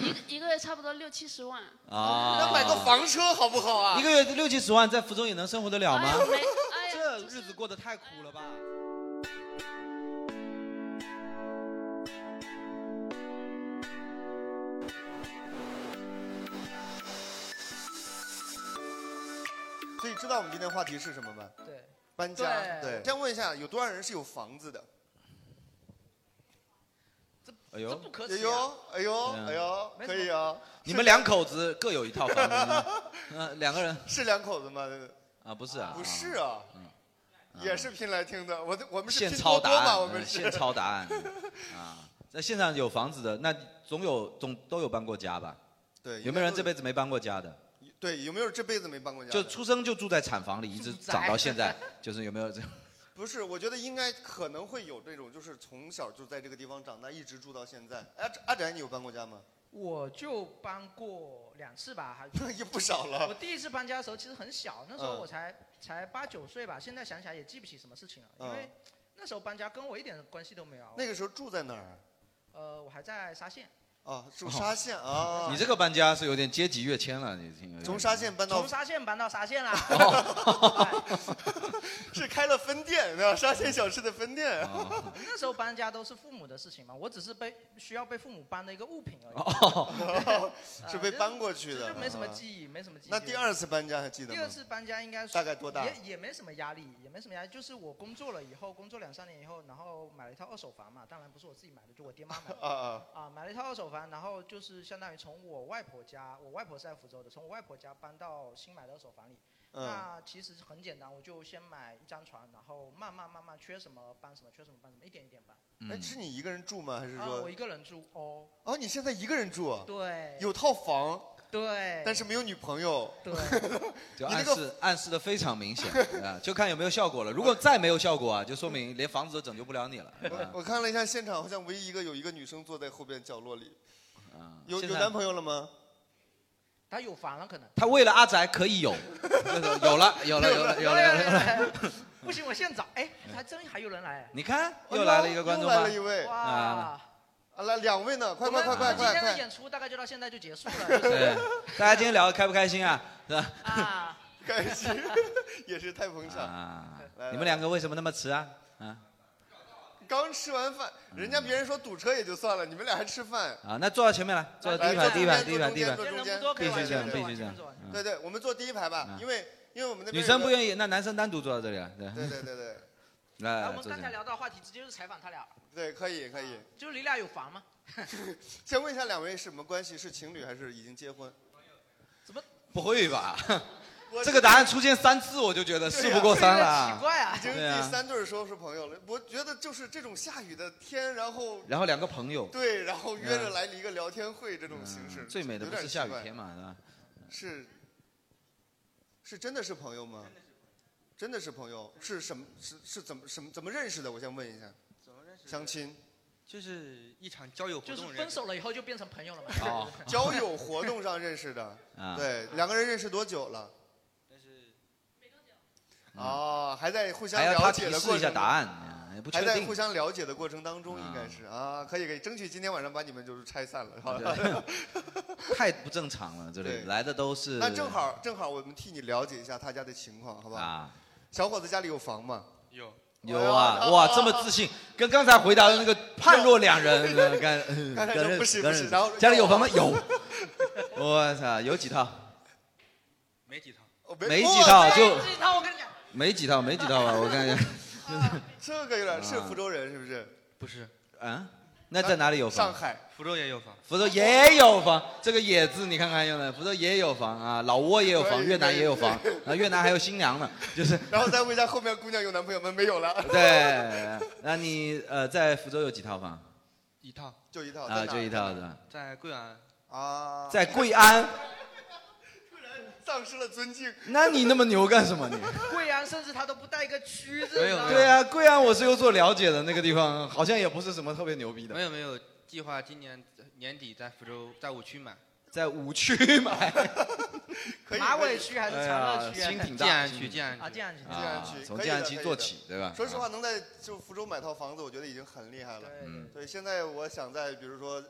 一一个月差不多六七十万。啊，那买个房车好不好啊？哎一个月六七十万，在福州也能生活得了吗？没，哎呀，这日子过得太苦了吧？所以知道我们今天话题是什么吗？对，搬家。对先问一下，有多少人是有房子的？哎呦，不可哎耻呦啊、，哎呦，嗯哎呦，没可什么以啊。你们两口子各有一套房 子，嗯，两个人是两口子吗？啊，不是啊，不啊是啊，也是拼来听的。我的我们是现拼抄多多答嘛？案，我们嗯是现抄答案 啊，在现场有房子的，那总有总都有搬过家吧？对，有没有人这辈子子没搬过家的？对有没有人这辈子没搬过家的？就出生就住在产房里，一直住宅长到 现在，就是有没有这？不是，我觉得应该可能会有这种，就是从小就在这个地方长大，一直住到现在。阿阿宅，你有搬过家吗？我就搬过两次 吧，还。也不少我了。第一次搬家的时候其实很小，那时候嗯我才、才八九岁吧，现在想起来也记不起什么事情了，因嗯为那时候搬家跟我一点关系都没有。哦那个时候住在哪儿？呃，我还在沙县，啊，住沙县啊。哦 你这个搬家是有点阶级跃迁了，你听有点从沙县搬到从沙县搬到沙县啦。 哎 是开了分店，对吧？沙县小吃的分店。哦那时候搬家都是父母的事情嘛，我只是被需要被父母搬的一个物品而已，哦 啊是被搬过去的这就没什么啊记忆，没什么记忆。那第二次搬家还记得第吗？二次搬家应该是大概多大也也没什么压力，也没什么压力。就是我工作了以后，工作两三年以后，然后买了一套二手房嘛，当然不是我自己买的，就我爹妈买 的。啊啊啊，买了一套二手房，然后就是相当于从我外婆家，我外婆是在福州的，从我外婆家搬到新买的二手房里。嗯，那其实很简单，我就先买一张床，然后慢慢慢慢缺什么搬什么，缺什么搬什么，一点一点搬。哎，嗯是你一个人住吗？还是啊，我说一个人住哦，哦，你现在一个人住啊？对，有套房，对，但是没有女朋友。对，就你那暗个示暗示的非常明显啊，就看有没有效果了。如果再没有效果啊，就说明连房子都拯救不了你了。 我我看了一下现场，好像唯一一个有一个女生坐在后边角落里。啊，有现有在男朋友了吗？他有房 了可能。 他为了阿宅可以有，就是有了有了有了有了有了。了，不行，我现找，哎，还真还有人来，你看哎呦哦又来了一个观众又来吧了。一位，哇啊！啊，来两位呢，快我快们啊快快今快天的快！演出大概就到现在就结 束了，就是对，大家今天聊的开不开心啊？是吧？啊，开心， 也是太捧场。啊来来，你们两个为什么那么迟啊？啊刚吃完饭，人家别人说堵车也就算了，你们俩还吃饭。啊，那坐到前面来，坐到第一排，来第一排，坐第一排，中第间坐中今天一今排人间不多，可以必须往这前样，面坐，必须这样往前面坐。嗯对对，我们坐第一排吧啊，因为因为我们那边女生有不个愿意，那男生单独坐到这里啊。对，对对对对 来然后我来来，们坐这刚里才。聊到话题，直接就是采访他俩，对，可以 可以。就是你俩有房吗？先问一下两位是什么关系？是情侣还是已经结婚？不会吧？我这个答案出现三次，我就觉得事不过三了奇啊。怪啊已，经对啊第三对儿说是朋友了。我觉得就是这种下雨的天，然后然后两个朋友，嗯对，然后约着来了一个聊天会这种形式，最美的有不点是下雨奇怪天嘛，是吧？是是真的是朋友吗？真的是朋友，是什么？是是怎么什么怎么认识的？我先问一下，怎么认识的？相亲就是一场交友活就是动认识的。分手了以后就变成朋友了嘛。哦交友活动上认识的，啊，对，两个人认识多久了？但是嗯哦，还在互相还要他了提解的示过一下程答中，案，啊也不确还在定互。相了解的过程当中，啊应该是啊，可以可以，争取今天晚上把你们就是拆散了，好吧？ 对太不正常了，这里对来的都是那正好正好，我们替你了解一下他家的情况，好不好？啊，小伙子家里有房吗？有有哎啊，哇，这么自信，跟刚才回答的那个判若两人。 呃刚嗯刚才说刚认不是刚不是认然后家里有房吗？有。 我操，有几套？没几趟，哦没哇几套就这一哎套我跟你讲，没几套，没 几套吧？我看一 下， 这个有点是啊福州人是不是？不是啊，那在哪里有上房？海福州也有房，福州也有房，这个“也”字你看看用的，福州也有房啊，老挝也有可房，以越南也 有房，啊，越南还有新娘呢，就是然后再问一下后面姑娘有男朋友吗？没有了， 对。那你呃在福州有几套房一趟就一套在啊？哪就一套是吧？在贵安，啊，在贵安，丧失了尊敬，那你那么牛干什 么你？贵阳甚至他都不带一个区字，没你知有道吗对啊，贵安我是有所了解的，那个地方好像也不是什么特别牛逼的没，有没有计划今年年底在福州在五区买，在五区 买，可以马可以尾区还是长乐区哎呀心啊？静挺大，安区静啊，安这区，样子。啊静安区从可以静安的区可以做的起，对吧？说实啊嗯话，能在就福州买套房子，我觉得已经很厉害了。对，对，现在我想在比如说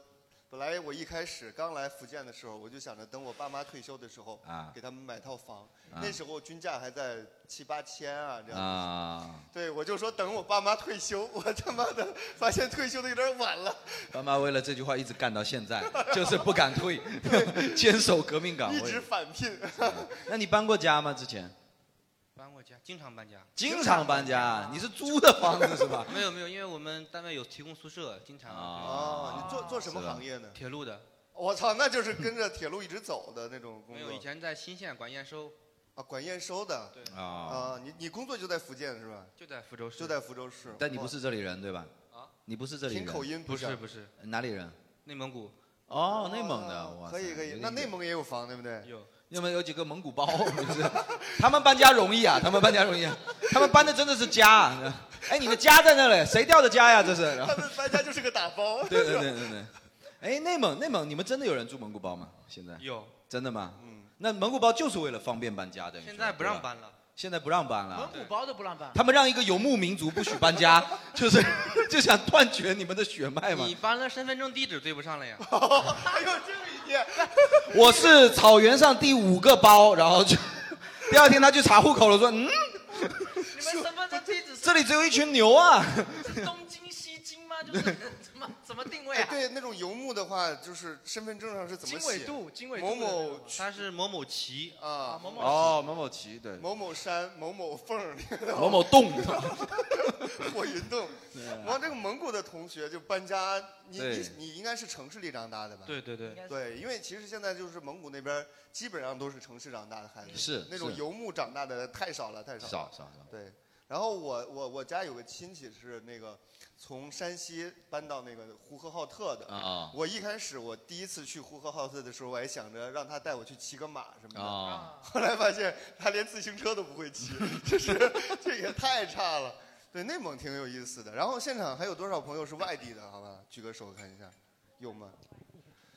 本来我一开始刚来福建的时候，我就想着等我爸妈退休的时候，啊给他们买套房。啊那时候均价还在七八千啊，这样。啊，对，我就说等我爸妈退休， 我他妈的发现退休的有点晚了。爸妈为了这句话一直干到 现在，就是不敢退，坚守革命岗一直位。啊返聘。 那你搬过家吗？之前搬过家，经常搬家。经常搬家，哦你是租的房子是 吧？ 没有没有，因为我们单位有提供宿舍，经常啊哦，你做做什么是吧行业呢对？铁路的。我操，那就是跟着铁路一直走的那种工没有，以作前在新县管验收，啊，管验收的啊，啊。你你工作就在福建是吧？就在福州市。就在福州市。但你不哇是这里人对吧？啊你不是这里听人，口音不像是不是哪里人？内蒙古哦，内蒙的，哦哇塞，可以可有以，点那内远蒙也有房对不对？有你们有几个蒙古包？ 就是他们搬家容易啊，他们搬家容易啊，他们搬的真的是家、啊。哎，你的家在那里，谁掉的家呀？这是。然后他们搬家就是个打包。对 对对对对。哎，内蒙内蒙，你们真的有人住蒙古包吗？现在有，真的吗？嗯，那蒙古包就是为了方便搬家的。现在不让对吧，搬了。现在不让搬蒙了。古包都不让啊搬。他们让一个游牧民族不许搬家， 就是就想断绝你们的血脉嘛你。搬了，身份证地址对不上了呀。还有这个一天，我是草原上第五个包，然后就 第二天他去查户口了，说嗯，你们身份证地址这里只有一群牛啊。是东京、西京吗？就是 怎么怎么定位啊？哎对那种游牧的话，就是身份证上 是怎么经纬写？度，经纬某度的那种啊。某区他是某某旗，啊，啊，某某哦，某某旗对，某某山，某某缝儿，某某洞。 火云洞。然后这个蒙古的同学就搬家，你对你你应该是城市里长大的吧？对对对应，该是对，因为其实现在就是蒙古那边基本上都是城市长大的孩子，是那种是游牧长大的太少了，太少了。少少少，对，然后我我我家有个亲戚是那个从山西搬到那个呼和浩特的。啊啊我一开始我第一次去呼和浩特的时候，我还想着让他带我去骑个马什么的。啊！啊，后来发现他连自行车都不会 骑，就是这也太差了。对，内蒙挺有意思的。然后现场还有多少朋友是外地的？好吧，举个手看一下，有吗？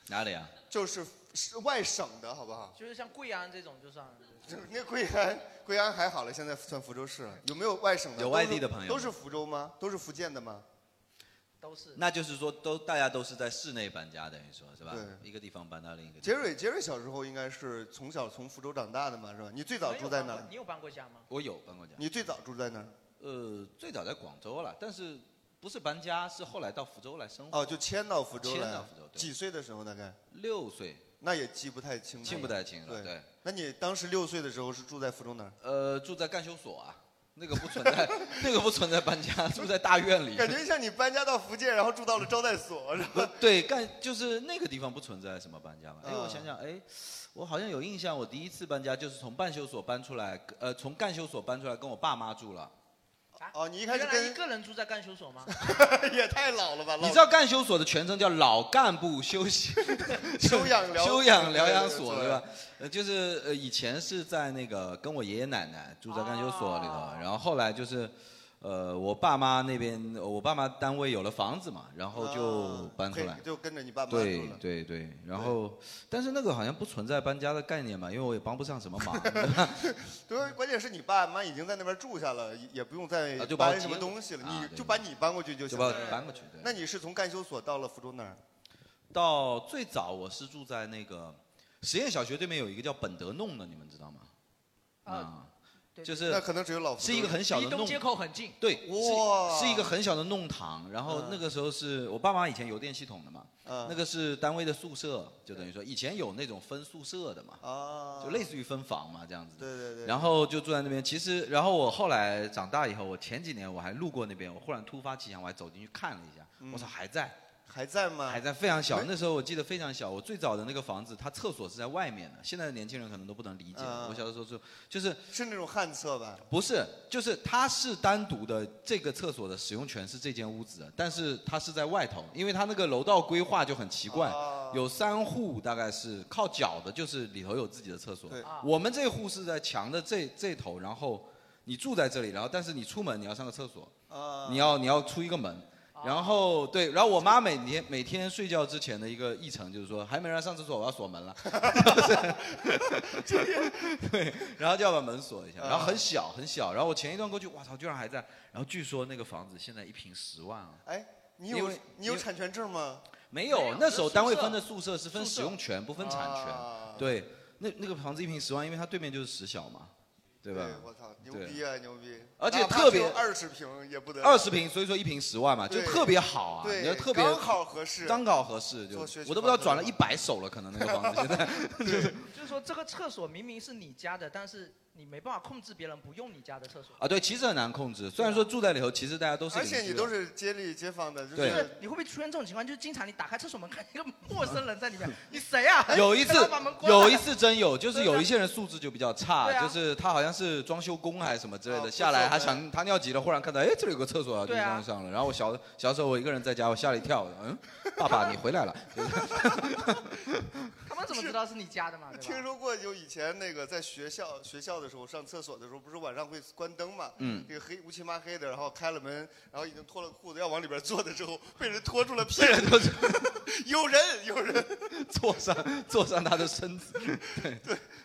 哪里啊？就是是外省的，好不好？就是像贵安这种就算。就是那贵安，贵安还好了，现在算福州市了。有没有外省的？有外地的朋友都是都是福州吗？都是福建的吗？都是那就是说都大家都是在室内搬家，等于说是吧？对一个地方搬到另一个地杰方。瑞，杰瑞小时候应该是从小从福州长大的嘛，是吧？你最早住在哪没有搬儿过？你有搬过家吗？我有搬过家，你最早住在哪儿？呃，最早在广州了，但是不是搬家，是后来到福州来生活。哦，就迁到福州迁来到了福州。对几岁的时候大概？六岁，那也记不太清楚。记不太清了。对对，那你当时六岁的时候是住在福州哪儿？呃，住在干休所啊，那个不存 在，那个不存在搬家，住在大院里。感觉像你搬家到福建，然后住到了招待 所，然后不对，干就是那个地方不存在什么搬家吧？哎，啊我想想，哎，我好像有印象，我第一次搬家就是从办休所搬出来，呃，从干休所搬出来跟我爸妈住了。哦，你一开始啊原来一跟个人住在干休所吗？ 也太老了吧？你老知道干休所的全称叫老干部休息休养疗休养疗养所，对对吧？呃，就是呃，以前是在那个跟我爷爷奶奶住在干休所里头，啊哦然后后来就是。呃，我爸妈那边，我爸妈单位有了房子嘛，然后就啊搬出可以来。就跟着你爸妈住对了。对对，然后但是那个好像不存在搬家的概念嘛，因为我也帮不上什么忙， 对，关键是你爸妈已经在那边住下了，也不用再啊就把我搬什么接东西了，啊你对就把你搬过去就就行把了我。搬过去。对那你是从干休所到了福州哪儿？到最早我是住在那个实验小学对面有一个叫本德弄的，你们知道吗？啊啊，对就那是可能只有老福州是一个很小的离东弄街，口很近。对，哇是是一个很小的弄堂。然后嗯那个时候是我爸妈以前邮电系统的嘛，嗯那个是单位的宿舍，就等于说以前有那种分宿舍的嘛，啊，就类似于分房嘛这样子的。对对对，然后就住在那边。其实，然后我后来长大以后，我前几年我还路过那边，我忽然突发奇想，我还走进去看了一下，嗯我操，还在，还在吗？还在，非常小没。那时候我记得非常小，我最早的那个房子，它厕所是在外面的。现在的年轻人可能都不能理解。啊我小的时候就就是是那种旱厕吧？不是就是它是单独的，这个厕所的使用权是这间屋子的，但是它是在外头，因为它那个楼道规划就很奇怪。啊有三户，大概是靠角的，就是里头有自己的厕所。对啊我们这户是在墙的这这头，然后你住在这里，然后但是你出门你要上个厕所，啊，你要你要出一个门，然后对，然后我妈每天每天睡觉之前的一个议程就是说，还没人上厕所，我要锁门了， 对，然后就要把门锁一下，啊然后很小很小，然后我前一段过去，哇操，居然还在，然后据说那个房子现在一平十万啊，哎，你因有为你有因为产权证吗？没没有有，那时候单位宿舍分的宿舍是分宿舍使用权，不分产权。啊对，那那个房子一平十万，因为它对面就是十小嘛，对吧？我操，牛对逼啊，牛逼！而且特别二十平也不得了二十，平，所以说一平十万嘛，就对特别好啊，你对，要特别刚好合适。刚好合适，就做学区我都不知道房转的话了一百手了，可能那个房子现在 就是说这个厕所明明是你家的，但是你没办法控制别人不用你家的厕所。啊，对，其实很难控制。虽然说住在里头，其实大家都是而邻居且的，你都是街里街坊的，就对就是是你会不会出现这种情况？就是经常你打开厕所门，看一个陌生人在 里面，你谁呀、哎啊？有一他次 把门，关了有一次真有，就是有一些人素质就比较差，对啊就是他好像是装修工还是什么之类哦的，不下来错他对想他尿急了，忽然看到哎这里有个厕所啊，就对啊上上了。然后我小小时候我一个人在家，我吓了一跳， 嗯，爸爸你回来了，他们怎么知道是你家 的嘛？ 对听吧？说过，就以前那个在学校学校的时候上厕所的时候，不是晚上会关灯嘛？嗯，那个黑乌漆嘛黑的，然后开了门，然后已经脱了裤子要往里边坐的时候，被人拖住了 屁这人股，都是 有人有人，坐上坐上他的 身子，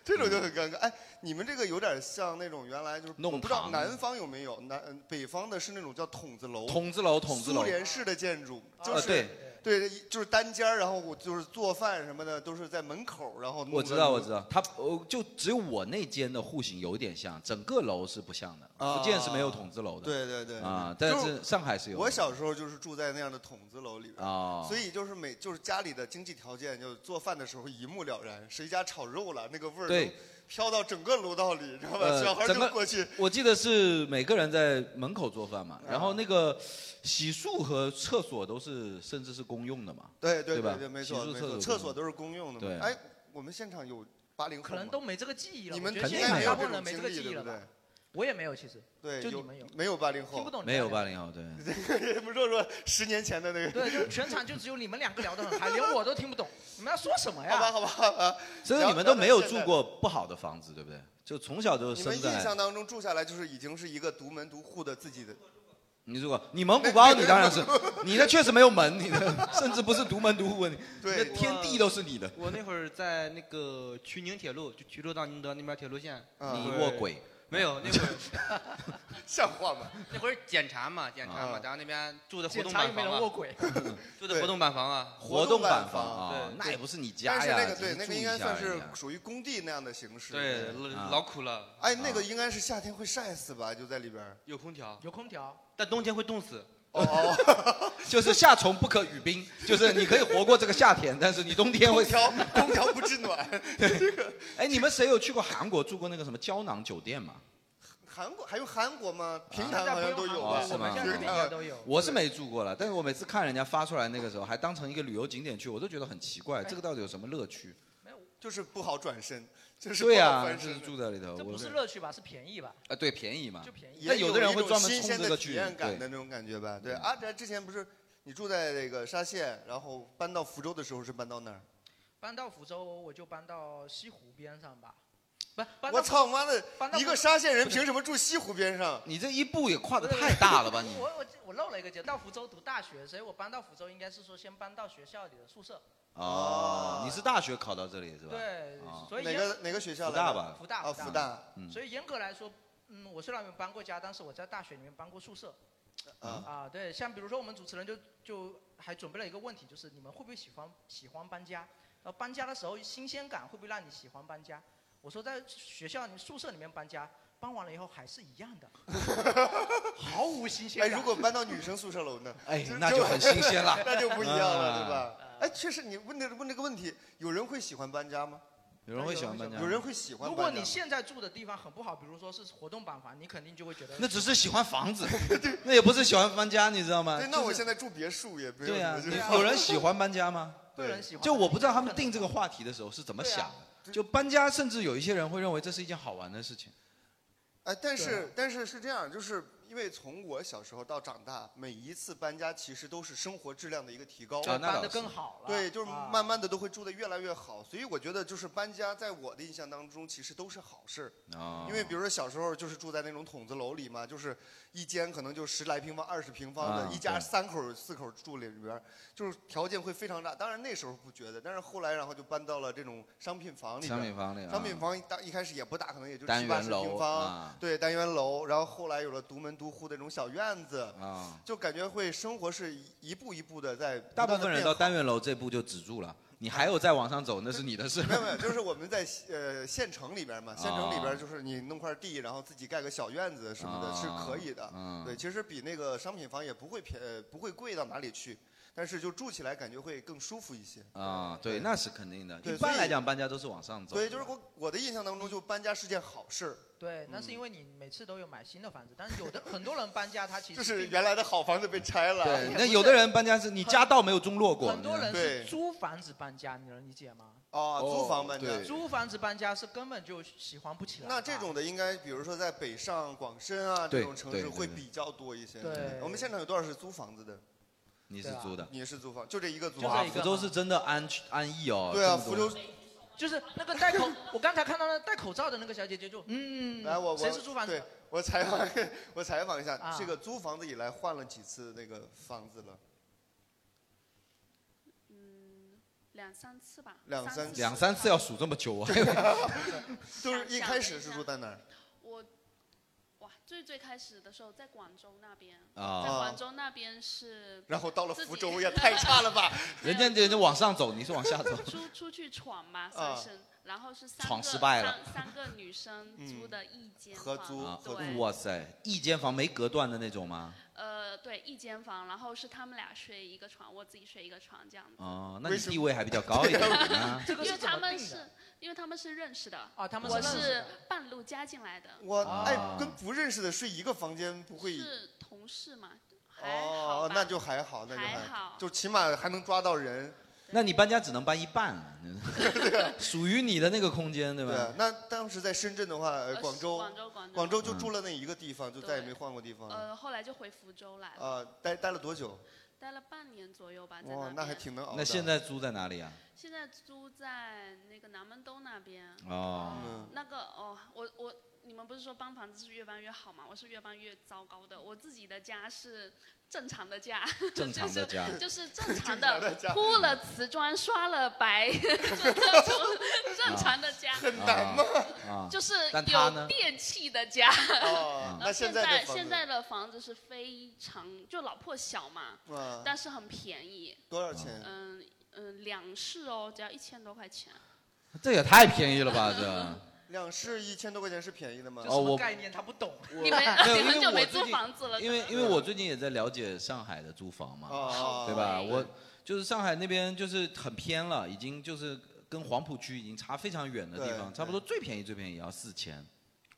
这种就很尴尬。哎，你们这个有点像那种原来就是弄我不知道堂南方有没有，南嗯北方的是那种叫筒子楼，筒子楼筒子楼苏，联式的建筑，就呃是、对，对，就是单间儿，然后我就是做饭什么的都是在门口，然后弄我知个道炉我知道，他呃就只有我那间的户型有点像，整个楼是不像的，啊福建是没有筒子楼的对对对啊，就但是上海是有的。我小时候就是住在那样的筒子楼里边，啊，所以就是每就是家里的经济条件，就做饭的时候一目了然，谁家炒肉了，那个味儿对能飘到整个楼道里， 知道吧？呃小孩儿整个就过去，我记得是每个人在门口做饭嘛，啊然后那个洗漱和厕所都是甚至是公用的嘛。对对吧对对，没洗错漱没厕错，厕所所公用都是公用的对嘛。啊哎，我们现场有八零后可能吗都没这个记忆了。你们我觉得肯现定在没有大这部种分人没经这个历记对了不对吧？我也没有，其实对，就有你们有没有八零听不后？懂。没有吧？八零后，对， 我们说说十年前的那个。对，就 全场就只有你们两个聊得很嗨，连我都听不懂。你们要说什么好吧，呀？好吧，好吧。所以聊你们都没有聊到现住在过不好的房子，对不对？就从小就你生们印在象当中住下来就是已经是一个独门独户的自己的，你住过，你蒙古包，你当然是你的确实没有门，你 的甚至不是独门独户，你对你的天地都是你的，我那会儿在那个曲宁铁路，就衢州到宁德那边铁路线，嗯你卧轨。没有那会儿 像话吗？ 那会儿检查嘛，检查啊嘛，嗯然后那边住的活检动查有板没房有人卧嘛，轨？ 住的活动板房啊， 活动板房啊对，那也不是你但家是呀，那个只对，那住个一应该下算而是已啊属于工地那样的形式。对，啊老老苦了，哎，那个应该是夏天会晒死吧？就在里边儿。有空调，有空调，但冬天会冻死。哦， 就是夏虫不可语冰，就是你可以活过这个夏天，但是你冬天空会调空调不制暖。哎，你们谁有去过韩国住过那个什么胶囊酒店吗？韩国还有韩国吗？平现潭在好不像用都有吧韩国啊哦？是我们吗现在肯定也都有。我是没住过了，但是我每次看人家发出来那个时候，还当成一个旅游景点去，我都觉得很奇哎怪，这个到底有什么乐趣？就是不好转身， 就是对不啊好，翻就是身的。住在里头，这我不是乐趣吧？是便宜吧？啊，对，便宜嘛就，便宜。也但有的人会一种专门新冲鲜这的个体去验感对的那种感觉吧？对嗯啊，咱之前不是你住在那个沙县，然后搬到福州的时候是搬到哪儿？搬到福州，我就搬到西湖边上吧。不，搬到我操妈的！搬到一福个沙县人凭什么住西湖边上？你这一步也跨的太大了吧你？我我我漏了一个节，到福州读大学，所以我搬到福州应该是说先搬到学校里的宿舍。哦，你是大学考到这里是吧？对啊，所以哪严个哪个学校福来着？大吧？福大啊，福。大嗯所以严格来说，嗯，我虽然没有搬过家，但是我在大学里面搬过宿舍啊。啊。对，像比如说我们主持人就就还准备了一个问题，就是你们会不会喜欢喜欢搬家？然后搬家的时候新鲜感会不会让你喜欢搬家？我说在学校里宿舍里面搬家，搬完了以后还是一样的， 毫无新鲜哎，感。如果搬到女生宿舍楼呢？ 哎就，那就很新鲜了。 那就不一样了，啊对嗯吧？哎，确实，你问的问这个问题，有人会喜欢搬家吗？有人会喜欢搬家吗？有人会喜欢如搬家吗？果你现在住的地方很不好，比如说是活动板房，你肯定就会觉得那只是喜欢 房子，那也不是喜欢搬家，你知道吗？对，啊就那是我现在住别墅也没有对什呀么，就是有人喜欢搬 家吗？会有人喜欢。就我不知道他们定这个话题的时候是怎么想啊的。就搬家，甚至有一些人会认为这是一件好玩的事情。哎，但啊对是但是是这样，就是因为从我小时候到长大，每一次搬家其实都是生活质量的一个提高。啊那搬倒的是更好了。对，就是啊慢慢的都会住的越来越好，所以我觉得就是搬家，在我的印象当中其实都是好事儿。啊因为比如说小时候就是住在那种筒子楼里嘛，就是一间可能就十来平方、二十平方的，啊一家对三口儿、四口儿住里边儿，就是条件会非常差。当然那时候不觉得，但是后来然后就搬到了这种商品房里边商儿。品房那个商品房一大一开始也不大，可能也就单七八元十楼平方，啊，对单元楼。然后后来有了独门都呼的那种小院子，啊，就感觉会生活是一步一步的在不大断地部分人变到好单元楼这步就止住了，你还有再往上走，那是你的事。 没有没有，就是我们在呃县城里边嘛，县城里边就是你弄块地，然后自己盖个小院子什么的，啊是可以的。嗯对，其实比那个商品房也不会便呃不会贵到哪里去，但是就住起来感觉会更舒服一些。啊，对，那是肯定的。对一般所以来讲，搬家都是往上走。所以就是我我的印象当中，就搬家是件好事，对，那嗯是因为你每次都有买新的房子，但是有的很多人搬家，他其实就是并原来的好房子被拆了。对，不那是有的人搬家是你 家道没有中落过，很多人对是租房子搬家，你能理解吗？哦，租房搬家。对租房子搬家是根本就喜欢不起来的。那这种的应该，比如说在北上广深啊对这种城市对会对对比较多一些。对我们现场有多少是租房子的？你是租的。你是租房，就这一个租就房哇，这一子。个福州是真的安全安逸哦。对啊，这么福多州就是那个戴口，我刚才看到那戴口罩的那个小姐姐就嗯，来，我我谁是租房子对？我采访， 我采访一下，啊这个租房子以来换了几次那个房子了？嗯，两三次吧。两三次两三次要数这么久啊？ 就是一开始是想一下住在哪儿？我，哇，最最开始的时候在广州那边，在啊，广州那边是 然后到了自己。福州也 太差了吧！人家人家往上走，你是往下走 出出去闯啊嘛，算是，然后是三闯个失败了三三个女生嗯租的一间合房租啊合对，哇塞，一间房没隔断的那种吗？呃，对，一间房，然后是他们俩睡一个床，我自己睡一个床这样子。哦，那为你什么地位还比较高 一点啊。这个因是为怎他么们定是的？因为他们是认识的，啊，他们我认识是的半路加进来的，我哦啊哎，跟不认识的睡一个房间不会是同事嘛，还好哦吧，，那就还好，那就还好，好。就起码还能抓到人。那你搬家只能搬一半啊， 属于你的那个空间对吧？对，啊那当时在深圳的话，呃呃广是州广州，广州，广嗯州就住了那一个地方，就再也对没换过地方了。呃，后来就回福州来了，啊，待待了多久？待了半年左右吧，在啊哇，那边。还挺能熬的。那现在租在哪里啊？ 现在租在那个南门东那边，哦，嗯，那个哦，我我你们不是说搬房子是越搬越好吗？我是越搬越糟糕的。我自己的家是正常的家，正常的家。就是 正常正常的的家铺了瓷砖，刷了 白，就那种正常的家，很难吗？啊， 就是但他呢有电器的家。哦， 那然后现在的房子现在的房子是非常就老破小嘛，啊，但是很便宜，多少钱？嗯嗯，两室哦，只要一千多块钱。这也太便宜了吧？这两室一千多块钱是便宜的吗这？哦什么我概念？他不懂。你们 没有你因为们就我没最租近房子了，因为因为我最近也在了解上海的租房嘛，哦，对吧？对我就是上海那边就是很偏了，已经就是跟黄浦区已经差非常远的地方，对差不多最便宜最便宜也要四千，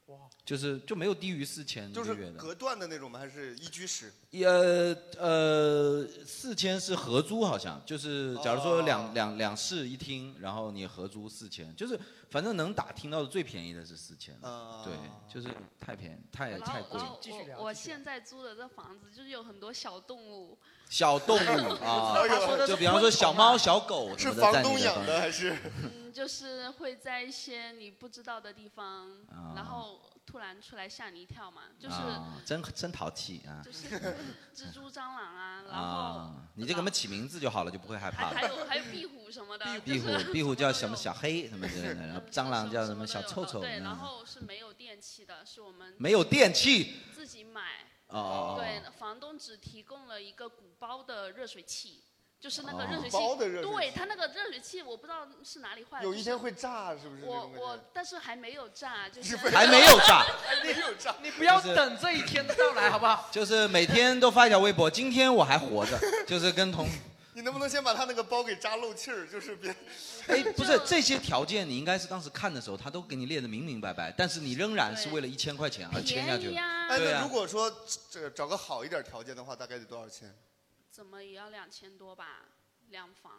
哇，就是就没有低于四千一就个是月的。隔断的那种吗？还是一居室？呃呃，四千是合租，好像就是假如说哦两、两两室一厅，然后你合租四千，就是反正能打听到的最便宜的是四千、哦啊，对，就是太便宜太然哎太后贵然了，后继续聊我我继续聊现在租的这房子就是有很多小动物，小 动物啊哎，呦他说的是就比方说昆虫小啊猫、小狗什是么的，在房你东的养房的还是？嗯，就是会在一些你不知道的地方，啊然后突然出来吓你一跳嘛，就是、啊，真真淘气啊就是 蜘蛛、蟑螂啊，然后啊！你就给他们起名字就好了，就不会还害怕还了。有还有壁虎什么的，壁就是虎，壁虎叫什么小黑什么之类的，然后嗯蟑螂叫什么都小有臭臭，哦对，嗯然后是没有电器的，是我们没有电器自己买。哦哦，哦对，房东只提供了一个鼓包的热水器，就是那个哦热水器。包的热水对器，他那个热水器，我不知道是哪里坏了。有就一是天会炸，是不是？我我，但是还没有炸，就是还没有 炸，那有炸，你不要就是等这一天的到来，好不好？就是每天都发一条微博，今天我还活着， 就是跟同， 你能不能先把他那个包给炸漏气儿？就是别 哎，不是这些条件，你应该是当时看的时候，他都给你列的明明白白，但是你仍然是为了一千块钱而啊签下便去宜了。呀、哎，对啊那如果说这找个好一点条件的话，大概得多少钱？怎么也要两千多吧，两房，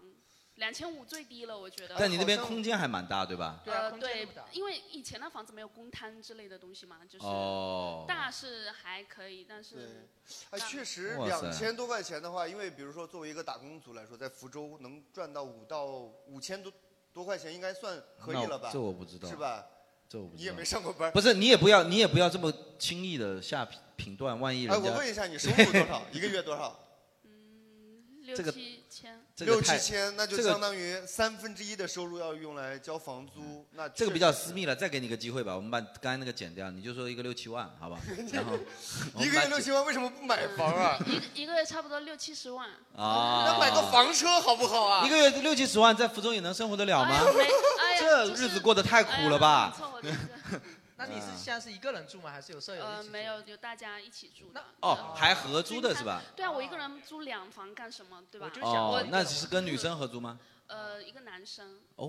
两千五最低了，我觉得。但你那边空间还蛮大，对吧？对啊，呃空间那对么大，因为以前的房子没有公摊之类的东西嘛，就是、哦，大是还可以，但是哎，确实，哇塞两千多块钱的话，因为比如说作为一个打工族来说，在福州能赚到五到五千多多块钱，应该算可以了吧那？我这我不知道，是？吧？这我不你知也道没。上过班儿。不是，你也不要，你也不要这么轻易的下评评断，万一哎，人我家 问一下，你收入多少？一个月多少？嗯，六这个七千，这六个七太千，那就这个相当于三分之一的收入要用来交房租，那嗯这个比确较实私密了，再给你个机会吧，我们把刚才那个剪掉，你就说一个六七万， 好吧？然后一个月六七万，为什么不买房啊？一个一个月差不多六七十万。 啊，那买个房车好不好啊一？个月六七十万，在福州也能生活得了哎吗呀？没，哎呀，这就是日子过得太苦了吧哎呀、凑合日子。那你是现在是一个人住吗？还是有舍友一呃，起住没有，就大家一起住的。哦，还合租的是吧？对啊，我一个人租两房干什么，对吧我？就想哦我，那只是跟女生合租吗？呃，一个男生，哦，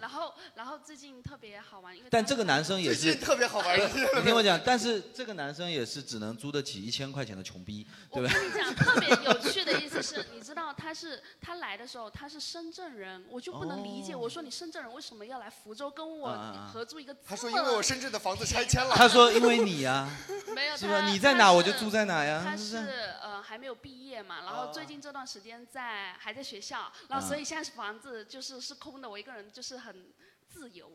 然后然后最近特别好玩，因为但他这个男生也最是近，特别好玩的， 你听我讲，但是这个男生也是只能租得起一千块钱的穷逼，我哦 对吧？跟你讲，特别有趣的意思是，你知道他是他来的时候他是深圳人，我就不能理解。我说你深圳人为什么要来福州跟我啊啊啊合租一个？他说因为我深圳的房子拆迁了，他说因为 你呀，没有是他吧？你在哪我就住在。在哪呀他，是是不是？呃还没有毕业嘛，然后最近这段时间在还在学校，然后所以现在房子就是是空的，我一个人就是很自由，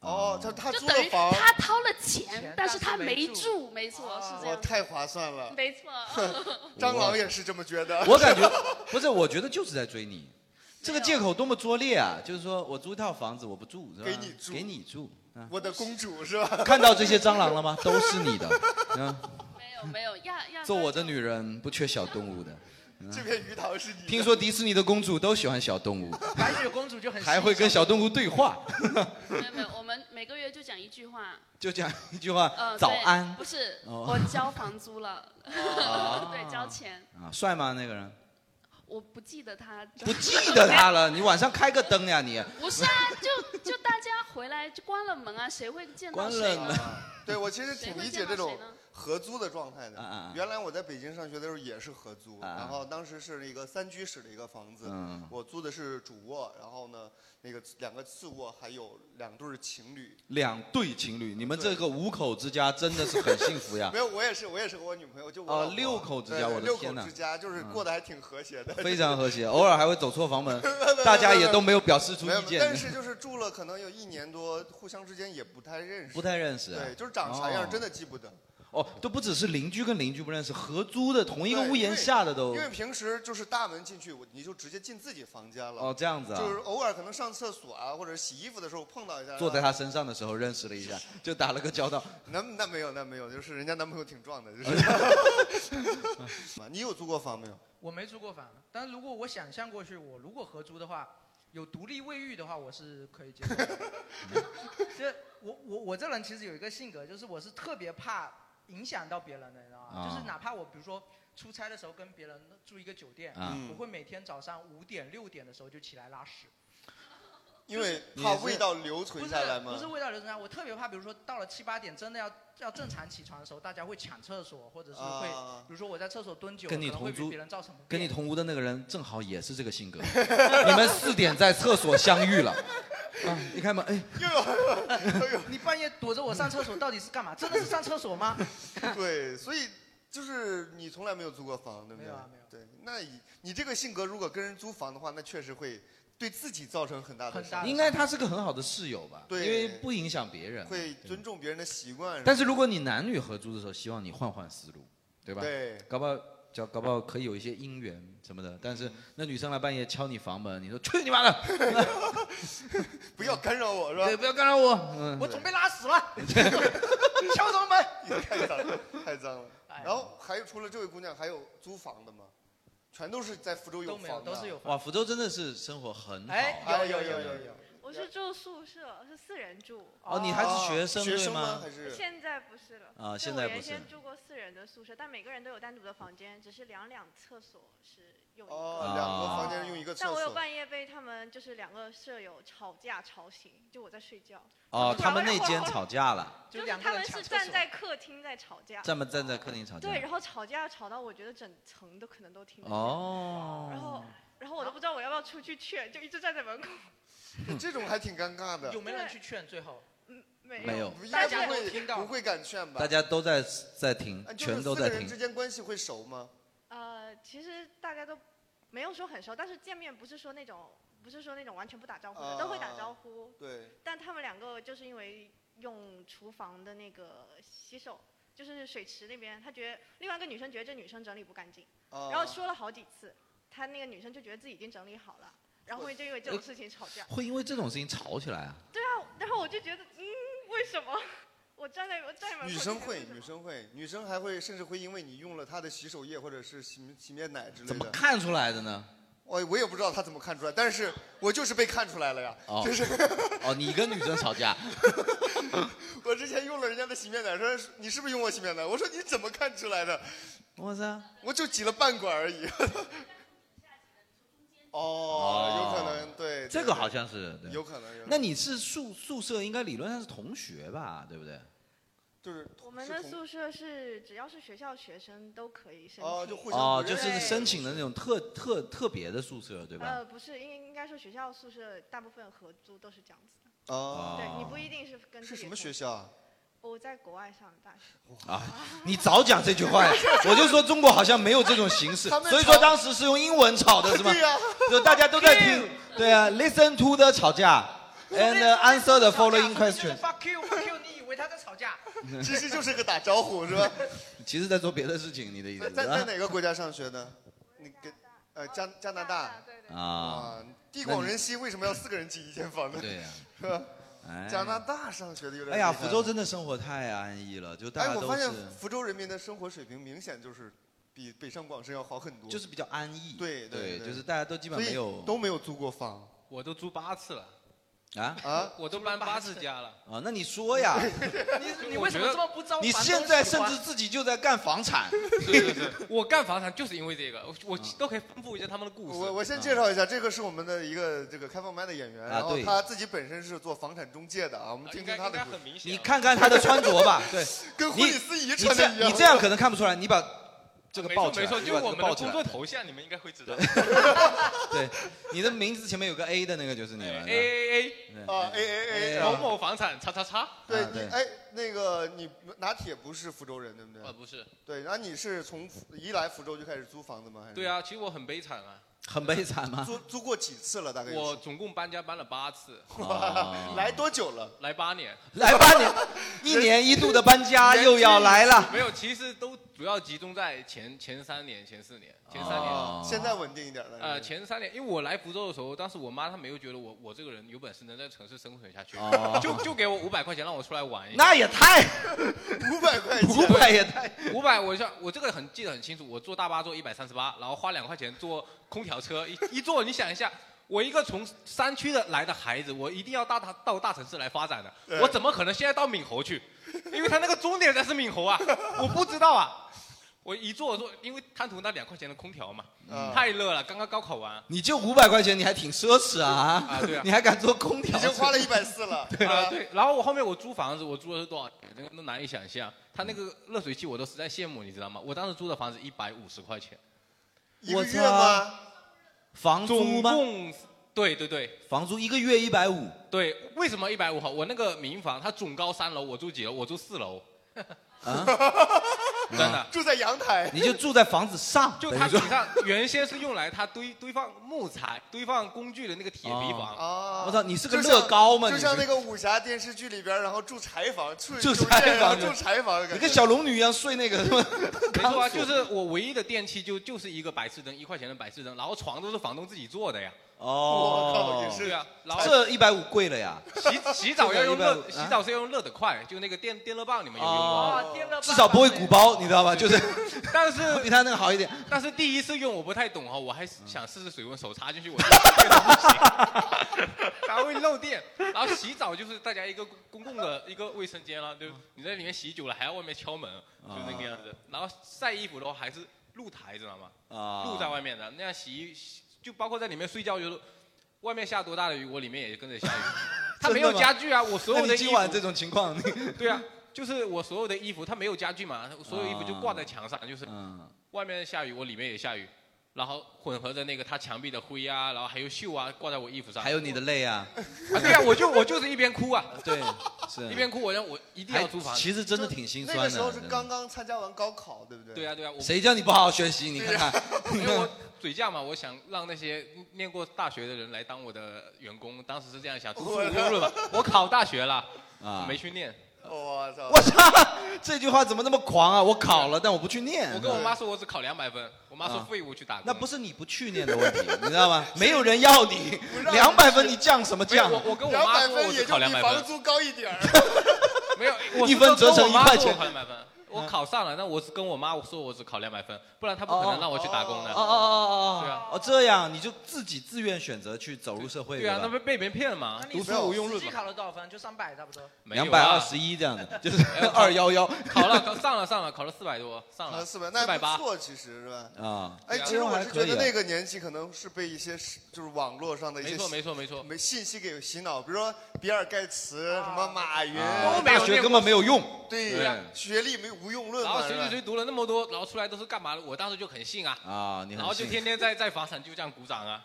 哦，他他就租等了于房，他掏了钱钱，但是但他是没没住住，没错是哇，这样的，啊哦太划算了。 没 错。蟑螂也是这么觉得。我感觉不是，我觉得就是在追你，这个借口多么拙劣啊！就是说我租一套房子，我不住，是吧？给你住给你住啊！ 我的公主是吧？看到这些蟑螂 了吗？都是你的，啊！没有没有，亚亚做哥我的就女人不缺小 动物的。嗯这片鱼塘是你的。听说迪士尼的公主都喜欢小 动物，白雪公主就很还会跟小动物对话，没有没有，我们每个月就讲一句话，就讲一句话呃嗯、：早对安不是，哦我交房租了， 对，交钱， 啊！帅吗？那个人我不记得他的。不记得他了，你晚上开个灯呀 你！ 不是啊，就就大家回来就关了门啊，谁会见到关谁呢？了门 对我其实谁挺会理见解到这谁种呢合租的状态啊啊啊的。原来我在北京上学的时候也是合租，啊啊然后当时是一个三居室的一个房子嗯，我租的是主卧，然后呢，那个两个次卧还有两对儿情侣。两对情侣，你们这个五口之家真的是很幸福呀 没，有，我也是，我也是和我女朋友就我哦老婆六口之家对对我的六天口哪之家就是过得还挺和谐的。 非常和谐，偶尔还会走错 房门，大家也都没有表示出没有意，见，但是就是住了可能有一年多，互相之间也不太认识。不太认识啊。对，就是长啥样哦真的记不得。哦，都不只是邻居跟邻居不认识，合租的同一个对屋檐下的都因为平时就是大门进去，我你就直接进自己房间了。哦这样子啊就，是偶尔可能上厕所啊，或者洗衣服的时候碰到一下。啊坐在他身上的时候认识了一下，就打了个交道。那那没有那没有，就是人家男朋友挺壮的，就是。 你有租过房没有？我没租过房，但是如果我想象过去，我如果合租的话，有独立卫浴的话，我是可以接受的。 这我我我这人其实有一个性格，就是我是特别怕影响到别人的，你知道吗？啊就是哪怕我比如说出差的时候跟别人住一个酒店，啊嗯我会每天早上五点六点的时候就起来拉屎，因为你怕是味道留不存是下来不吗是？味道留存下来，我特别怕，比如说到了七八点真的要要正常起床的时候，大家会抢厕所，或者是会。啊，比如说我在厕所蹲久了，跟你可能会同租被别人造成不跟便你同屋的那个人正好也是这个性格， 你们四点在厕所相遇 了，啊，一开门，哎， 又有又有哎你半夜躲着我上厕所到底是干嘛？真的是上厕所 吗？对，所以就是你从来没有租过房，对不对？没有啊没有对，那你你这个性格如果跟人租房的话，那确实会对自己造成很大的很伤大害，应该他是个很好的室友吧？对因为不影响别人。会尊重别人的习惯。但是如果你男女合租的时候，希望你换换思路，对吧？对。搞不好。搞搞不好可以有一些姻缘什么的，但是那女生来半夜敲你房门，你说去你妈的， 不要干扰我，是吧？对，不要干扰我。嗯，我准备拉屎了， 敲什么门？太脏了，太脏了。哎然后还有除了这位姑娘，还有租房的吗？全都是在福州有都没有，房的，啊都是有。哇，福州真的是生活很好。哎，哎有有有有有有有。我是住宿舍，是四人住，哦，你还是学生生学对吗？吗还？是现在不是了。啊，就现我在原不是先。住过四人的宿舍，但每个人都有单独的房间，只是两两厕所是用一个。哦啊，两个房间用一个厕但我有所。半夜被他们就是两个舍友吵架吵醒，就我在睡觉，哦，他们那间吵架了，就就是两他个人们抢是厕站所。在客厅在吵架，咱们站在客厅吵架。对，然后吵架吵到我觉得整层都可能都听得见，哦。然后然后我都不知道我要不要出去劝，就一直站在门口，这种还挺尴尬的，有没有人去劝？最后嗯，没没有应大该家不都会听到不会敢劝吧？大家都在在听哎，就是全都在四个人听之。间关系会熟吗？呃，其实大家都没有说很熟，但是见面不是说那种不是说那种完全不打招呼的，都会打招哦呼。对，但他们两个就是因为用厨房的那个洗手就是水池那边，他觉得另外一个女生觉得这女生整理不干净，哦然后说了好几次，他那个女生就觉得自己已经整理好了，然后后面就因为这种事情吵架。会因为这种事情吵起来啊？对啊，然后我就觉得，嗯，为什么？ 我站在我站在门口女就生觉得会为，什女么生会，女生还会，甚至会因为你用了她的洗手液或者是洗洗面奶之类的。怎么看出来的呢？我我也不知道她怎么看出来，但是我就是被看出来了呀。哦就是哦，你跟女生吵架，我之前用了人家的洗面奶，说你是不是用我洗面奶？我说你怎么看出来的？我操！我就挤了半管而已。哦，有可能，对，对这个对好像是对有可能。有可能那你是宿宿舍应该理论上是同学吧，对不对？就是我们是的同宿舍是只要是学校学生都可以申请。哦就互相哦，不就认识是申请的那种特特特别的宿舍，对吧？呃，不是，应应该说学校宿舍大部分合租都是这样子的。哦，对你哦不一定是呃跟自是己什么同学校啊？我在国外上的大学，啊，你早讲这句 话呀！我就说中国好像没有这种形式，他们所以说吵当时是用英文吵的是吗？对呀就大家都在听，对啊，listen to 的吵架，and answer the following 就是 question。 fuck you fuck you，你以为他在吵架？ 其实就是个打招呼是吧？ 其实在做别的事情，你的意在思是在吧在哪个国啊家上学的？你跟呃加加拿大对对。啊？啊，地广人稀，为什么要四个人挤一间房呢？对呀、是吧？哎加拿大上学的有点哎呀，厉害福州真的生活太安逸了，就大哎，家我都发现是，福州人民的生活水平明显就是比北上广深要好很多，就是比较安逸。对对对就是大家都基本所没以有都没有租过房 我都租八次了，啊啊。我都搬八次家了。啊，那你说 呀，你你我为什觉么得这么不招？你现在甚至自己就在干房产， 啊对对对，我干房产就是因为这个，我我都可以丰富一下他们的故我事。我先介绍一下，这个是我们的一个这个开放麦的演员，嗯啊然后对他自己本身是做房产中介的啊，我们听应听该他应的该故事很，明显啊。你看看他的穿着吧，对，跟你婚礼司仪你穿的一这样。你这样可能看不出来，你把这个没抱错起来，没错，就是你把这我个啊们抱的起工作来头像，你们应该会知道。对，你的名字前面有个 A 的那个就是你哎了。 A A 对啊，A A 哎 A， A 某某房产叉叉叉。对啊你对哎，那个你拿铁不是福州人对不对啊，？不是，对，然后你是从福一来福州就开始租房子嗯吗？还是对，啊，其实我很悲惨啊，很悲惨吗？租租过几次了？大概有我总共搬家搬了八次，哦 来多久了？来八年，来八 年，一年一度的搬家又要来了。没有，其实都主要集中在前前三年、前四年、前三年。哦现在稳定一点了。呃，是前三年，因为我来福州的时候，当时我妈她没有觉得我我这个人有本事能在城市生存下去，哦 就就给我五百块钱让我出来玩一下。那也太 五百块五钱，百也太五百，我像我这个很记得很清楚，我坐大巴坐一百三十八，然后花两块钱坐空调车，一一坐你想一下，我一个从山区的来的孩子，我一定要大大到大城市来发展的，对我怎么可能现在到闽侯去？因为他那个终点才是闽侯啊，我不知道啊。 我一坐我坐，因为贪图那两块钱的空调嘛，嗯太热了。刚刚高考完啊、你就五百块钱，你还挺奢侈啊！啊对啊你还敢做空调？已经花了一百四了。对 对。然后我后面我租房子，我租的是多少钱？那个都难以想象。他那个热水器我都实在羡慕，你知道吗？我当时租的房子一百五十块钱，一个月吗？房租总吗？共对对对，房租一个月一百五对，为什么一百五好？我那个民房，它总高三楼，我住几楼？我住四楼，啊！ 真的。 住在阳台， 你就住在房子上，就等于它说底上原先是用来它堆堆放木材、堆放工具的那个铁皮 房，啊！我操你是个就像乐高吗就你像是那个武侠电视剧里边，然后住柴 房，住住酒柴店然后房住柴房的你感觉。跟小龙女一样睡那个什么没 钢错啊，索就是我唯一的电器就就是一个白炽灯，一块钱的白炽灯，然后床都是房东自己做的呀，我靠，也哦，是对啊，然后这一百五贵了呀，洗洗澡要用 热， 150洗澡是要用热的快，就那个电电热棒你们有用哦过吗？哇，颠了至少不会鼓包，你知道吧？就是 但 比是他那个好一点。但是第一次用我不太懂哈，我还是想试试水温，手插进去我。 它会漏电。然后洗澡就是大家一个公公共的一个卫生间了，就你在里面洗久了还要外面敲门，就啊那个样子。然后晒衣服的话还是露台，知道吗？啊露在外面的，那样洗衣洗就包括在里面睡觉，就是外面下多大的雨，我里面也跟着下雨。它没有家具啊，我所那有的你衣今晚这服，种情况，你对啊，就是我所有的衣服，它没有家具嘛，所有衣服就挂在墙上，就是嗯，外面下雨，我里面也下雨，然后混合着那个它墙壁的灰啊，然后还有锈啊，挂在我衣服上。还有你的泪啊，啊，对啊，我就我就是一边哭啊， 对，是一边哭，我让我一定要租房。其实真的挺心酸的。那个时候是真的刚刚参加完高考，对不对？对啊，对啊，我谁叫你不好好学习？你看看， 因为我嘴犟嘛，我想让那些念过大学的人来当我的员工，当时是这样想，读书无用论嘛，我考大学了，啊没去念，我操！我操，这句话怎么那么狂啊？我考了，但我不去念。我跟我妈说我只考两百分，我妈说啊废物去打工。那不是你不去念的问题，你知道吗？没有人要你，两百分你降什么没有降？我我跟我两妈百说分我也只就考两比百房分，租高一点儿。 没有我一分折成一块钱啊两百分，我考上了，那我是跟我妈说我只考两百分，不然她不可能让我去打工的哦。哦哦对哦啊哦，这样你就自己自愿选择去走入社会，对啊，那吧？不被别人骗了嘛那，你读没有书无用实论际嘛。考了多少分？就三百差不多。没有两百二啊十一这 样的，就是 二幺幺考了，考上了，上了，考了四百多，上了啊，四百，那四百还不八。错，其实是吧？啊。哎，对啊其实我还是可觉以得啊那个年纪可能是被一些是就是网络上的一没些错，信没错，没错。没信息给洗脑，比如说比尔盖茨、什么马云，啊没有大学念根过本没有用，对对啊学历没无用论然后嘛，谁是谁吧谁读了那么多，然后出来都是干嘛的？我当时就很信啊，啊，你很然后就幸天天在在房产就这样鼓掌 啊。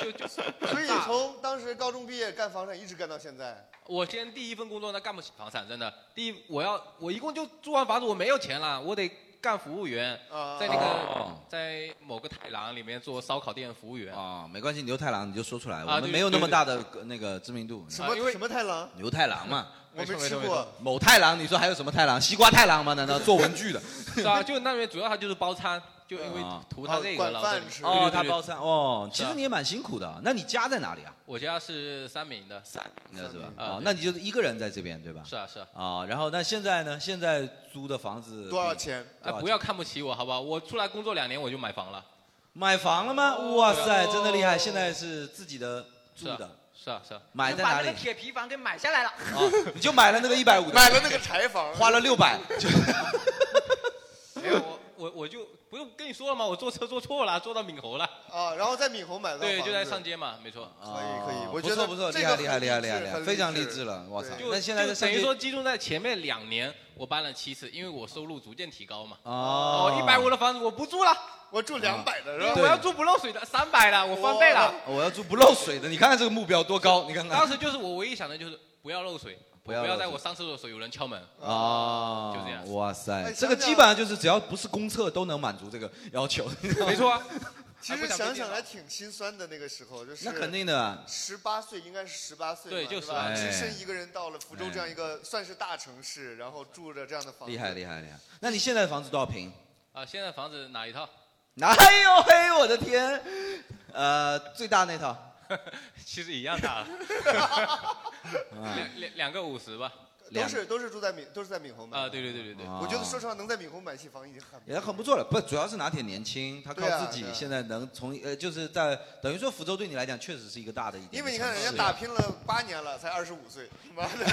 就就所以你从当时高中毕业干房产一直干到现在，我先第一份工作，那干不起房产，真的。第一，我要我一共就住完房子，我没有钱了，我得干服务员，啊，在那个哦在某个太郎里面做烧烤店服务员。啊，没关系，牛太郎你就说出来，我啊们对没有那么对对大的呃那个知名度。什啊因么为什么太郎，牛太 郎嘛，我没错吃没错没过错，某太郎，你说还有什么太郎？西瓜太郎吗？难道做文具的？是啊， 就那边主要他就是包餐，就因为啊图他这个，管然后哦饭这里吃对对哦，对他对包三哦，是其啊实你也蛮辛苦的。那你家在哪里啊？我家是三明的，是应该是吧？啊哦，对那你就是一个人在这边对吧？啊是啊，啊，然后那现在呢？现在租的房子多少比？钱？哎不要看不起我好不好？我出来工作两年我就买房了，买房了吗？哇塞，哦真的厉害！现在是自己的住是啊的，是啊是啊，买就在把哪里那个？铁皮房给买下来了。啊，你就买了那个一百五的，买了那个柴房，花了六百，就 没有我我我就不用跟你说了吗？我坐车坐错了，坐到闽侯了，啊，然后在闽侯买到对，房就在子上街嘛，没错。可以可以啊我不觉错得不错，这厉个害厉害很厉害励厉害志厉害，很非励常志励志了，我操！对就那现在就在等上于街说集中在前面两年，我搬了七次，因为我收入逐渐提高嘛。哦哦，一百五，的房子我不住了，我住两百的，对是我吧？要住不漏水的，三百了，我哦翻倍了。我要住不漏水的，你看看这个目标多高，你看看当时就是我唯一想的就是不要漏水，不要漏不水要在我上厕所的时候有人敲门。啊，就这样哇哎塞，这想个想基本上就是只要不是公厕都能满足这个要求，没错啊，其还不实想想被电想脑还挺心酸的，那个时候就是那肯定的啊。十八岁应该是十八岁嘛，对就是是吧？哎只身一个人到了福州哎这样一个算是大城市，然后住着这样的房子，厉害厉害厉害！那你现在的房子多少平？啊，现在房子哪一套？ 哎呦嘿，我的天！呃，最大那套其实一样大了， 两两两个五十吧。都两是都是住在闽都是在闽侯买的啊，对对对对对，啊我觉得说实话，能在闽侯买起房已经很也很不错了。不，主要是拿铁年轻，他靠对啊自己对啊现在能从呃，就是在等于说福州对你来讲确实是一个大的一点的因为你看人城市家打拼了八年了，才二十五岁，妈的，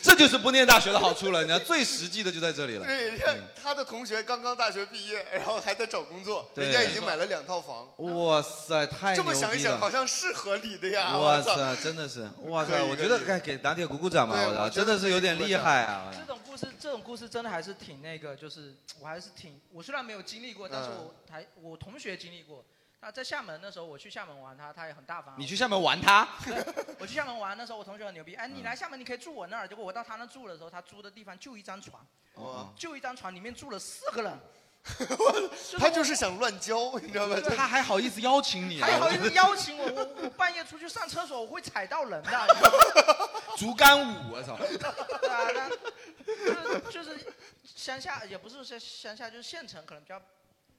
这就是不念大学的好处了，你知道最实际的就在 这里了。嗯对，人家他的同学刚刚大学毕业，然后还在找工作，对人家已经买了两套房，哇塞，太这牛逼么了！想一想，好像是合理的呀，哇我操！塞，真的是，哇塞，可以我可觉以得该给打铁鼓鼓掌吧，对我操，我觉得真的是有点厉害啊！这种故事，这种故事真的还是挺那个，就是我还是挺，我虽然没有经历过，但是嗯我还我同学经历过。他在厦门那时候，我去厦门玩他，他也很大方。啊你去厦门玩他， 我去厦门玩那时候，我同学很牛逼。哎，嗯你来厦门你可以住我那儿。结果我到他那住的时候，他租的地方就一张床，哇哦就一张床，里面住了四个人。他就是想乱交，你知道吧？他他还好意思邀请你啊？还好意思 邀请我，我我半夜出去上厕所，我会踩到人的。你知道吗 哎竹竿舞，我操！对啊，那就是就是乡下，也不是说乡下，就是县城可能比较，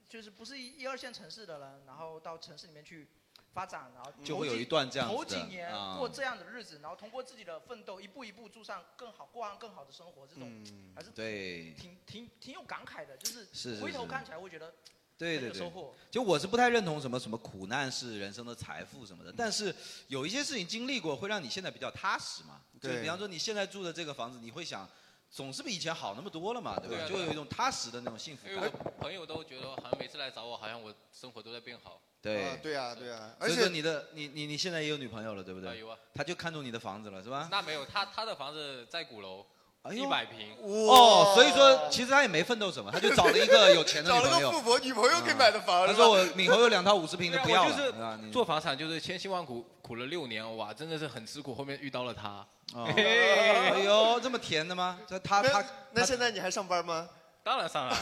就是不是一一二线城市的人，然后到城市里面去发展，然后头嗯就会有几一段这样头子几的年啊过这样的日子，然后通过自己的奋斗，一步一步住上更好，过上更好的生活，这种嗯，还是对挺挺挺有感慨的，就是是是回头是看起来会 觉得对很对有收对，获。就我是不太认同什么什么苦难是人生的财富什么的，但是有一些事情经历过会让你现在比较踏实嘛。就对是比方说你现在住的这个房子，你会想，总是比以前好那么多了嘛，对对吧？啊哎就有一种踏实的那种幸福因为感。我朋友都觉得好像每次来找我，好像我生活都在变好。啊对，对呀对呀，而所以说且你的你你你现在也有女朋友了，对不啊对？有啊，他就看中你的房子了，是吧？那没有，他他的房子在鼓楼，啊哎一呦，百平。哦，所以说其实他也没奋斗什么， 他就找了一个有钱的找了 女朋个富友。啊婆女朋友给买的房，他是说吧？我闽侯有两套五十平的不要了，对啊我就是是吧你做房产就是千辛万苦苦了六年，哇，真的是很吃苦。后面遇到了他，哦哎 呦，这么甜的吗？这他他那那现在你还上班吗？当然上了，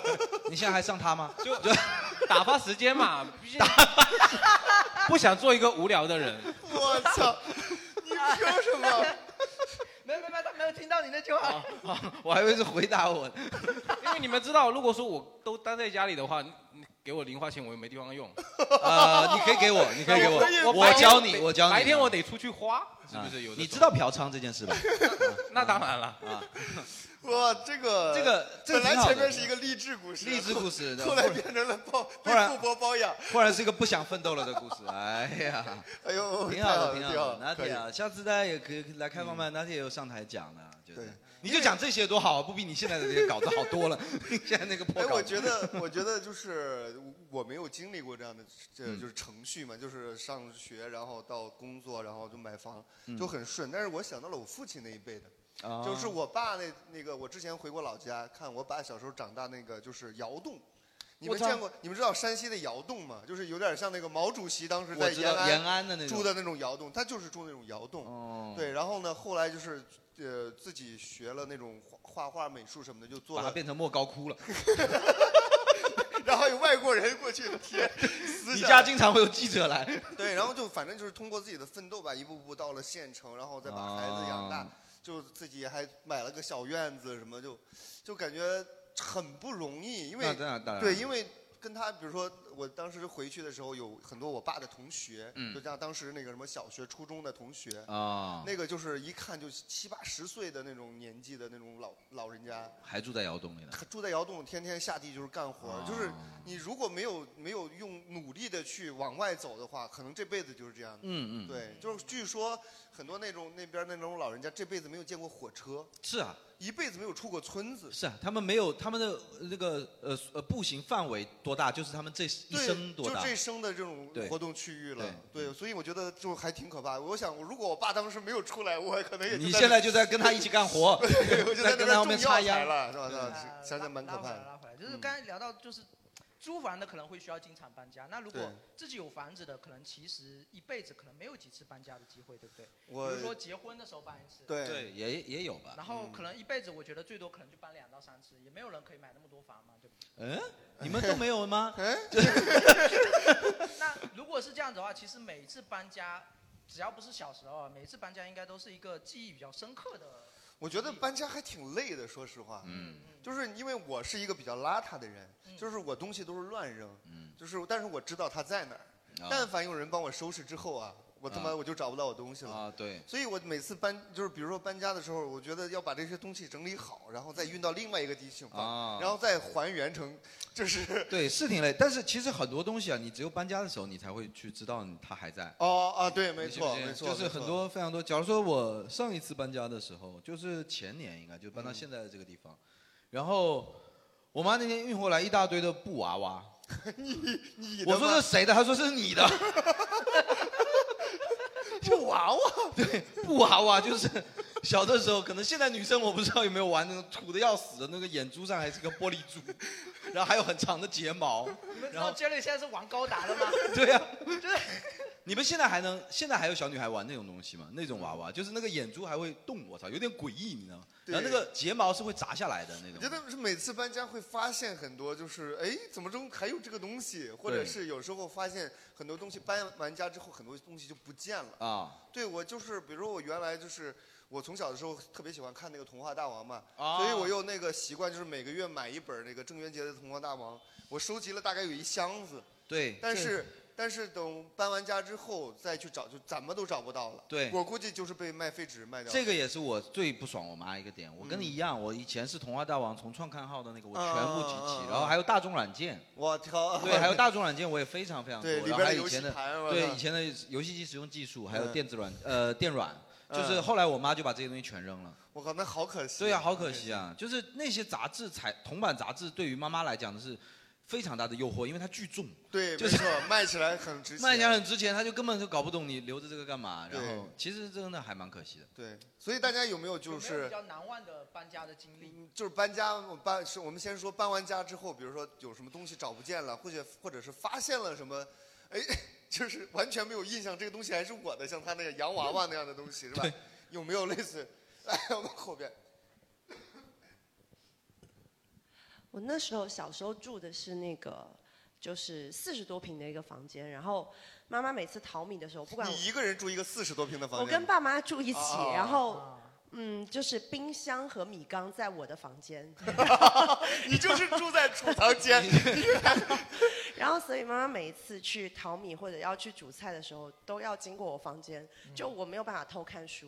你现在还上他吗？就就打发时间嘛， 毕竟不想做一个无聊的人。 我操！你凭什啊就 好。 我还以为是回答 我。因为你们知道，如果说我都待在家里的话，你你给我零花钱我又没地方 用。呃，你可以给我，你可以给我，我白天教你，得我教你。白天我得出去花，是不是有的啊时候？你知道嫖娼这 件事吧？那当然了啊。哇，这个这个这个本来挺好的前面是一个励志故事，励志故事后后来变成了包被忽然富婆包养。忽然是一个不想奋斗了的故事。哎呀， 哎呦，挺太好好了的，挺好好的。拿可以嗯铁啊，下次大家也可以来开放麦，拿铁也有上台讲的，就是对。你就讲这些多好，不比你现在的这些稿子好 多了。你现在那个破哎，稿子，我觉得，我觉得就是我没有经历过这样的，这嗯就是程序嘛，就是上学，然后到工作，然后就买房，嗯就很顺。但是我想到了我父亲那一辈的，啊就是我爸那那个，我之前回过老家看我爸小时候长大那个，就是窑洞。你们我操见过？你们知道山西的窑洞吗？就是有点像那个毛主席当时我在知延道延安安的那种住的那种窑洞，他就是住那种窑洞。哦，对，然后呢，后来就是呃自己学了那种画画画、美术什么的，就做把它了变成莫高窟了。然后有外国人过去贴撕你下家来经常会有记者来， 对，然后就反正就是通过自己的奋斗吧，一步步到了县城，然后再把孩子养大啊，就自己还买了个小院子什么，就就感觉很不容易，因为那当然当然对，因为跟他比如说我当时回去的时候，有很多我爸的同学，嗯就像当时那个什么小学、初中的同学，啊，那个就是一看就七八十岁的那种年纪的那种老老人家，还住在窑洞里呢。住在窑洞， 天天下地就是干活儿，哦就是你如果没有没有用努力的去往外走的话，可能这辈子就是这样的。嗯嗯，，对，就是据说很多那种那边那种老人家这辈子没有见过火车，是啊，一辈子没有出过村子。是啊，他们没有他们的呃那个呃呃步行范围多大，就是他们这一对生多大就。这生的这种对活动区域了，对对，所以我觉得就还挺可怕。我想，如果我爸当时没有出来，我可能也就你在现在就在跟他一起干活，对， 我就在在那跟边他后种面药插材秧。了，是吧？是呃吧想想蛮可怕拉回来，的。拉回来，就是嗯刚才聊到就是租房的可能会需要经常搬家，那如果对自己有房子的，可能其实一辈子可能没有几次搬家的机会，对不对？我比如说结婚的时候搬一次，对嗯对，也也有吧。然后可能一辈子我觉得最多可能就搬两到三次，也没有人可以买那么多房嘛，对不对？嗯，你们都没 有吗？嗯 那如果是这样子的话，其实每次搬家，只要不是小时候，啊，每次搬家应该都是一个记忆比较深刻的。我觉得搬家还挺累的，说实话。嗯，就是因为我是一个比较邋遢的人，嗯就是我东西都是乱扔，嗯就是但是我知道它在哪儿。但凡有人帮我收拾之后啊，我他妈啊我就找不到我东西了。 啊，对，所以我每次搬，就是比如说搬家的时候，我觉得要把这些东西整理好，然后再运到另外一个地方，啊然后再还原成，就是对，是挺累。但是其实很多东西啊，你只有搬家的时候，你才会去知道你它还在。哦啊，对，没你信不错，信没错，就是没错很多非常多。假如说我上一次搬家的时候，就是前年应该就搬嗯到现在的这个地方，然后我妈那天运回来一大堆的布娃娃，你的我说妈是谁的，她说是 你的布 娃娃，布娃娃，啊就是小的时候，可能现在女生我不知道有没有玩那种土的要死的那个眼珠上还是个玻璃 珠，然后还有很长的睫毛，你们知然后道 Jerry 现在是玩高达的吗？ 对呀、就是你们现在还能，现在还有小女孩玩那种东西吗？那种娃娃，就是那个眼珠还会动，我操，有点诡异，你知道吗？对然后那个睫毛是会砸下来的那我种。觉得是每次搬家会发现很多，就是哎，怎么中还有这个东西，或者对是有时候发现很多东西搬完家之后，很多东西就不见了。啊对我就是，比如说我原来就是我从小的时候特别喜欢看那个《童话大王》嘛，啊所以我有那个习惯，就是每个月买一本那个郑渊洁的《童话大王》，我收集了大概有一箱子，对，但这是。但是等搬完家之后再去找，就怎么都找不到了。对我估计就是被卖废纸卖掉了。这个也是我最不爽我妈一个点。我跟你一样，我以前是童话大王从创刊号的那个，我全部集啊啊啊齐，然后还有大众软件，我操！对，还有大众软件我也非常非常多，哦对里然后边还的有游以前戏的盘，我对操以前的游戏机使用技术，还有嗯电子软呃电软，就是嗯后来我妈就把这些东西全扔了。我靠，那好可惜。对啊，好可惜啊！就是那些杂志才铜版杂志，对于妈妈来讲的是非常大的诱惑，因为它巨重，对，就没是错，卖起来很值钱。卖家很值钱，她就根本就搞不懂你留着这个干嘛。然对后其实真的还蛮可惜的。对，所以大家有没有就有没有是比较难忘的搬家的经历。 嗯就是搬家，我搬是我们先说搬完家之后，比如说有什么东西找不见了，或者或者是发现了什么，哎， 就是完全没有印象，这个东西还是我的，像他那个洋娃娃那样的东西是吧？有没有类似？ 来，我们后边 我那时候小时候住的是那个，就是四十多平的一个房间，然后妈妈每次淘米的时候，不管你一个人住一个四十多平的我房我间跟吗，爸妈住一起，哦然后啊，嗯，就是冰箱和米缸在我的房间。 你就是住在储藏间。 然后，所以妈妈每一次去淘米或者要去煮菜的时候，都要经过我房间，就我没有办法偷看书。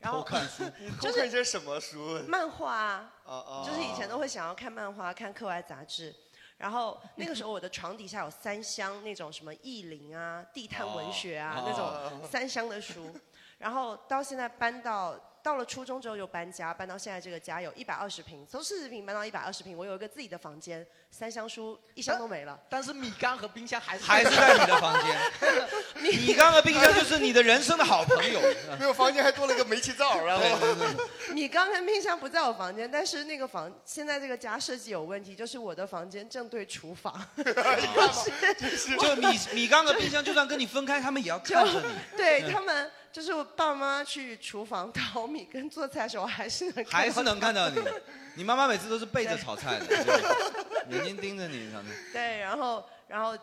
然后偷看书你 就偷看是些什么书？漫画啊，啊啊就是以前都会想要看漫画、看课外杂志。然后那个时候我的床底下有三箱那种什么意林啊、地摊文学啊、哦那哦种三箱的书。然后到现在搬到到了初中之后又搬家，搬到现在这个家有一百二十平，从四十平搬到一百二十平，我有一个自己的房间，三箱书一箱都没了。但是米缸和冰箱还是还是在你的房 间。你刚刚冰箱就是你的人生的好朋友。 没有房间还多了一个煤气灶，然后米缸跟冰箱不在我房间，但是那个房现在这个家设计有问题，就是我的房间正对厨房， 就是就米米缸和冰箱，就算跟你分开，他们也 要看着你。对嗯他们，就是我爸爸妈妈去厨房淘米跟做菜的时候，还是能还是能看到他 你。你妈妈每次都是背着炒菜的，对眼睛盯着你上面。对，然后然后，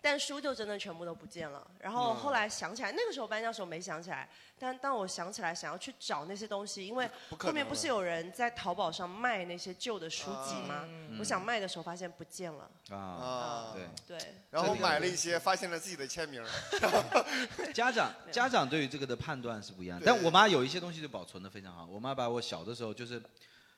但书就真的全部都不见了。然后嗯后来想起来，那个时候搬家的时候没想起来，但当我想起来想要去找那些东西，因为不可后面能不是有人在淘宝上卖那些旧的书籍吗？嗯我想卖的时候发现不见了。啊，对对然后买了一些，发现了自己的签名。 家长家长对于这个的判断是不一样的，对但我妈有一些东西就保存的非常好。我妈把我小的时候就是，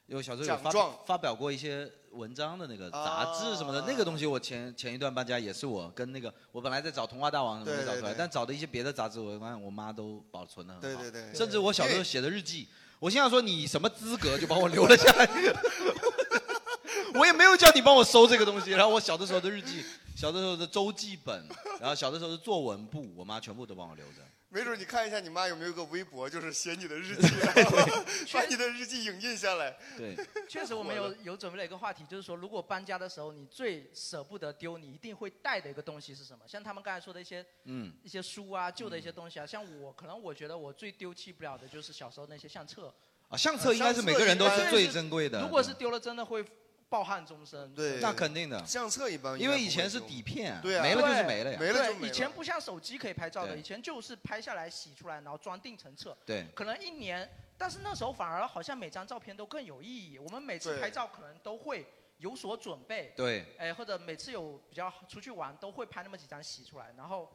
有小时候有发奖状啊发表过一些文章的那个杂志什么的，那个东西我前前一段搬家也是我跟那个我本来在找《童话大王》什么对的找对出来，对但找的一些别的杂志，我发现我妈都保存的很好，对对对甚至我小时因候为写的日记，我心想说你什么资格就把我留了下 来。我也没有叫你帮我收这个东西。然后我小的时候的日记，小的时候的周记本，然后小的时候的作文簿，我妈全部都帮我留着。没准你看一下你妈有没有个微博，就是写你的日 记，把你的日记影印下来。对，确实，我们 火有了有准备了一个话题，就是说，如果搬家的时候，你最舍不得丢，你一定会带的一个东西是什么？像他们刚才说的一些，嗯一些书啊，旧的一些东西啊。像我，可能我觉得我最丢弃不了的就是小时候那些相册。呃啊，相册应该是每个人都是最珍贵的。如果是丢了，真的会抱憾终身。对那肯定的相册一般，因为以前是底片，对啊没了就是没了呀。没了就没了以前不像手机可以拍照的，对以前就是拍下来洗出来，然后装订成册。对可能一年，但是那时候反而好像每张照片都更有意义。我们每次对拍照可能都会有所准备。对哎，或者每次有比较出去玩，都会拍那么几张洗出来，然后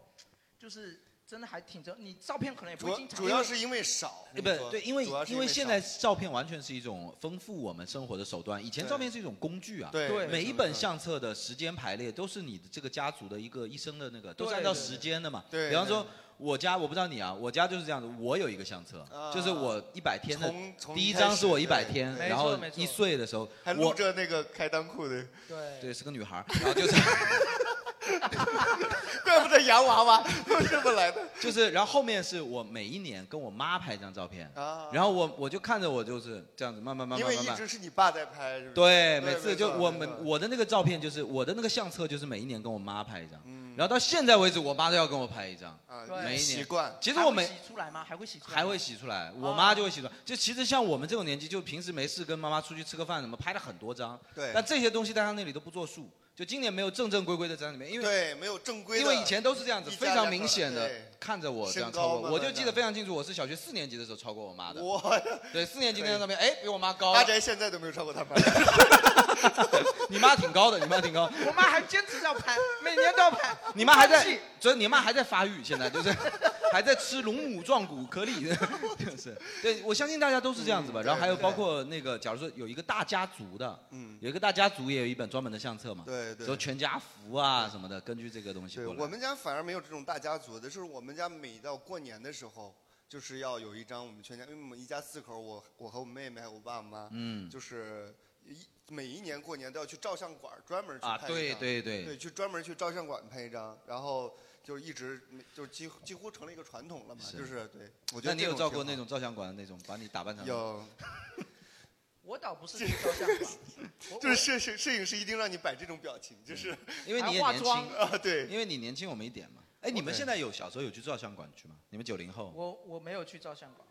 就是真的还挺真。你照片可能也不会经常。主要是因为少，呃不对，因为主要是因为为现在照片完全是一种丰富我们生活的手段，以前对照片是一种工具啊。对对每没一错本相册的时间排列都是你的这个家族的一个一生的那个，都是对按照对时间的嘛。对比方说对，我家我不知道你啊，我家就是这样的，我有一个相册，就是我一百天的啊从从第一一开始张是我一百对天，没然错后没错一岁的时候还，录我着那个开裆裤的，对对是个女孩儿，然后就是。 怪不得洋娃娃这么来的。就是，然后后面是我每一年跟我妈拍一张照片，啊然后我我就看着我就是这样子慢慢慢因慢为慢一慢直。是你爸在拍，是不是？对，每次就没错我没们错我的那个照片就是我的那个相册就是每一年跟我妈拍一张，然后到现在为止我妈都要跟我拍一张，嗯啊对每一年习哦惯其实我还每会洗出来吗？还会洗出来吗？还会洗出来，我妈就会洗出来。就其实像我们这种年纪，就平时没事跟妈妈出去吃个饭什么，拍了很多张。对但这些东西在她那里都不作数，就今年没有正正规规的在里面，因为对没有正规的因为以前都是这样子，一家非常明显的两口人对看着我这样身高超嘛过，我那就个记得非常清楚，我是小学四年级的时候超过我妈的。我对四年级那张照片，哎，比我妈高。阿宅现在都没有超过他妈。 你妈挺高的，你妈挺高，我妈还坚持要拍，每年都要拍。 你妈还放在弃，所以你妈还在发育，现在就是 还在吃龙母壮骨颗粒， 就是对，我相信大家都是这样子吧。嗯然后还有对包括那个，假如说有一个大家族的，嗯有一个大家族也有一本专门的相册嘛，对对说全家福啊什么的，根据这个东西对过来。我们家反而没有这种大家族的，就是我们家每到过年的时候，就是要有一张我们全家，因为我们一家四口，我我和我妹妹还有我爸妈，嗯就是一每一年过年都要去照相馆专门去啊拍一张，对对对对去专门去照相馆拍一张，然后就一直就几乎几乎成了一个传统了嘛，就是对，我觉得那你有这照种过挺那种照相馆的那种，把你打扮成有，我倒不是 去照相馆，好就是摄摄摄影师一定让你摆这种表情，就是因为你也还化年轻妆啊，对，因为你年轻我们一点嘛。哎，你们对现在有小时候有去照相馆去吗？你们九零后我我没有去照相馆。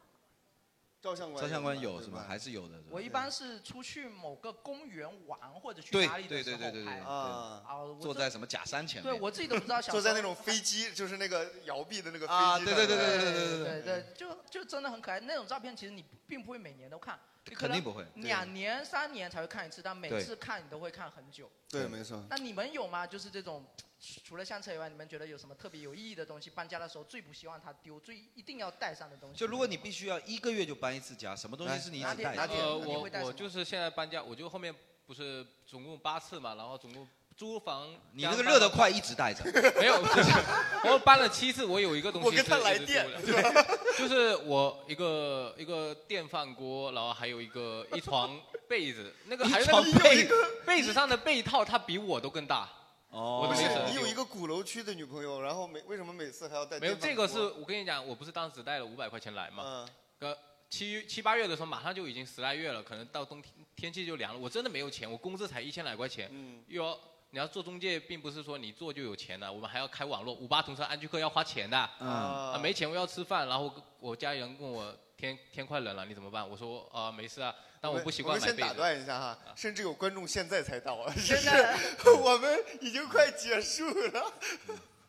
照相馆照相馆有有是吗？还是有的。是吧我一般是出去某个公园玩或者去对哪里的对时对候对对拍对啊啊，我坐这在什么假山前面？对我自己都不知道小坐时在候那种飞机，就是那个摇臂的那个飞机啊上对对对面对对对对对，就就真的很可爱。那种照片其实你并不会每年都看，你可肯能定不会。两年三年才会看一次，但每对嗯次看你都会看很久。对，没错。那你们有吗？就是这种，除了相册以外，你们觉得有什么特别有意义的东西？搬家的时候最不希望它丢，最一定要带上的东西？就如果你必须要一个月就搬一次家，什么东西是你一拿直铁带拿的？铁呃，你我会带什我么就是现在搬家，我就后面不是总共八次嘛，然后总共租房加搬。你那个热得快，一直带着。 没有，不是我搬了七次，我有一个东西我跟他是来一直电丢不了 就是我一个一个电饭锅，然后还有一个一床被子，那个还有那一个床被被子上的被套，它比我都更大。哦我不的是意思你有一个鼓楼区的女朋友，然后每为什么每次还要带没有电饭这个是锅我跟你讲，我不是当时带了五百块钱来嘛，嗯呃，七七八月的时候，马上就已经十来月了，可能到冬天天气就凉了。我真的没有钱，我工资才一千来块钱，嗯又要你要做中介，并不是说你做就有钱的，我们还要开网络，五八同城、安居客要花钱的，啊、嗯，啊没钱我要吃饭，然后我家里人问我天天快冷了，你怎么办？我说啊、没事啊，但我不习惯我们买先被打子。断一下哈，啊 甚至有观众现在才到， 现在 我们已经快结束了。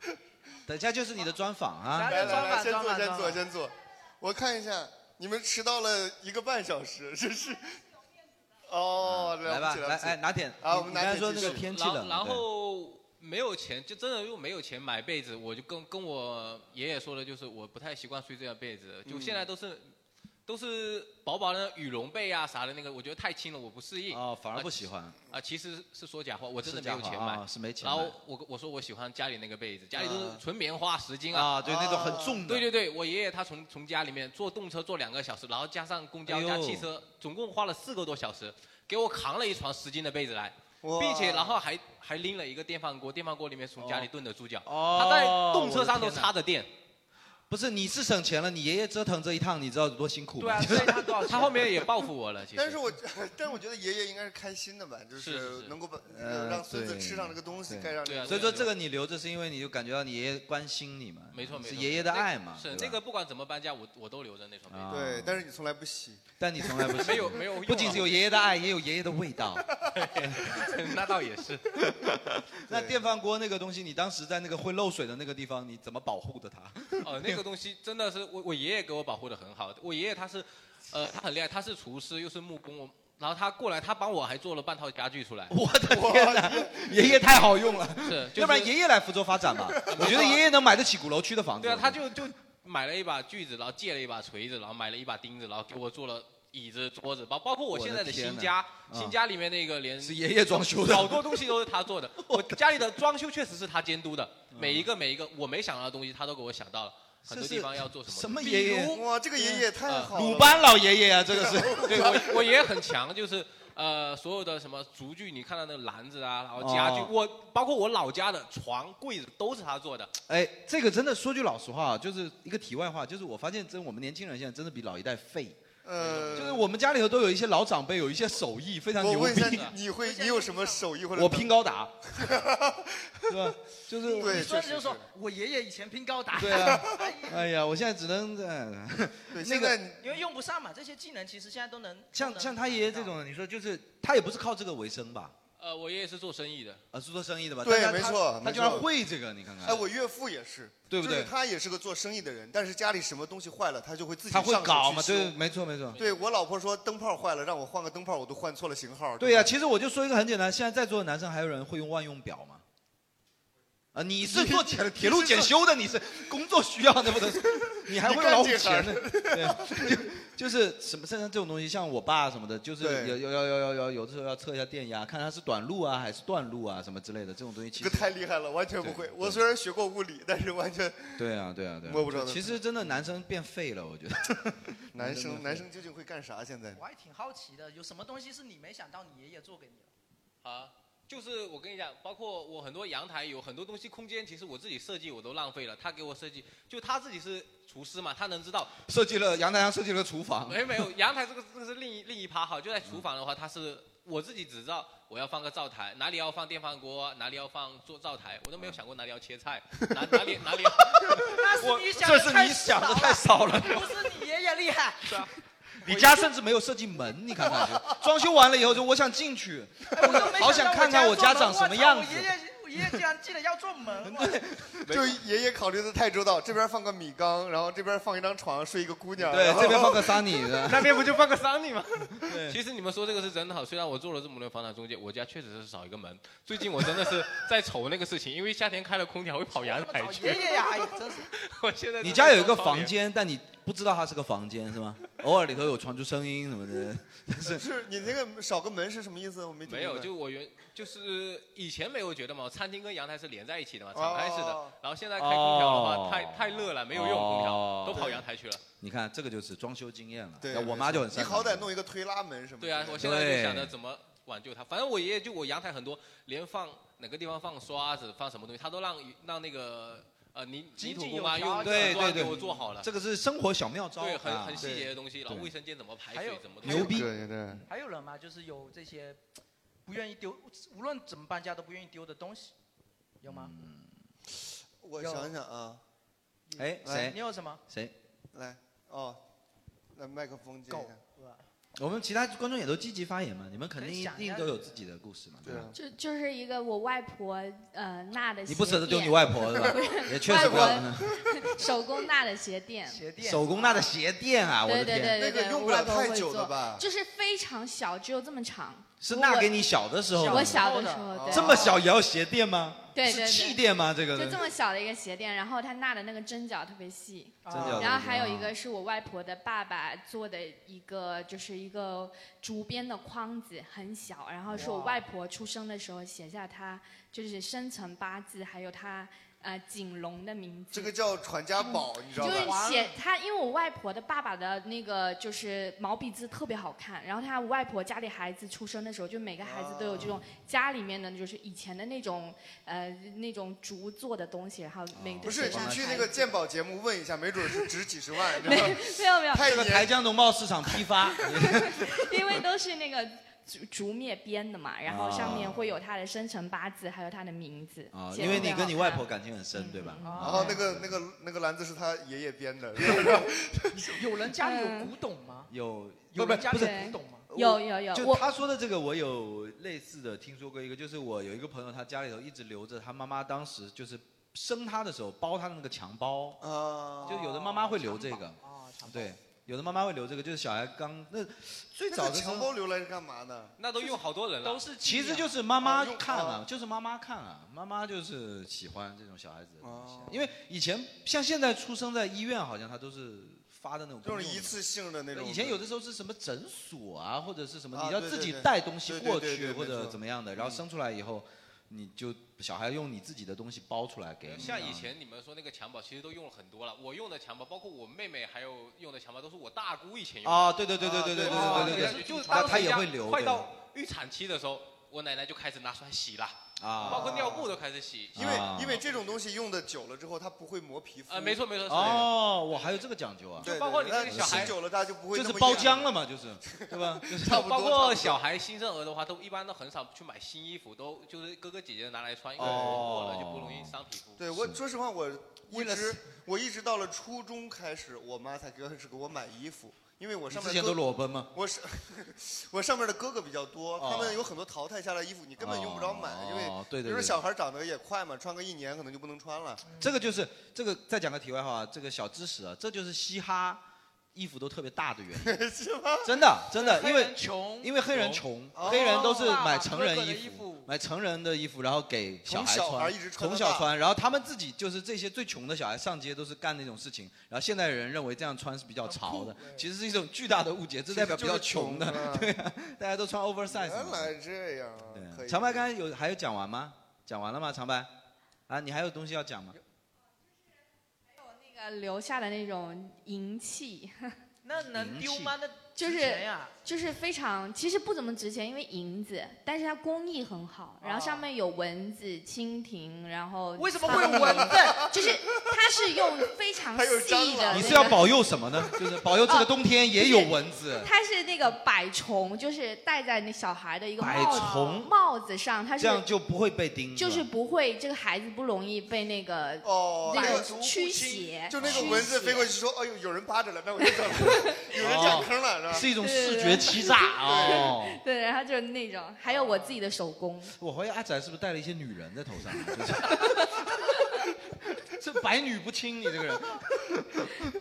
等一下就是你的专访啊来。来装来吧来，先装坐吧先装坐吧先坐，我看一下，你们迟到了一个半小时，这是。哦，来了吧，不起来了不哎，起。拿点。啊你我们你拿刚铁才说继那个续天气然冷，然后没有钱，就真的又没有钱买被子，我就跟跟我爷爷说的，就是我不太习惯睡这样被子，就现在都是、嗯都是薄薄的羽绒被啊啥的那个，我觉得太轻了，我不适对应啊、哦，反而不喜欢。其实是说假话，我真的没是这样有啊钱买。啊是没钱然后买。我我说我喜欢家里那个被子，家里都啊是纯棉花、十斤啊。啊，对，那种很重的。对对对，我爷爷他从从家里面坐动车坐两个小时，然后加上公交哎呦加汽车，呃总共花了四个多小时，给我扛了一床十斤的被子来。哇并且然后还还拎了一个电饭锅，电饭锅里面从家里炖的猪脚，哦他在动车上都插着电，不是，你是省钱了，你爷爷折腾这一趟，你知道有多辛苦对啊，吗？ 所以它多少他钱？后面也报复我了。其实，但是我， 但是我觉得爷爷应该是开心的吧，就是是是能够把呃让孙子对吃上这个东西，对该让对啊所以说这个你留着是因为你就感觉到你爷爷关心你嘛，没错没错，是爷爷的爱嘛，是对那吧个，不管怎么搬家，我我都留着那床被啊子。对，但是你从来不洗，但你从来不是没有没有用啊不仅是有爷爷的爱，也有爷爷的 味道。 那倒也是，那电饭锅那个东西，你当时在那个会漏水的那个地方，你怎么保护的它？，哦，那个东西真的是我我爷爷给我保护的很好，我爷爷他是，呃，他很厉害，他是厨师又是木工，我然后他过来，他帮我还做了半套家具出来我的天哪， 爷爷太好用了，是，就是要不然爷爷来福州 发展吧，我觉得爷爷能买得起鼓楼区的房子。对啊，他就就就买了一把锯子，然后借了一把锤子，然后买了一把钉子，然后给我做了椅子、桌子，包包括我现在的新家，我的天哪啊新家里面那个连是爷爷装修的好多东西都是他做 的。我家里的装修确实是他监督的，嗯每一个每一个我没想到的东西，他都给我想到了，很多地方要做什么。什么爷爷比如嗯呃哇，这个爷爷也太好了。鲁班老爷爷啊，这个是。 对我我爷爷很强，就是呃所有的什么厨具，你看到那个篮子啊，然后家具，哦我包括我老家的床柜子都是他做的。哎，这个真的说句老实话，啊，就是一个题外话，就是我发现真我们年轻人现在真的比老一代废，呃，就是我们家里头都有一些老长辈有一些手艺非常我牛问一下，逼你，你会你有什么手艺或者我能拼 高达，对吧？就是对你说确的实就是说是我爷爷以前拼高达，对啊，哎呀，我现在只能在。对，那现个在你因为用不上嘛，这些技能其实现在都能。都像能像他爷爷这拿到，种，你说就是他也不是靠这个为生吧？呃，我爷爷是做生意的，啊，是做生意的吧？对但他没错他没居然错会这个，你看看。哎，我岳父也是，对不对就是他也是个做生意的人，但是家里什么东西坏了，他就会自己他会上手搞去嘛？修对，没错没错。对我老婆说灯泡坏了，让我换个灯泡，我都换错了型号。对呀、其实我就说一个很简单，现在在座的男生还有人会用万用表吗？啊，你是做铁铁路检修的，你是工作需要的， 不能，你还会你干老虎这行钳的，对，就就是什么，甚至这种东西，像我爸什么的，就是对有有有有有有有的时候要测一下电压，看它是短路啊还是断路啊什么之类的，这种东西其这实 个太厉害了，完全不对会。对我虽然学过物理，但是完全对啊对啊对啊，摸不着的其实真的男生变废了，我觉得。 男 生男生究竟会干啥？现在我还挺好奇的，有什么东西是你没想到你爷爷做给你 的？啊，就是我跟你讲，包括我很多阳台有很多东西，空间其实我自己设计我都浪费了，他给我设计，就他自己是厨师嘛，他能知道。设计了阳台上设计了厨房，没有没有，阳台这个这个是另一另一趴哈，就在厨房的话，他是我自己只知道我要放个灶台，哪里要放电饭锅，啊哪里要放做灶台，我都没有想过哪里要切菜，哪哪里哪里要。那是你想这的是太你想的少太了少了。啊不是你爷爷厉害。你家甚至没有设计门，你看看就，装修完了以后就我想进去，哎好想看看我家长什么样子。我爷爷我爷爷竟然记得要做 门，我就爷爷考虑的太周到，这边放个米缸，然后这边放一张床，睡一个姑娘，对然后这边放 个桑尼那边不就放个桑尼吗？其实你们说这个是真的好，虽然我做了这么多房产中介，我家确实是少一个门。最近我真的是在愁那个事情，因为夏天开了空调会跑阳台找去。爷爷呀，哎呀，真是我现在你家有一个房，间，但你不知道它是个房间是吗？偶尔里头有传出声音什么的。是你那个少个门是什么意思？我没听没有，明白就我原就是以前没有觉得嘛，餐厅跟阳台是连在一起的嘛，敞开式的哦。然后现 在开空调的哦话，太太热了，没有用空哦调，都跑阳台去了。你看这个就是装修经验了。对那，我妈就很你擅长。好歹弄一个推拉门什么的。对啊，我现在就想着怎么挽救它。反正我爷爷就我阳台很多，连放哪个地方放刷子、放什么东西，他都让让那个呃泥泥井土井姑有妈条用有对瓷砖对对给我做好了。这个是生活小妙招，对，很啊很细节的东西，然后对卫生间怎么排还有水，怎么还有牛逼对对，还有人嘛，就是有这些不愿意丢，无论怎么搬家都不愿意丢的东西，有吗？嗯我有想想啊，哎，你谁有什么？谁？来哦，那麦克风接一狗下。是吧？我们其他观众也都积极发言嘛，你们肯定可以一想一定下都有自己的故事嘛。对啊，就就是一个我外婆呃纳的鞋嗯你不舍得丢你垫外婆 是吧？也确实不要嗯外 手工纳的鞋垫，鞋垫。手工纳的鞋垫啊！我对的对天，对那对个对，用我不了外婆太会久了做吧就是非常小，只有这么长。是我纳给你小的时候吗，我小的时候，哦对这么小也要鞋垫吗？对对是对气垫吗？这个就这么小的一个鞋垫，然后它纳的那个针脚特别细。真的有然后还有一个是我外婆的爸爸做的一个，就是一个竹编的筐子，很小。然后是我哇外婆出生的时候写下她就是生辰八字，还有她呃锦龙的名字。这个叫传家宝，你知道就是吧？写她，因为我外婆的爸爸的那个就是毛笔字特别好看，然后她外婆家里孩子出生的时候，就每个孩子都有这哦种家里面的就是以前的那种呃那种竹做的东西，然后每个哦不是，写上你去孩那个子鉴宝节目问一下，没准是值几十万，你知没道吗？没有没有，太这个台年江农贸市场批发， 因为都是那个竹竹篾编的嘛，然后上面哦啊会有她的生辰八字，还有她的名字啊，写得因为特别你跟好你外看婆感情很深，嗯对吧？哦啊然后那个那个那个篮子是他爷爷编的，是吧有人家里有古董吗？有有不不人家里不是有古董吗？嗯有有有，就我他说的这个，我有类似的听说过一个，就是我有一个朋友，他家里头一直留着他妈妈当时就是生他的时候包他的那个襁褓，哦啊，就有的妈妈会留这个藏，宝啊，藏宝对，，有的妈妈会留这个，就是小孩刚那最那早个的时强候，包留来是干嘛的？那都用好多人都了。是纪其念啊实就是妈妈哦用看啊哦，就是妈妈看啊，妈妈就是喜欢这种小孩子的东西啊哦，因为以前像现在出生在医院，好像他都是发的那种这公种用一的次性的那种。以前有的时候是什么诊所啊，或者是什么，啊你要对自己对对带东西对对过对去对或没者错嗯怎么样的，然后生出来以后，你就小孩用你自己的东西包出来给你。啊像以前你们说那个襁褓，其实都用了很多了。我用的襁褓，包括我妹妹还有用的襁褓，都是我大姑以前用的。啊，对对对对啊对对对对对对对对，对，就是那当他时也家会留快对到预产期的时候，我奶奶就开始拿出来洗了，包啊括尿布都开始洗。因为啊因为这种东西用的久了之后，它不会磨皮肤。啊，没，错没错，是哦，我还有这个讲究啊，对，就包括你对那个小孩洗久了，它就不会就那是么包硬浆了嘛，就是 对 吧？就 是差不多包括小孩新生儿的话，都一般都很少去买新衣服，都就是哥哥姐姐拿来穿，因为哦过了就不容易伤皮肤。对我说实话，我一为了直我一直到了初中开始，我妈才开始给我买衣服，因为我你上之面前的都哥裸奔吗？我是 我上面的哥哥比较多，哦他们有很多淘汰下来衣服，你根本用不着买，因为哦对比对如对嗯说小孩长得也快嘛，穿个一年可能就不能穿了。这个就是这个，再讲个题外话，这个小知识啊，这就是嘻哈衣服都特别大的原因， 真的真的，黑因为人穷，因为黑人穷，哦黑人都是买成人哥哥的衣衣服服，买成人的衣服，然后给小从孩小孩穿一直，穿从到小大穿，然后他们自己就是这些最穷的小孩上街都是干那种事情，然后现代人认为这样穿是比较 潮的，其实是一种巨大的误解，这代表比较穷的， 的， 大家都穿 oversize 原嘛。来这样啊。可对，以长白刚才有还有讲完吗？讲完了吗？长白，啊，你还有东西要讲吗？那个留下的那种银器， 那能丢吗？那就是值钱呀，就是非常其实不怎么值钱，因为银子，但是它工艺很好，然后上面有蚊子、蜻蜓，然后为什么苍会有蚊蝇子？就是它是用非常还有细蟑的螂，你是要，保佑什么呢？就是保佑这个冬天也有蚊子。它是那个百虫，就是戴在那小孩的一个百帽子虫帽子上，它这是样就不会被叮。就是是吧不会这个孩子不容易被那个哦，那那个个驱邪，就那个蚊子驱邪 飞过去说：“哎呦，有人扒着了，那我就走了。有人占坑了。”是吧？是一种视觉 欺诈哦。对，然后就是那种，还有我自己的手 工。我怀疑阿仔是不是带了一些女人在头上啊，就是 这百女不侵，你这个人。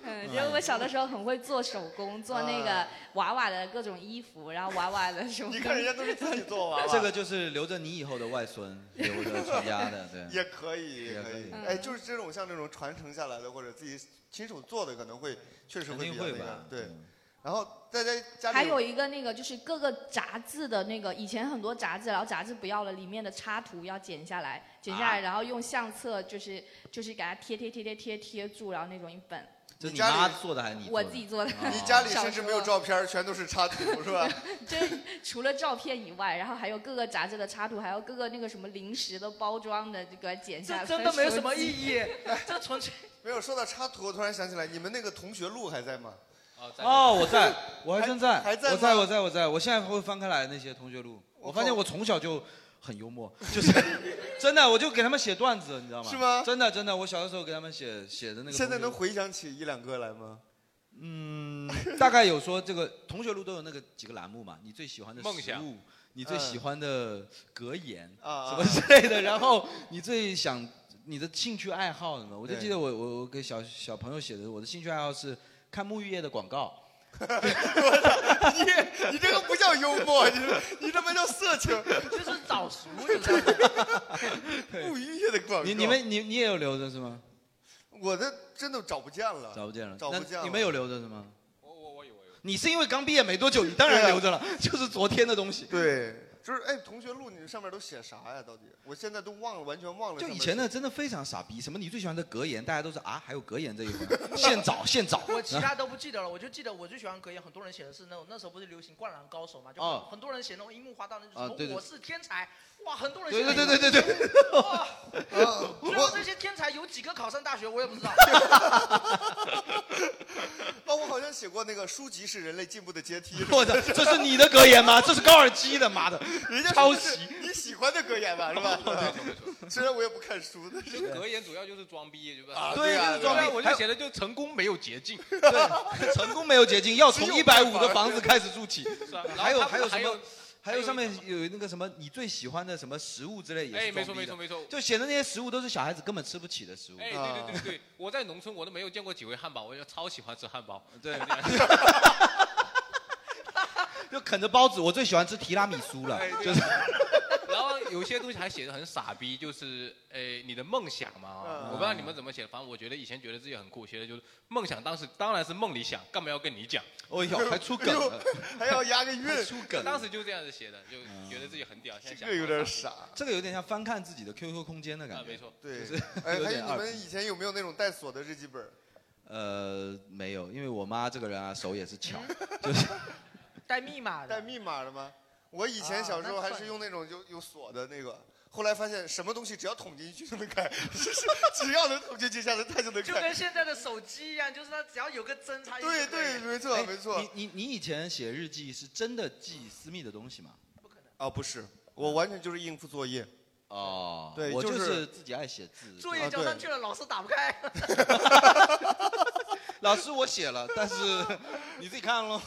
嗯，就是我小的时候很会做手工，做那啊个娃娃的各种衣服，然后娃娃的什么。你看人 家都是自己做娃娃，这个就是留着你以后的外孙，留着传家的，对。 也可以，也也可可以以。嗯哎，就是这种像这种传承下来的，或者自己亲手做的，可能会确实会比肯定较那会个吧。对。嗯然后大家家里还有一个那个就是各个杂志的那个，以前很多杂志，然后杂志不要了，里面的插图要剪下来，剪啊下来，然后用相册就是就是给它贴贴贴贴贴贴住，然后那种一本。这你家里妈做的还是你做我的？哦啊自己做的。你家里小甚至时没有候照片，全都是插图，是 吧？就是除了照片以外，然后还有各个杂志的插图，还有各个那个什么零食的包装的，就给它剪下来。这真的没有什么分手意机。义， 这纯粹没有说到插图，我突然想起来，你们那个同学录还在吗？哦，在哦，我在，我还真在，还还在吗我在我在我在，我现在会翻开来那些同学录，我我发现我从小就很幽默，就是 真的，我就给他们写段子，你知道吗？是吗真的真的，我小的时候给他们写写 的那个同学录，现在能回想起一两个来吗？嗯， 大概有说这个同学录都有那个几个栏目嘛，你最喜欢的梦食想物，你最喜欢的格言啊什么之类的，然后你最想你的兴趣爱好什么？我就对记得我我我给小小朋友写的，我的兴趣爱好是看沐浴液的广告。 你这个不叫幽默，你这你这不叫色 情。就是早熟，你知道吗？ 不愉悦的广告。你你们你你也有留着是吗？我的真的找不见了，找不见了，啊找不那见了你们有留着是吗？我我我有我有。你是因为刚毕业没多久，你当然留着了， 就是昨天的东西。对，就是哎，同学录你上面都写啥呀？到底我现在都忘了，完全忘了就上面以写。 前的真的非常傻逼，什么你最喜欢的格言，大家都是啊，还有格言这一 回，现找现找。啊我其他都不记得了，我就记得我最喜欢格言，很多人写的是那种那时候不是流行《灌篮高手》嘛，就哦很很多人写那种樱木花道那啊种对什对么我是天才，哇，很多人对写对对对对对，对，哇，啊，最后我这些天才有几个考上大学我也不知道，哦，我好像写过那个书籍是人类进步的阶梯，是吧 我的，这是你的格言吗？这是高尔基的，妈的！人家抄说的是袭你喜欢的格言吧，是 吧？ 虽然我也不看书，但是就格言主要就是装逼，就啊是。对，啊就是装对啊，逼。我还就有写的就成功没有捷 径，成功没有捷径，要从 只有一百办五法的房子开始 住起。 是啊吧？然后还有他们还有什还么有？还有上面还有那个什么你最喜欢的什么食物之类也哎，是没错装逼没错的，没错，就写的那些食物都是小孩子根本吃不起的食物。哎，嗯对对对对，我在农村我都没有见过几回汉堡，我就超喜欢吃汉堡。 对， 就啃着包子，我最喜欢吃提拉米苏了哎，对就是 然后有些东西还写的很傻逼，就是诶你的梦想嘛、嗯我不知道你们怎么写，反正我觉得以前觉得自己很酷，写的就是梦想，当时当然是梦里想，干嘛要跟你讲？哎哦哟，还出梗了，还要押 个韵，出梗当了。时就这样子写的，就觉得自己很屌，现在嗯这想个有点傻傻。这个有点像翻看自己的 QQ 空间的感啊，觉没。错，对就是，哎，有还点有你二们以前有没有那种带锁的日记本？呃，没有，因为我妈这个人啊，手也是巧。嗯 带密码带的，密码的吗？我以前啊小时候那还算是用那种有有锁的那个，后来发现什么东西只要捅进去就能开， 是是只要能捅进去，下次它就能就开。跟现在的手机一样，就是它只要有个针，它一对定可以对，没错哎没错。你你你以前写日记是真的记私密的东西吗？不可能，啊，不是，我完全就是应付作业。哦，对我就是是自己爱写字。作业交上啊去了，老师打不开， 老师我写了，但是你自己看 喽。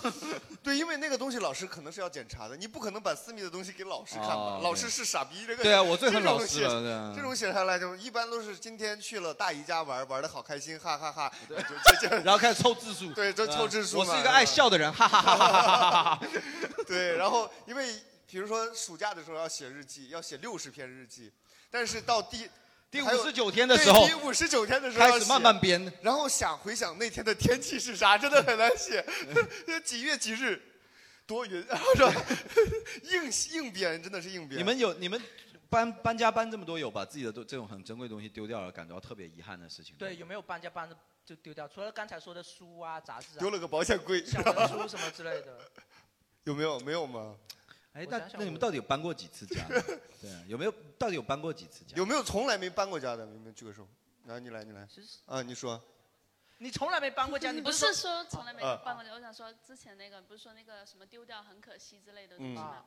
对，因为那个东西老师可能是要检查的，你不可能把私密的东西给老师看吧？哦老师是傻逼，这个对啊，我最恨这种老师写了，对啊这。种写下来就一般都是今天去了大姨家玩，玩的好开心，哈哈哈就就这样。然后开始凑字数，啊对就凑字数嗯我是嘛一个爱笑的人，哈哈哈哈哈哈哈哈。 对，然后因为比如说暑假的时候要写日记，要写六十篇日记，但是到第 第五还有十九天的时候对第五十九天的时候开要始写慢慢编，然后想回想那天的天气是啥，真的很难写。嗯 几月几日，多云，然后说 硬硬编，真的是硬编。 你们有你们搬搬家搬这么多有把自己的都这种很珍贵的东西丢掉了，感到特别遗憾的事情吗？对，有没有搬家搬着就丢掉？除了刚才说的书啊、杂志丢啊、了个保险柜，小人书什么之类的，有没有？没有吗？哎，我那想想那你们我到底有搬过几次 家呢？对啊，有没有到底有搬过几次家？有没有从来没搬过家的？有没有举个手？来，你来，你来其实啊！你说你从来没搬过家， 你不是是说哦从来没呃啊搬过家，我想说之前那个不是说那个什么丢掉很可惜之类的东西嗯吗？啊？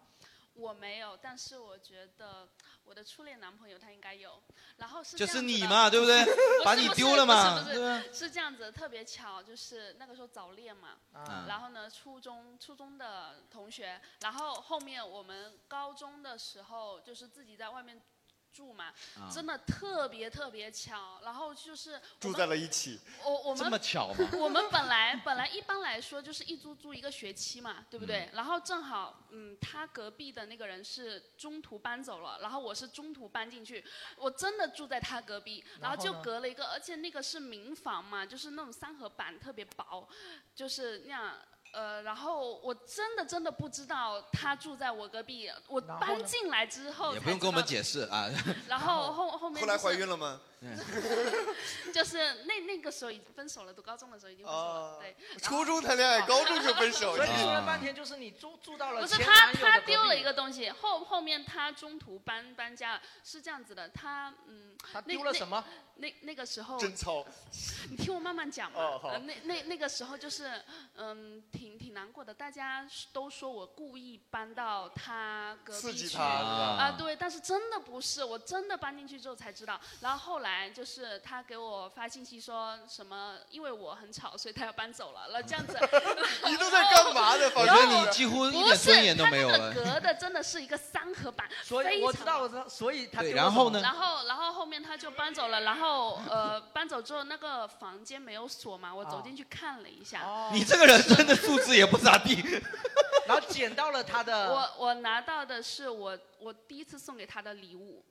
我没有，但是我觉得我的初恋男朋友他应该有。然后是就这是样子你的嘛对不对是把 你不是丢了嘛不是对啊不吧是是这样子，特别巧，就是那个时候早恋嘛。啊然后呢，初中初中的同学，然后后面我们高中的时候就是自己在外面。住嘛，啊真的特别特别巧，然后就是我住们在了一起。我我们这么巧吗 我们本来本来一般来说就是一租租一个学期嘛，对不对？然后正好，嗯，他隔壁的那个人是中途搬走了，然后我是中途搬进去，我真的住在他隔壁，然然后后呢就隔了一个，而且那个是民房嘛，就是那种三合板特别薄，就是那样。呃，然后我真的真的不知道他住在我隔壁，我然后呢搬进来之后也才不用知跟我们道解释啊。然后后后 后面、就是、来怀孕了吗？ 就是那那个时候已经分手了，读高中的时候已经分手了，对。初中谈恋爱，高中就分手。所以你知道说吗了半哦天就是你住住到了不是前他男友他的隔壁丢了一个东西，后后面他中途搬搬家了是这样子的，他嗯，他丢了什么？那那个时候贞操。你听我慢慢讲嘛。哦好呃那那那个时候就是，嗯，挺挺难过的。大家都说我故意搬到他隔壁去刺激他啊啊对，但是真的不是，我真的搬进去之后才知道。然后后来就是他给我发信息说什么，因为我很吵，所以他要搬走了。然后这样子 ，你都在干嘛呢我觉得你几乎一点尊严都没有然了后。隔的真的是一个三合板， 所以非我常知道，我知道，所以他对丢了然什后么呢然后，然后后面他就搬走了，然后呃，搬走之后那个房间没有锁嘛，我哦走进去看了一下。你这个人真的素质也不咋地。 然后捡到了他的， 我我拿到的是我我第一次送给他的礼物。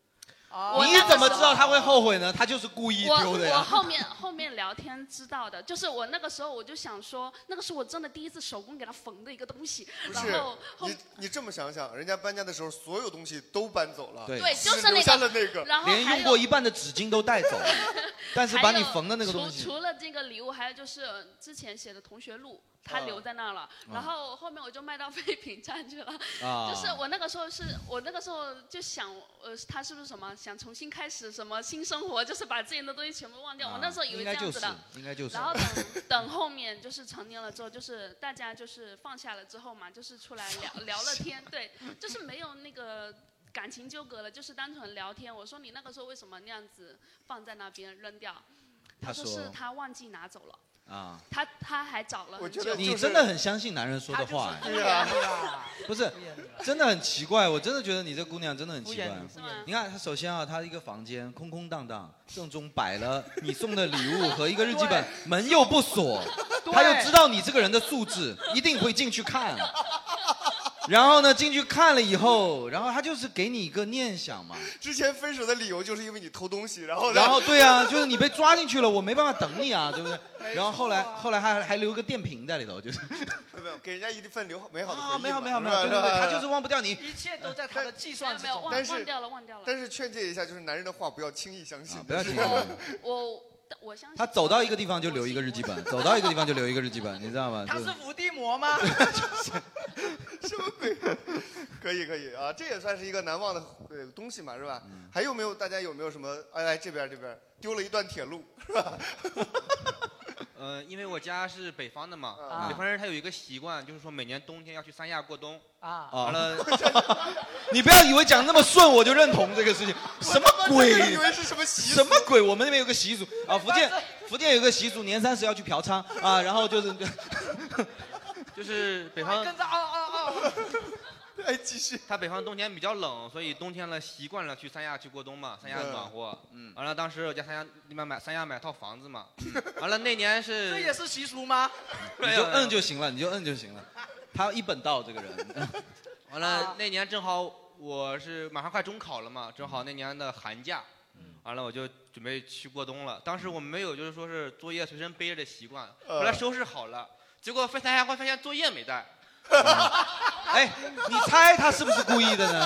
哦我你那个怎么时候知道他会后悔呢？他就是故意丢我的我呀。后面后面聊天知道的，就是我那个时候我就想说，那个是我真的第一次手工给他缝的一个东西，不然是后后你，你这么想想，人家搬家的时候，所有东西都搬走了，对对就是那个只留下了那个，然后连还用有过一半的纸巾都带 走了，但是把你缝的那个东除西，除了这个礼物，还有就是呃之前写的同学录，他啊留在那儿了。然后后面我就卖到废品站去了。啊就是我那个时候是我那个时候就想，呃，他是不是什么想重新开始什么新生活，就是把之前的东西全部忘掉。我那时候以为应这该样就子是的。，应该就是然。后 等等后面就是成年了之后，就是大家就是放下了之后嘛，就是出来聊聊了天， 对，就是没有那个感情纠葛了，就是单纯聊天。我说你那个时候为什么那样子放在那边扔掉？他说说是他忘记拿走了，啊，他他还找了很久。你真的很相信男人说的话，哎对啊，不是，真的很奇怪，我真的觉得你这姑娘真的很奇敷怪衍你敷衍。你看，她首先啊，她一个房间空空荡荡，正中摆了你送的礼物和一个日记本，门又不锁，对她就知道你这个人的素质，一定会进去看。 然后呢，进去看了以后，然后她就是给你一个念想嘛，之前分手的理由就是因为你偷东西，然后 然后对啊， 就是你被抓进去了，我没办法等你啊，对不对？然后后来后来还还留个电瓶在里头，就是 没有没有给人家一份留美好的回忆啊，嘛没有没有没是吧有，对对是吧对，他就是忘不掉你。一切都在他的计算之没有中。忘但是忘掉了，忘掉了。但是劝诫一下，就是男人的话不要轻易相信，啊不要就是轻易相信我我相信他走到一个地方就留一个日记本，走到一个地方就留一个日记本，你知道吗？他啊就是伏地 魔吗？可以可以啊，这也算是一个难忘的呃东西嘛，是吧？嗯还有没有大家有没有什么？哎来这边这边丢了一段铁路是吧？呃，因为我家是北方的嘛，啊北方人他有一个习惯，就是说每年冬天要去三亚过冬。啊完了，哦 你不要以为讲那么顺我就认同这个事情，什么鬼？我他妈真的以为是什么习俗？什么鬼？我们那边有个习俗啊，福建福建有个习俗，年三十要去嫖娼啊，然后就是就是北方跟着啊啊啊！哎，继续。他北方冬天比较冷，所以冬天了习惯了去三亚去过冬嘛，三亚嗯暖和。嗯。完了，当时我家三亚那边买三亚买套房子嘛，完了那年是 这也是习俗吗？ 你就嗯就行了，你 就嗯就行了。他一本道这个人，完了那年正好我是马上快中考了嘛，正好那年的寒假，完了我就准备去过冬了。当时我没有就是说是作业随身背着的习惯，呃后来收拾好了，结果发现哎发现作业没带。哎，你猜他是不是故意的呢？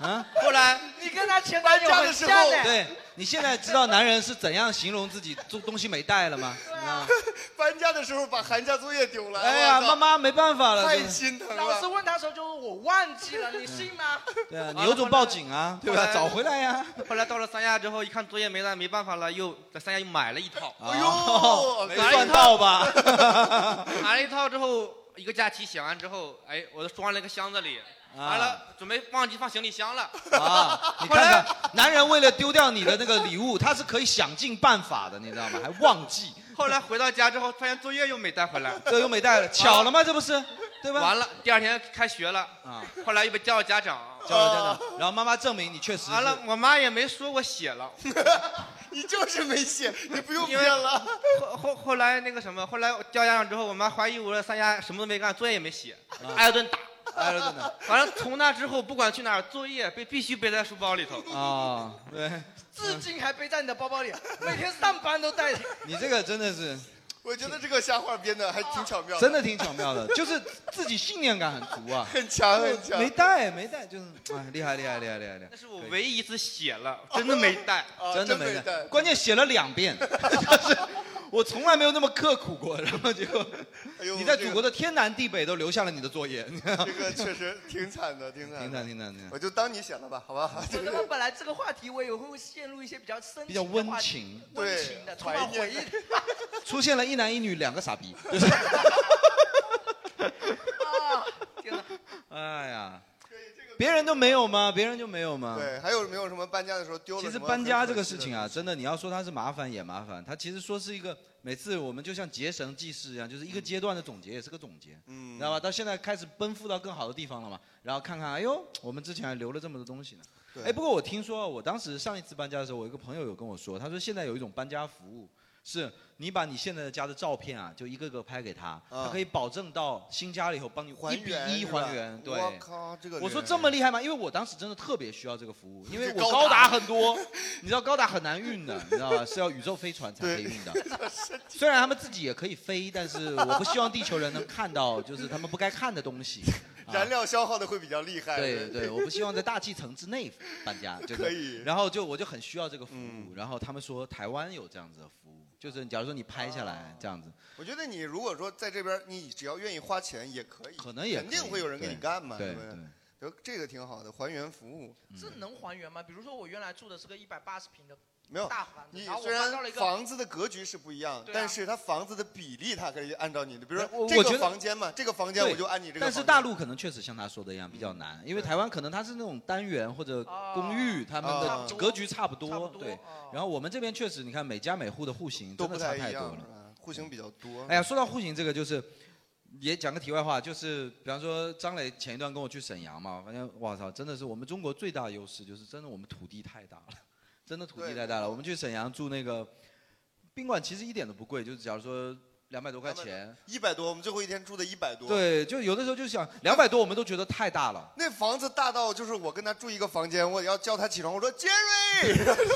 啊？后来你跟他前男友很像欸的，对，你现在知道男人是怎样形容自己做东西没带了吗？ 搬家的时候把寒假作业丢了，啊哎啊呀，我妈操妈没办法了，太对吧心疼老师了。问他的时候就是我忘记了，你信吗？嗯对啊，你有种报警啊，对后吧？来找 回来呀。后来到了三亚之后，一看作业没带，没办法了，又在三亚又买了一套。 哎呦没赚到吧？买了一套之后，一个假期写完之后，哎，我都装了一个箱子里，啊完了准备忘记放行李箱 了。啊！你看看，男人为了丢掉你的那个礼物，他是可以想尽办法的，你知道吗？还忘记，后来回到家之后，发现作业又没带回来，这又没带了，巧了吗？这不是，对吧？完了，第二天开学了，啊，后来又被叫了家长，哦叫了家长，然后妈妈证明你确实完了，我妈也没说我写了，你就是没写，你不用编了。后后后来那个什么，后来我叫家长之后，我妈怀疑我三丫什么都没干，作业也没写，挨了顿打。啊挨了顿打。完了，从那之后不管去哪儿，作业被必须背在书包里头。啊，对，至今还背在你的包包里，每天上班都带着。你这个真的是。我觉得这个瞎话编的还挺巧妙的，真的挺巧 妙的，就是自己信念感很足啊，很强很强没带没带，就是哎，厉害厉害厉害厉害厉害！，那是我唯一一次写了，真的没 带哦真的没带，关键写了两遍， 就是我从来没有那么刻苦过，然后结果哎 你在祖国的天南地北都留下了你的作业， 这个确实挺惨的，挺惨的。挺惨挺惨挺我惨，就当你写了吧，好吧？我他妈本来这个话题我也会陷入一些比较深比较情的温话题情，温情的充满回忆的。出现了一男一女两个傻逼， 哦啊，天哪！ 哎呀，别人都没有吗？别人就没有吗？ 对，还有没有什么搬家的时候丢了？嗯其实搬家这个事情，啊，真的，你要说它是麻烦也麻烦，它其实说是一个每次我们就像结绳记事一样，就是一个阶段的总结，也是个总结，嗯，知道吧？到现在开始奔赴到更好的地方了嘛，然后看看，哎呦，我们之前还留了这么多东西呢。哎，不过我听说，我当时上一次搬家的时候，我一个朋友有跟我说，他说现在有一种搬家服务，是你把你现在的家的照片啊，就一个个拍给他，他可以保证到新家了以后帮你啊还一比原一是吧还原。对，我靠这个我说人这 么厉害吗？因为我当时真的特别需要这个服务，因为我高高达达很多，你知道高达很难运的，你知道吧？是要宇宙飞船才可以运 啊的。 虽然他们自己也可以飞，但是我不希望地球人能看到，就是他们不该看的 东西。燃料消耗的会比较厉害。对对，我不希望在大气层之内 搬 家，就是可以嗯然后就我就很需要这个服务，然后他们说台湾有这样子的服务，就是假如说你拍下啊来这样子，我觉得你如果说在这边，你只要愿意花钱也可以，可能也肯定可以会有人给对你干嘛，对不对对？嗯就这个挺好的，还原服务。嗯这能还原吗？比如说我原来住的是个一百八十平的没有大房子，你然后虽我搬然到了一个房子的格局是不一样，对啊但是它房子的比例它可以按照你的，比如我说我这觉个得房间嘛，这个房间对我就按你这个嗯房但间。是大陆可能确实像他说的一样比较难，因为台湾可能它是那种单元或者公寓，他们啊差不的多啊格局差不多，对。然后我们这边确实，你看每家每户的户型都真不的差太一太多样，了是。吧？户型比较多。哎呀，说到户型这个，就是也讲个题外话，就是比方说张磊前一段跟我去沈阳嘛，我发现哇操，真的是我们中国最大的优势，就是真的我们土地太大了， 真的土地太大了。我们去沈阳住那个宾馆，其实一点都不贵，就是假如说两百多块钱，一百多，我们最后一天住的一百多。，对，就有的时候就想两百多，我们都觉得太大了。那房子大到就是我跟他住一个房间，我要叫他起床，我说 Jerry，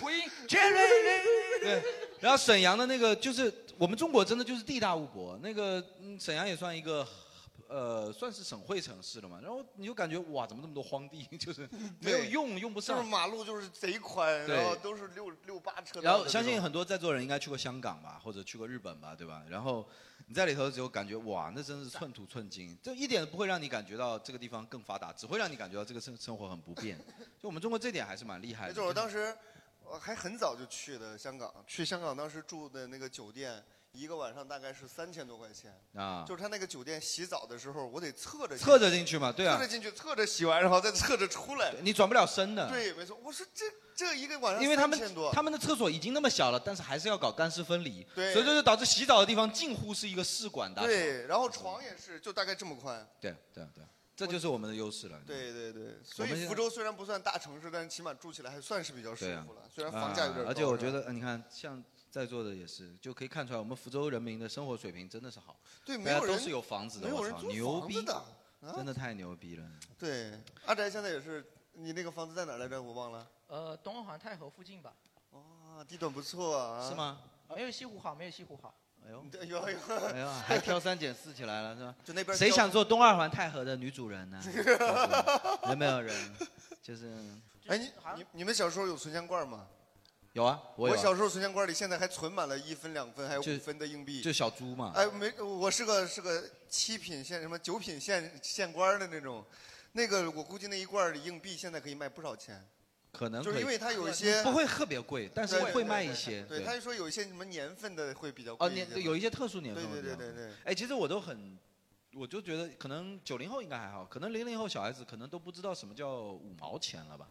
回音哎 Jerry，对，然后沈阳的那个就是我们中国真的就是地大物博，那个、嗯沈阳也算一个。呃，算是省会城市了嘛，然后你就感觉哇，怎么这么多荒地， 就是 没有对用，用不就上。是马路就是贼宽，对然后都是六六八车道的这种。然后相信很多在座人应该去过香港吧，或者去过日本吧，对吧？然后你在里头的时候感觉哇，那真是寸土 寸金，就一点不会让你感觉到这个地方更发达，只会让你感觉到这个生生活很不 便。就我们中国这点还是蛮厉害没的。错，我当时时我还很早就去的香港，去香港当时住的那个酒店，一个晚上大概是三千多块钱。啊，就是他那个酒店洗澡的时候，我得侧着侧着进去嘛，对啊侧着，进去，侧着洗完，然后再侧着出来。你转不了身的。对，没错。我说这这一个晚上因为他3000们呃多他们的厕所已经那么小了，但是还是要搞干湿分离，对所以这就导致洗澡的地方近乎是一个试管大小。对，然后床也是就大概这么宽。对对对，这就是我们的优势了。对对对，所我们以现福州虽然不算大城市，但是起码住起来还算是比较舒对啊服了。虽然房价有点啊高，而且我觉是吧得，呃你看，像在座的也是，就可以看出来，我们福州人民的生活水平真的是好，对没大家有都人是有房子的，没有我人操，租牛房逼子的，啊真的太牛逼了。对，阿宅现在也是，你那个房子在哪儿来着？我忘了。呃，东环太和附近吧？啊，地段不错啊。是？吗？没有西湖好，没有西湖好。哎呦， 对，有有。哎呦，还挑三拣四起来了是吧？ 就那边谁交想？做东二环太和的女主人 呢？有没有人？就是哎，你好像你你们小时候有存钱罐吗？有啊，我有啊，小时候存钱罐里现在还存满了一分、两分，还有就五分的硬币。就小猪嘛。哎，没，我是个是个七品县什么九品县县官的那种，那个我估计那一罐儿的硬币现在可以卖不少钱，可能就可是因以为它有一些不会特别贵，但是对对会对卖对一些。对，他就说有一些什么年份的会比较贵哦，一些年嘛。有一些特殊年对份会对比较对贵对对，哎，其实我都很我就觉得可能九零后应该还好，可能零零后小孩子可能都不知道什么叫五毛钱了吧？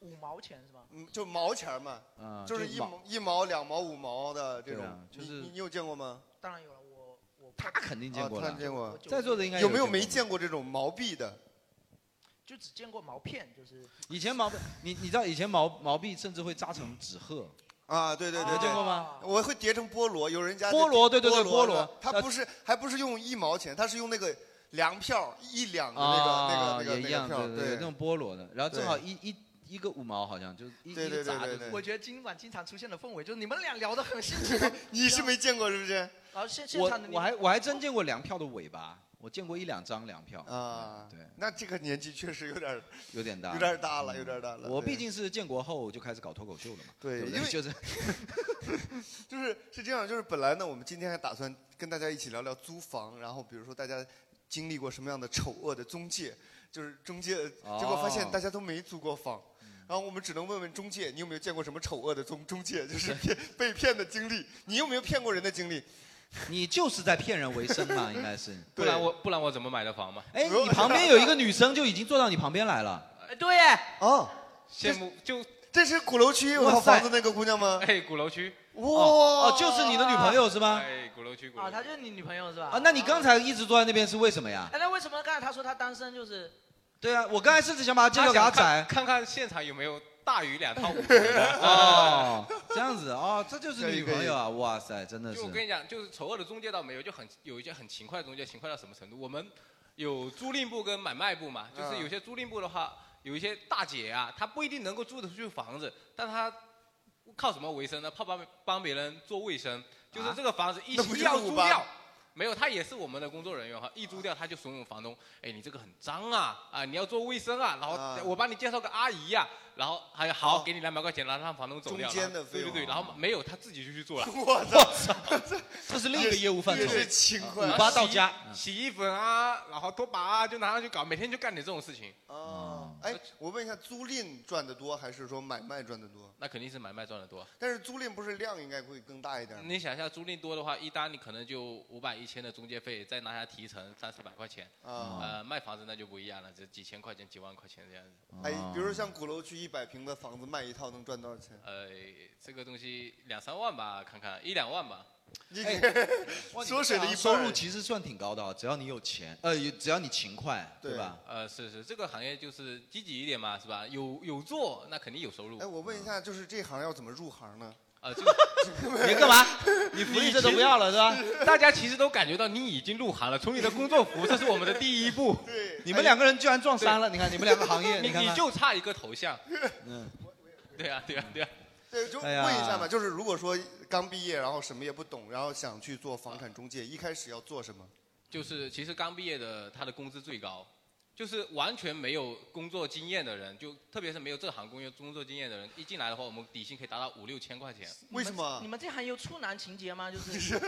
五毛钱是吧？嗯，就毛钱嘛，啊就是就一毛毛、一毛、两毛、五毛的这对种，啊就是你你你有见过吗？当然有了，我我他肯定见过啊了，他见过在座的应该有没有见过没见过这种毛币的？就只见过毛片，就是以前毛，你你知道以前毛毛币甚至会扎成纸鹤，啊，对对对，有见过吗？我会叠成菠萝，有人家就菠萝对对对菠菠萝呃的它不是还不是用一毛钱，它是用那个粮票一两的那个、啊那个那个也一那个样，票，对对，那种菠萝的，然后正好一一一个五毛好像就是一对对一对砸就对是对我觉得今晚经常出现的氛围就是你们俩聊得很辛苦， 你是没见过是不是？然后现现我场的你我还我还真见过粮票的尾巴，我见过一两张粮票啊，对，那这个年纪确实有点有点大，嗯有点大了，有点大了。我对毕竟是建国后就开始搞脱口秀了嘛，对对不因为就是就是是这样，就是本来呢，我们今天还打算跟大家一起聊聊租房，然后比如说大家经历过什么样的丑恶的中介，就是中介，哦结果发现大家都没租过房。然后我们只能问问中介，你有没有见过什么丑恶的中中介，就是骗被骗的经历？你有没有骗过人的经历？你就是在骗人为生嘛， 应该是。不然我不然我怎么买的房嘛？哎，你旁边有一个女生就已经坐到你旁边来了，哎对耶，哦，羡慕就这是鼓楼区哇有塞房子那个姑娘吗？哎鼓楼区哇，哦，就是你的女朋友是吗？哎鼓楼区鼓楼啊，区她就是你女朋友是吧？啊，那你刚才一直坐在那边是为什么呀？哎，那为什么刚才他说他单身就是？对啊，我刚才甚至想把他介他绍给阿想仔看。看看现场有没有大于两套五 哦，这样子哦，这就是女朋友啊！哇塞，真的是就我跟你讲，就是丑恶的中介倒没有，就很有一些很勤快的中介，勤快到什么程度？我们有租赁部跟买卖部嗯嘛，就是有些租赁部的话，有一些大姐啊，她不一定能够租得出去房子，但她靠什么为生呢？靠帮帮别人做卫生，就是这个房子一那不就是要五租八掉。没有，她也是我们的工作人员哈，一租掉她就怂恿房东，哎，你这个很脏啊，啊，你要做卫生啊，然后啊我帮你介绍个阿姨呀、然后还有好，哦给你两百块钱，然后让房东走掉，中间的然后费对用对对，然后没有，她自己就去做了， 我操，这是另一个业务范畴也。是勤快五八到家，洗衣粉啊，然后拖把啊，就拿上去搞，每天就干点这种事情，啊！哎，我问一下，租赁赚的多还是说买卖赚的多？那肯定是买卖赚的多。但是租赁不是量应该会更大一点吗？你想一下，租赁多的话，一单你可能就五百一千的中介费，再拿下提成三四百块钱。啊呃，卖房子那就不一样了，这几千块钱、几万块钱这样子。哎，比如像鼓楼区一百平的房子卖一套能赚多少钱？呃，这个东西两三万吧，看看一两万吧。你 哎哇你缩水了一半儿收入其实算挺高的啊，只要你有钱，呃，只要你勤快，对对吧？呃，是是，这个行业就是积极一点嘛，是吧？有有做，那肯定有收入呃哎，。我问一下，就是这行要怎么入行呢？呃，这个你干嘛？你福利这都不要了是吧？大家其实都感觉到你已经入行了，从你的工作服，这是我们的第一步。对，你们两个人居然 撞衫了，你看你们两 个行 业，你看嗯你看。就差一个头像。嗯对啊，对啊，对啊。对，就哎呀问一下嘛，就是如果说刚毕业，然后什么也不懂，然后想去做房产中介，一开始要做什么？就是其实刚毕业的他的工资最高，就是完全没有工作经验的人，就特别是没有这行工业工作经验的人，一进来的话，我们底薪可以达到五六千块钱。你们为什么你们这行有处男情节吗？就是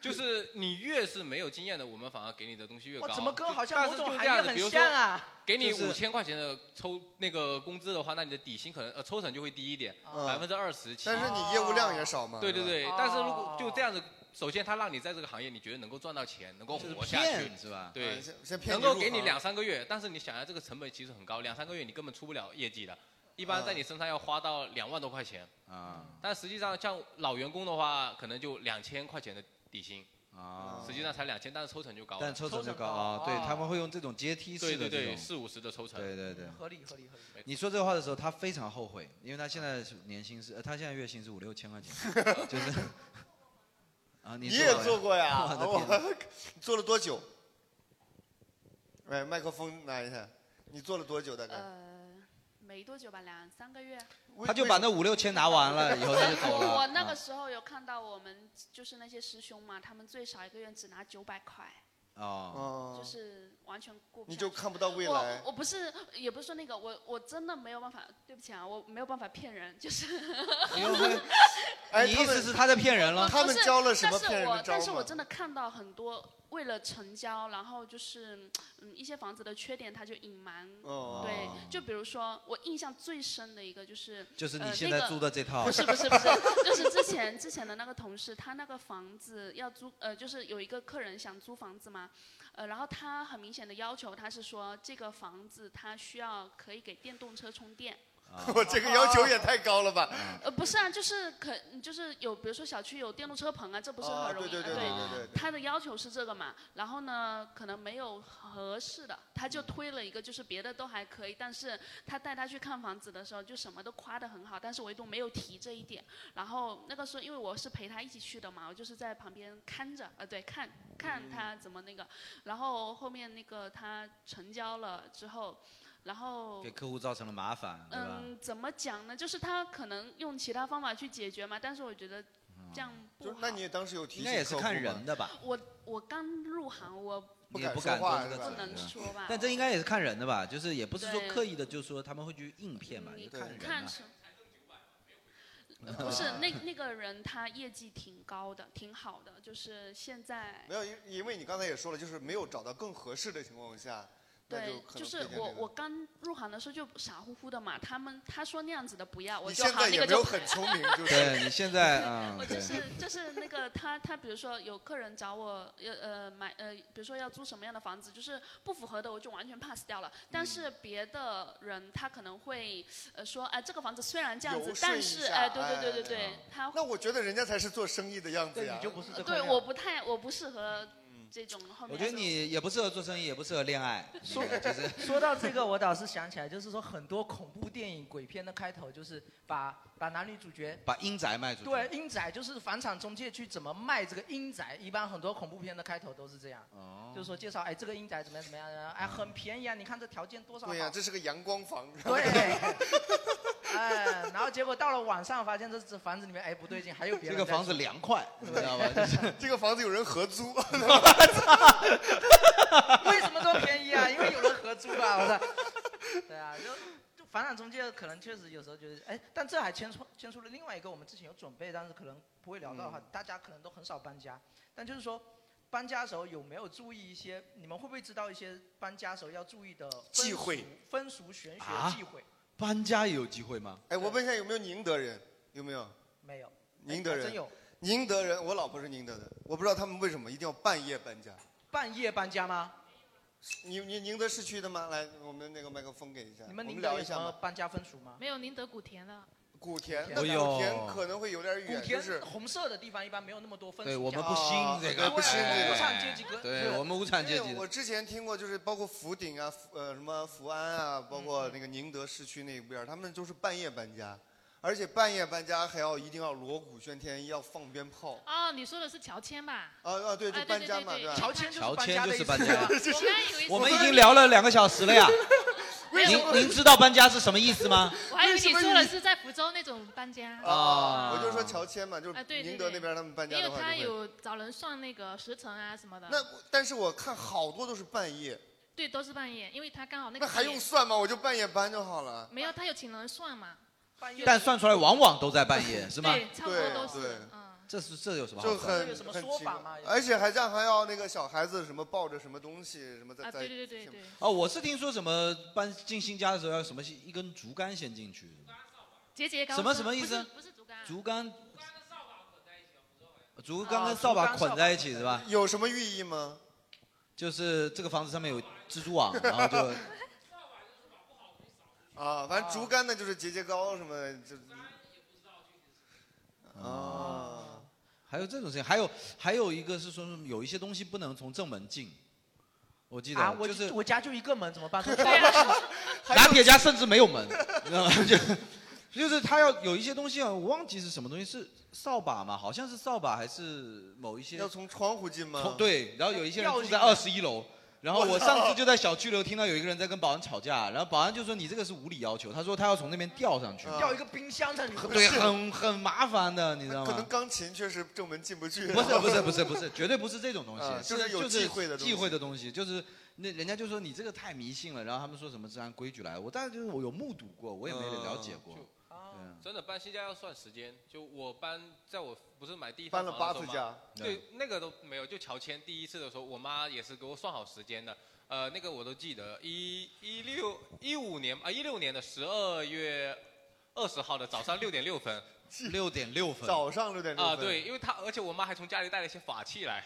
就是你越是没有经验的，我们反而给你的东西越高。哇，怎么跟好但像是某种就行这样业子很比如说像啊？给你就是五千块钱的抽那个工资的话，那你的底薪可能呃抽成就会低一点，嗯百分之二十起。但是你业务量也少嘛。对对是吧，对哦，但是如果就这样子，首先他让你在这个行业，你觉得能够赚到钱，能够就是活下去骗，是啊吧？对嗯，先先骗能你够入给你行两三个月，但是你想一下，这个成本其实很高，两三个月你根本出不了业绩的，一般在你身上要花到两万多块钱，啊但实际上像老员工的话，可能就两千块钱的底薪，啊！实际上才两千，但是抽成就高但了，抽成就抽成高高啊，哦对他们会用这种阶梯对式对的这对，种，四五十的抽成，对对对。合理合理合理。你说这话的时候，他非常后悔，因为他现在是年薪是，呃他现在月薪是五六千块钱，就是 啊，你你也了做过呀？ 我的天我 做了多久？哎，麦克风拿一下，你做了多久大概？ 呃，没多久吧，两三个月。为他就把为什那五六千拿完了以后他就走了。我我那个啊时候有看到我们就是那些师兄嘛，他们最少一个月只拿九百块，哦，么就啊，是完全过不你下就去看不到未我来。我不是也不是说那个，我我真的没有办法，对不起啊，我没有办法骗人，就是 你又会 哎，你他意思们是他在骗人了？他们不是教了什么但骗是人的我招但是我吗？真的看到很多为了成交，然后就是嗯一些房子的缺点他就隐瞒。哦对，就比如说我印象最深的一个就是就是你呃现那在个住的这套不是不是不是，就是之前之前的那个同事，他那个房子要租呃就是有一个客人想租房子嘛。呃，然后他很明显的要求，他是说这个房子他需要可以给电动车充电。 我这个要求也太高了吧？呃，不是啊，就是可就是有，比如说小区有电动车棚啊，这不是啊很容易、对对对呃对对对对他的要求是这个嘛，然后呢，可能没有合适的，他就推了一个，就是别的都还可以，但是他带他去看房子的时候，就什么都夸得很好，但是唯独没有提这一点。然后那个时候，因为我是陪他一起去的嘛，我就是在旁边看着，呃，对，看嗯看他怎么那个。然后后面那个他成交了之后，然后给客户造成了麻烦，对吧？嗯，怎么讲呢？就是他可能用其他方法去解决嘛，但是我觉得嗯这样不就是那你当时有提应该也是看人的吧？我我刚入行，我你也不敢做这个不指能责说吧。但这应该也是看人的吧？就是也不是说对刻意的，就是说他们会去应嗯骗嘛，你就看人看嘛。 什 呃不是那那个人，他业绩挺高的，挺好的，就是现在没有，因因为你刚才也说了，就是没有找到更合适的情况下，那对，可就能是推荐我这个我刚入行的时候就傻乎乎的嘛，他们他说那样子的不要，我你就现好在那也个没就有很 聪明，就是对你现在啊，我 对就是就是那个他他比如说有客人找我呃呃买呃比如说要租什么样的房子，就是不符合的我就完全 pass 掉了。但嗯是别的人他可能会呃说哎、这个房子虽然这样子游，说但一是下哎对对对对哎对，他那我觉得人家才是做生意的样子呀，对你就不是呃对我不太我不适合这种后面。我觉得你也不适合做生意，也不适合恋爱， 说你就是说到这个，我倒是想起来，就是说很多恐怖电影、鬼片的开头就是把把男女主角把阴宅卖出去。对阴宅，就是房产中介去怎么卖这个阴宅。一般很多恐怖片的开头都是这样，哦嗯就是说介绍哎这个阴宅怎么样怎么样，然后哎很便宜啊，你看这条件多少好。对呀、这是个阳光房。哎，然后结果到了晚上发现这这房子里面哎不对劲，还有别人这个在房子住凉快，你知 道吧？就是这个房子有人合租，为什么这么便宜啊？因为有人合租啊！我操，对啊，就就房产中介可能确实有时候觉得，哎，但这还牵出牵出了另外一个我们之前有准备，但是可能不会聊到的话，嗯大家可能都很少搬家。但就是说，搬家的时候有没有注意一些？你们会不会知道一些搬家时候要注意的风俗忌讳、风俗玄学啊忌讳？搬家也有机会吗？哎，我问一下有没有宁德人？有没有？没有，宁德哎人真有宁德人，我老婆是宁德的，我不知道他们为什么一定要半夜搬家。半夜搬家吗？你你宁德市区的吗？来，我们那个麦克风给一下，你我们宁们德聊有一什下么嘛。搬家风俗吗？没有宁德古田的。古田，那哎呦古田可能会有点远，就古田是哦红色的地方一般没有那么多风俗对讲我究。们不兴这个，对不兴这个无产阶级革对对我们无产阶因级为的我之前听过，就是包括福鼎啊，福呃什么福安啊，包嗯括那个宁德市区那边儿，他们就是半夜搬家，而且半夜搬家还要一定要锣鼓喧天，要放鞭炮。哦，你说的是乔迁吧？啊啊，对，就哎对搬家嘛，对对吧？乔迁就是乔搬迁家就的是意搬思家吧。啊啊 我刚以为是我们已经聊了两个小时了呀。为什您么您知道搬家是什么意思吗？我还以为你说的是在福州那种搬家。啊我就说乔迁嘛，就是啊，对对对。宁德那边他们搬家因的为话他就会。有找人算那个时辰啊什么的。那我但是我看好多都是半夜，对，都是半夜，因为他刚好那个那还点用算吗？我就半夜搬就好了。没有，他有请人算嘛？半夜但算出来往往都在半夜，是吗？对，差不多对都对是。嗯，这是这有什么好就算的？很有什么很说奇法怪吗有而且还让还要那个小孩子什么抱着什么东西什么在啊，在对对对对对。哦，我是听说什么搬进新家的时候要什么一根竹竿先进去，节节高升。什么什么意思不是不是竹竿啊。竹竿。啊竹竿啊跟扫把捆在一起是吧？有什么寓意吗？就是这个房子上面有蜘蛛网，然后 就 啊，反正竹竿呢就是节节高什么的，就啊，哦嗯还有这种事情，还有还有一个是说什么有一些东西不能从正门进，我记得、啊，我就是我家就一个门，怎 么办？拿铁家甚至没有 门，你知道吗？就就是他要有一些东西啊，我忘记是什么东西，是扫把嘛，好像是扫把还是某一些要从窗户进吗从？，对，然后有一些人吊住在进二十一楼。然后我上次就在小区楼听到有一个人在跟保安吵架，然后保安就说你这个是无理要求，他说他要从那边吊上去，啊要一个冰箱在里面。对，很很麻烦的，你知道可能吗？钢琴确实正门进不去。 不是不是不是不是，绝对不是这种东西，啊就是有就忌讳的东西忌讳的东西，就是那人家就嗯说你这个太迷信了，然后他们说什么是按规矩来，我当然就是我有目睹过，我也没了解过，就啊真的搬新家要算时间，就我搬，在我不是买第一搬套了房的八次时候嘛嗯家对，那个都没有，就乔迁第一次的时候，我妈也是给我算好时间的，呃，那个我都记得，一一六一五年啊，一六年的十二月二十号的早上六 点六分。啊六点六分，早上六点六分啊、对，因为她，而且我妈还从家里带了一些法器来，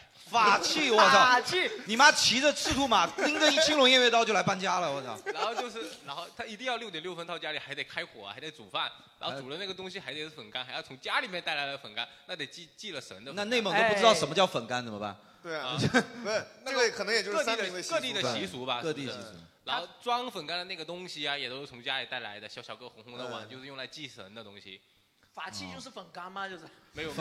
法器，我操，法器，你妈骑着赤兔马，拎着一青龙偃月刀就来搬家 了，我操，然后就是，然后他一定要六点六分到家里，还得开火、啊，还得煮饭，然后煮的那个东西还得是粉干，还要从家里面带来的粉干，那得祭祭了神的。那内蒙哎都不知道什么叫粉干怎么办？ 对 啊，不是那个可能也就是各三地明的习各地的俗习俗吧，各地习是不是俗。然后装粉干的那个东西啊，也都是从家里带来的，小小个红红的碗，嗯就是用来祭神的东西。法哦器哦就是粉干吗？就是 没 有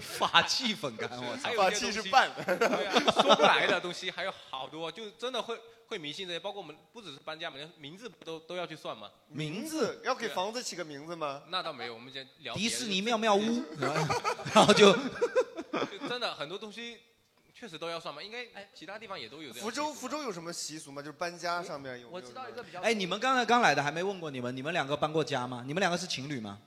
法器粉干，我操还，有一些东西对啊，说不来的东西还有好多，就是真的会会迷信这些，包括我们不只是搬家嘛，连名字都都要去算嘛。名字要给对啊房子起个名字吗？那倒没有，我们先聊迪别的士尼妙妙屋， 然后就就真的很多东西确实都要算嘛，应该其他地方也都有这 样。福州福州有什么习俗吗？就是搬家上面有。我知道一个比较哎，你们刚才刚来的还没问过你们，你们两个搬过家吗？你们两个是情侣吗？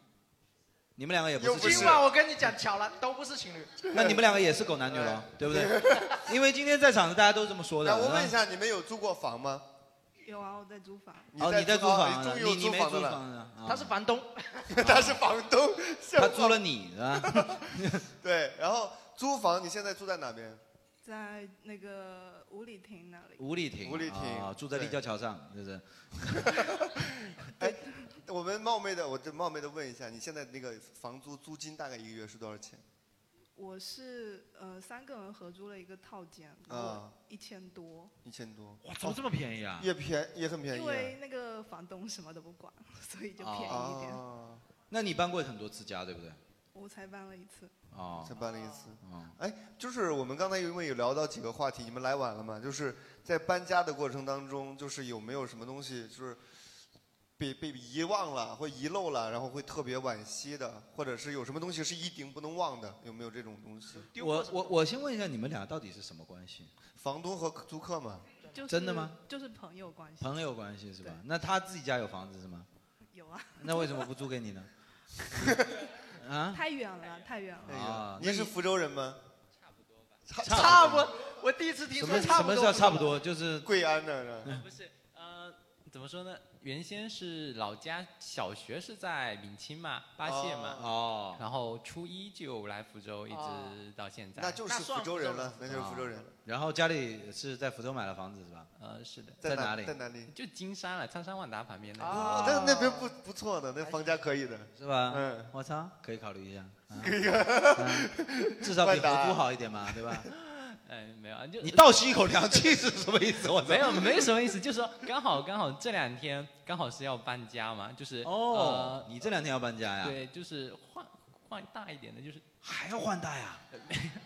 你们两个也不是情今侣，晚我跟你讲巧了，都不是情侣。那你们两个也是狗男女了，对不对？ 因为今天在场的大家都这么说的。那我问一下，你们有租过房吗？有啊，我在租房。哦，你在租房哦呢，你你终于你有没租租房的了房呢？啊他是房东， 他是房东， 他租了你是吧？ 对，然后租房，你现在住在哪边？在那个五里亭那里。五里亭，五里亭啊，住在立交桥上，就是哎，我们冒昧的，我这冒昧的问一下，你现在那个房租租金大概一个月是多少钱？我是呃三个人合租了一个套间，啊一千多。一千多。哇怎么这么便宜啊也便也很便宜、啊。因为那个房东什么都不管， 所以就便宜一点。哦那你搬过很多次家，对不对？我才搬了一次，哦，才搬了一次。哎，就是我们刚才因为有聊到几个话题，你们来晚了嘛？就是在搬家的过程当中，就是有没有什么东西就是被被遗忘了，或遗漏了，然后会特别惋惜的，或者是有什么东西是一定不能忘的，有没有这种东西？我我我先问一下，你们俩到底是什么关系？房东和租客嘛。就是真的吗？？就是朋友关系。朋友关系是吧？那他自己家有房子是吗？有啊。那为 什么不租给你呢？啊？太远了，太远了。啊，你是福州人吗？差不多，我第一次听什说么差什不么多叫。差不多？就是贵安的呃不是，呃，怎么说呢？原先是老家小学是在闽清嘛，巴县嘛，哦，然后初一就来福州，一直到现在，哦那就是那算福州人了福州人那就是福州人了哦啊然后家里是在福州买了房子是吧？呃，是的，在哪里？在哪里？就金山了，苍山万达旁边那啊，个。那那边不不错的，那房价可以的，是吧？嗯，我操，可以考虑一下。啊可以啊 嗯至少比万达合租好一点嘛，对吧？嗯，没有啊，就你倒吸一口凉气是什么意思？我操 没有，没什么意思，就是说刚好刚好这两天刚好是要搬家嘛，就是哦呃，你这两天要搬哎家呀？对，就是换换大一点的，就是还要换 大呀？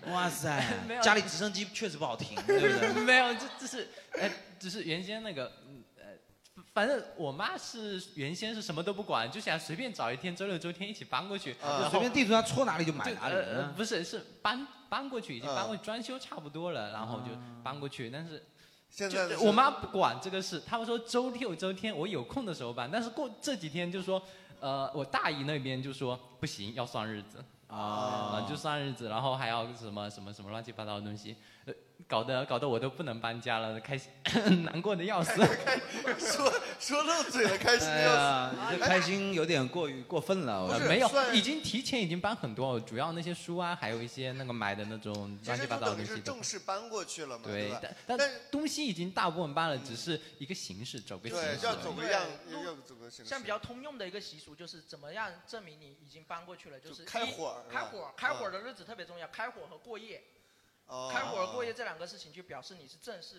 哇塞没有，家里直升机确实不好停，对不 对？没有，这这是呃，只是原先那个嗯呃，反正我妈是原先是什么都不管，就想随便找一天周六周天一起搬过去，然啊就后随便地图上戳哪里就买就哪里。呃呃嗯不是，是搬搬过去，已经嗯搬过去，装修差不多了，然后就搬过去，但是。现就在就是我妈不管这个事，她会说周六周天我有空的时候搬，但是过这几天就说，呃，我大姨那边就说不行，要算日子啊呃就算日子，然后还要什么什么什么乱七八糟的东西，呃，搞得搞得我都不能搬家了，开心 难过的要 死。说说漏嘴了，开心哎的啊要呀死。，你这开心有点过于过分了。我呃觉得没有，已经提前已经搬很多，主要那些书啊，还有一些那个买的那种其乱七实八就糟的等于东西是都。正式搬过去了嘛，对吧？，但但东西已经大部分搬了，只是一个形式，走个形对，式。要走个样，要走个形式。像比较通用的一个习俗就是怎么样证明你已经搬过去了，就是就开一火儿开是吧火儿，开火儿嗯的日子特别重要，开火和过夜，哦开火和过夜这两个事情就表示你是正式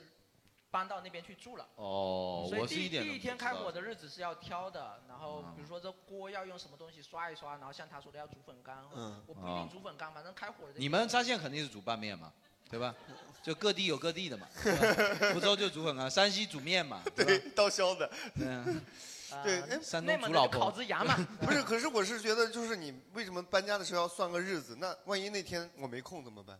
搬到那边去住了。哦所以我是第一点都第一不天知开道火的日子是要挑的，然后啊比如说这锅要用什么东西刷一刷，然后像他说的要煮粉干，嗯我不一啊定哦煮粉干，反正开火的。你们沙县肯定是煮拌面嘛，对吧？就各地有各地的嘛，对吧福州就煮粉干，山西煮面嘛，对吧，刀削的，对啊，对，啊哎山东内蒙煮老婆那个烤子牙嘛 不是，可是我是觉得，就是你为什么搬家的时候要算个日子？那万一那天我没空怎么办？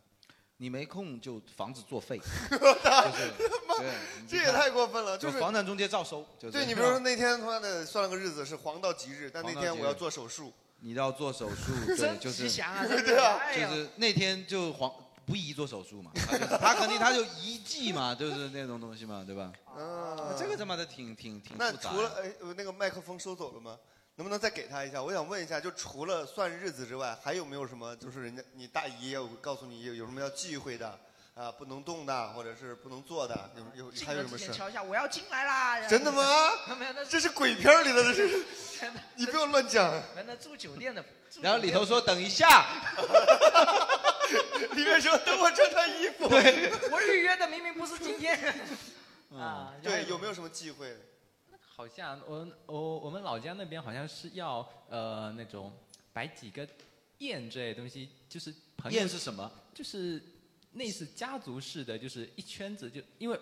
你没空就房子 作废，就是对你这看也太过分了，就是房产中介照收，就是对你比如说那天他妈的算了个日子是黄道吉日， 但那黄道天吉我要日做手术，你要做手术， 对，真就是吉祥啊对啊哎就呀是那天就黄不宜做手术嘛，他就是他肯定他就遗迹嘛，就是那种东西嘛，对吧？啊嗯，这个他妈的挺挺挺那复杂除了的。哎，呃那个麦克风收走了吗？能不能再给他一下？我想问一下，就除了算日子之外，还有没有什么？就是人家你大姨有告诉你有有什么要忌讳的啊，不能动的，或者是不能做的，有有进还有门什之么事？前敲一下，我要进来啦！然后真的吗 没有，那这是鬼片里的这是 真的你不要乱讲。没有那住酒店的，住然后酒里店头的说等一下， 里面说等我穿穿衣服。 我预约的明明不是今天。啊对，有没有什么忌讳？好像我我我们老家那边好像是要呃那种摆几个宴这类东西，就是朋友宴是什么？就是类似家族式的，就是一圈子就因为，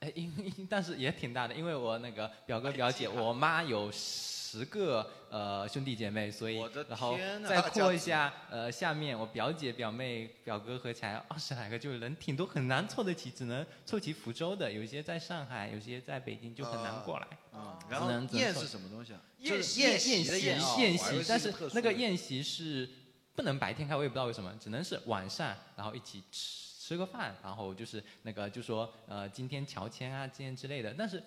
哎因因但是也挺大的，因为我那个表哥表姐，我妈有十个呃兄弟姐妹，所以然后天哪再大家扩一族下呃下面我表姐表妹表哥合起来二十来个，就人挺多，很难凑得齐，只能凑齐福州的，有些在上海，有些在北京，就很难过嗯来。啊只然后能只能宴凑是齐什么东西啊？就是宴席宴宴席的席宴宴哦我还以席，为是但一个是特殊那个的宴席是不能白天开，我也不知道为什么，只能是晚上，然后一起吃吃个饭，然后就是那个就说呃今天乔迁啊今天之类的，但是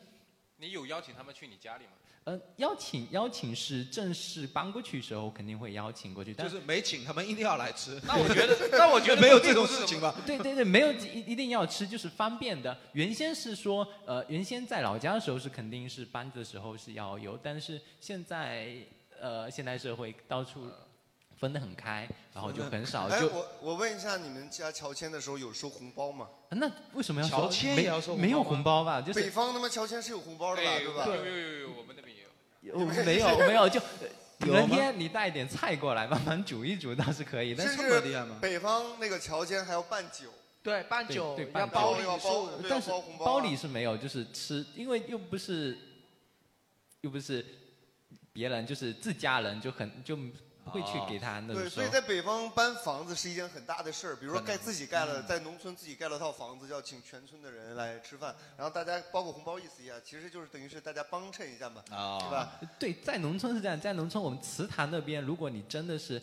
你有邀请他们去你家里吗？呃邀请邀请是正式搬过去的时候肯定会邀请过去，但就是没请他们一定要来吃。那我觉得那我觉得没有这种事情吧？对对对，没有一一定要吃，就是方便的。原先是说，呃，原先在老家的时候是肯定是搬的时候是要有，但是现在，呃，现代社会到处分得很开，然后就很少哎，就。我我问一下，你们家乔迁的时候有收红包吗？那为什么要乔说迁没也要收红没有包吗红包吧？就是北方他妈乔迁是有红包的吧，对吧？有有有有，我们那边也有。有哦没有没有就。呃有隔吗天你带点菜过来，慢慢煮一煮倒是可以，但甚是至北方那个乔迁还要办酒，对，办对对办包酒要包，对要但是包红包啊。包里是没有，就是吃，因为又不是，又不是别人，就是自家人，就很就不会去给他那种对，收所以在北方搬房子是一件很大的事儿，比如说真的盖自己盖嗯了，在农村自己盖了套房子，要请全村的人来吃饭，然后大家包个红包意思一下，其实就是等于是大家帮衬一下嘛，哦对吧？对，在农村是这样，在农村我们祠堂那边，如果你真的是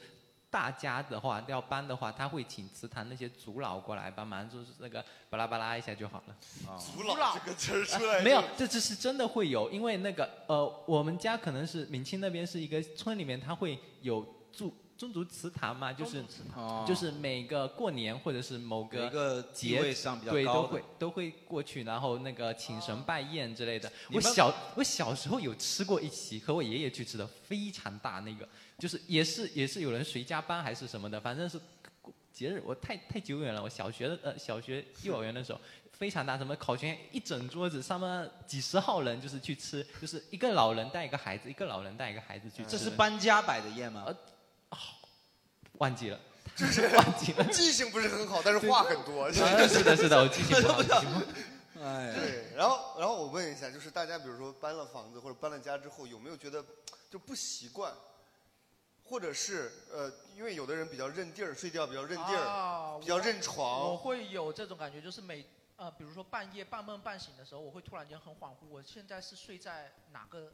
大家的话，要搬的话，他会请祠堂那些族老过来帮忙，就是那个巴拉巴拉一下就好了。族老这个词儿出来没有，这这是真的会有，因为那个呃，我们家可能是闽清那边是一个村里面，它会有住宗族祠堂嘛，就是宗族祠堂就是每个过年或者是某有一哦个地节位上比较对高都的会都会过去，然后那个请神拜宴之类的。嗯你我们小我小时候有吃过一席，和我爷爷去吃的，非常大那个，就是也是也是有人谁加班还是什么的，反正是节日，我太太久远了，我小学的呃小学幼儿园的时候。非常大，什么烤全一整桌子，上面几十号人就是去吃，就是一个老人带一个孩子，一个老人带一个孩子去吃。呃哦这是搬家摆的宴吗？忘记了， 记性不是很好，但是话很多。对啊 是的是的 我记性不好记性不好哎对，然后然后我问一下，就是大家比如说搬了房子或者搬了家之后，有没有觉得就不习惯，或者是呃，因为有的人比较认地儿，睡觉比较认地儿，啊比较我认床。我会有这种感觉，就是每呃，比如说半夜半梦半醒的时候，我会突然间很恍惚，我现在是睡在哪个，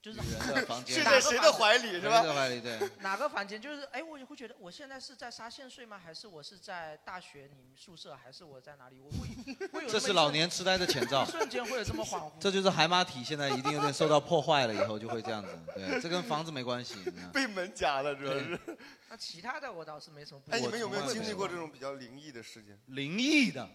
就是人的房间哪个睡在谁房的怀里是吧谁的怀里对 哪个房间？就是哎，我也会觉得我现在是在沙县睡吗？还是我是在大学你们宿舍？还是我在哪里？我会会有这么是一老瞬年痴呆的前兆一瞬间会有这么恍惚。这就是海马体现在一定有点受到破坏了，以后就会这样子。对，这跟房子 没关系。嗯被门夹了，主要是。那其他的我倒是没什么不。哎，你们有没有我从来经没历有过这种比较灵异的事件？灵异的，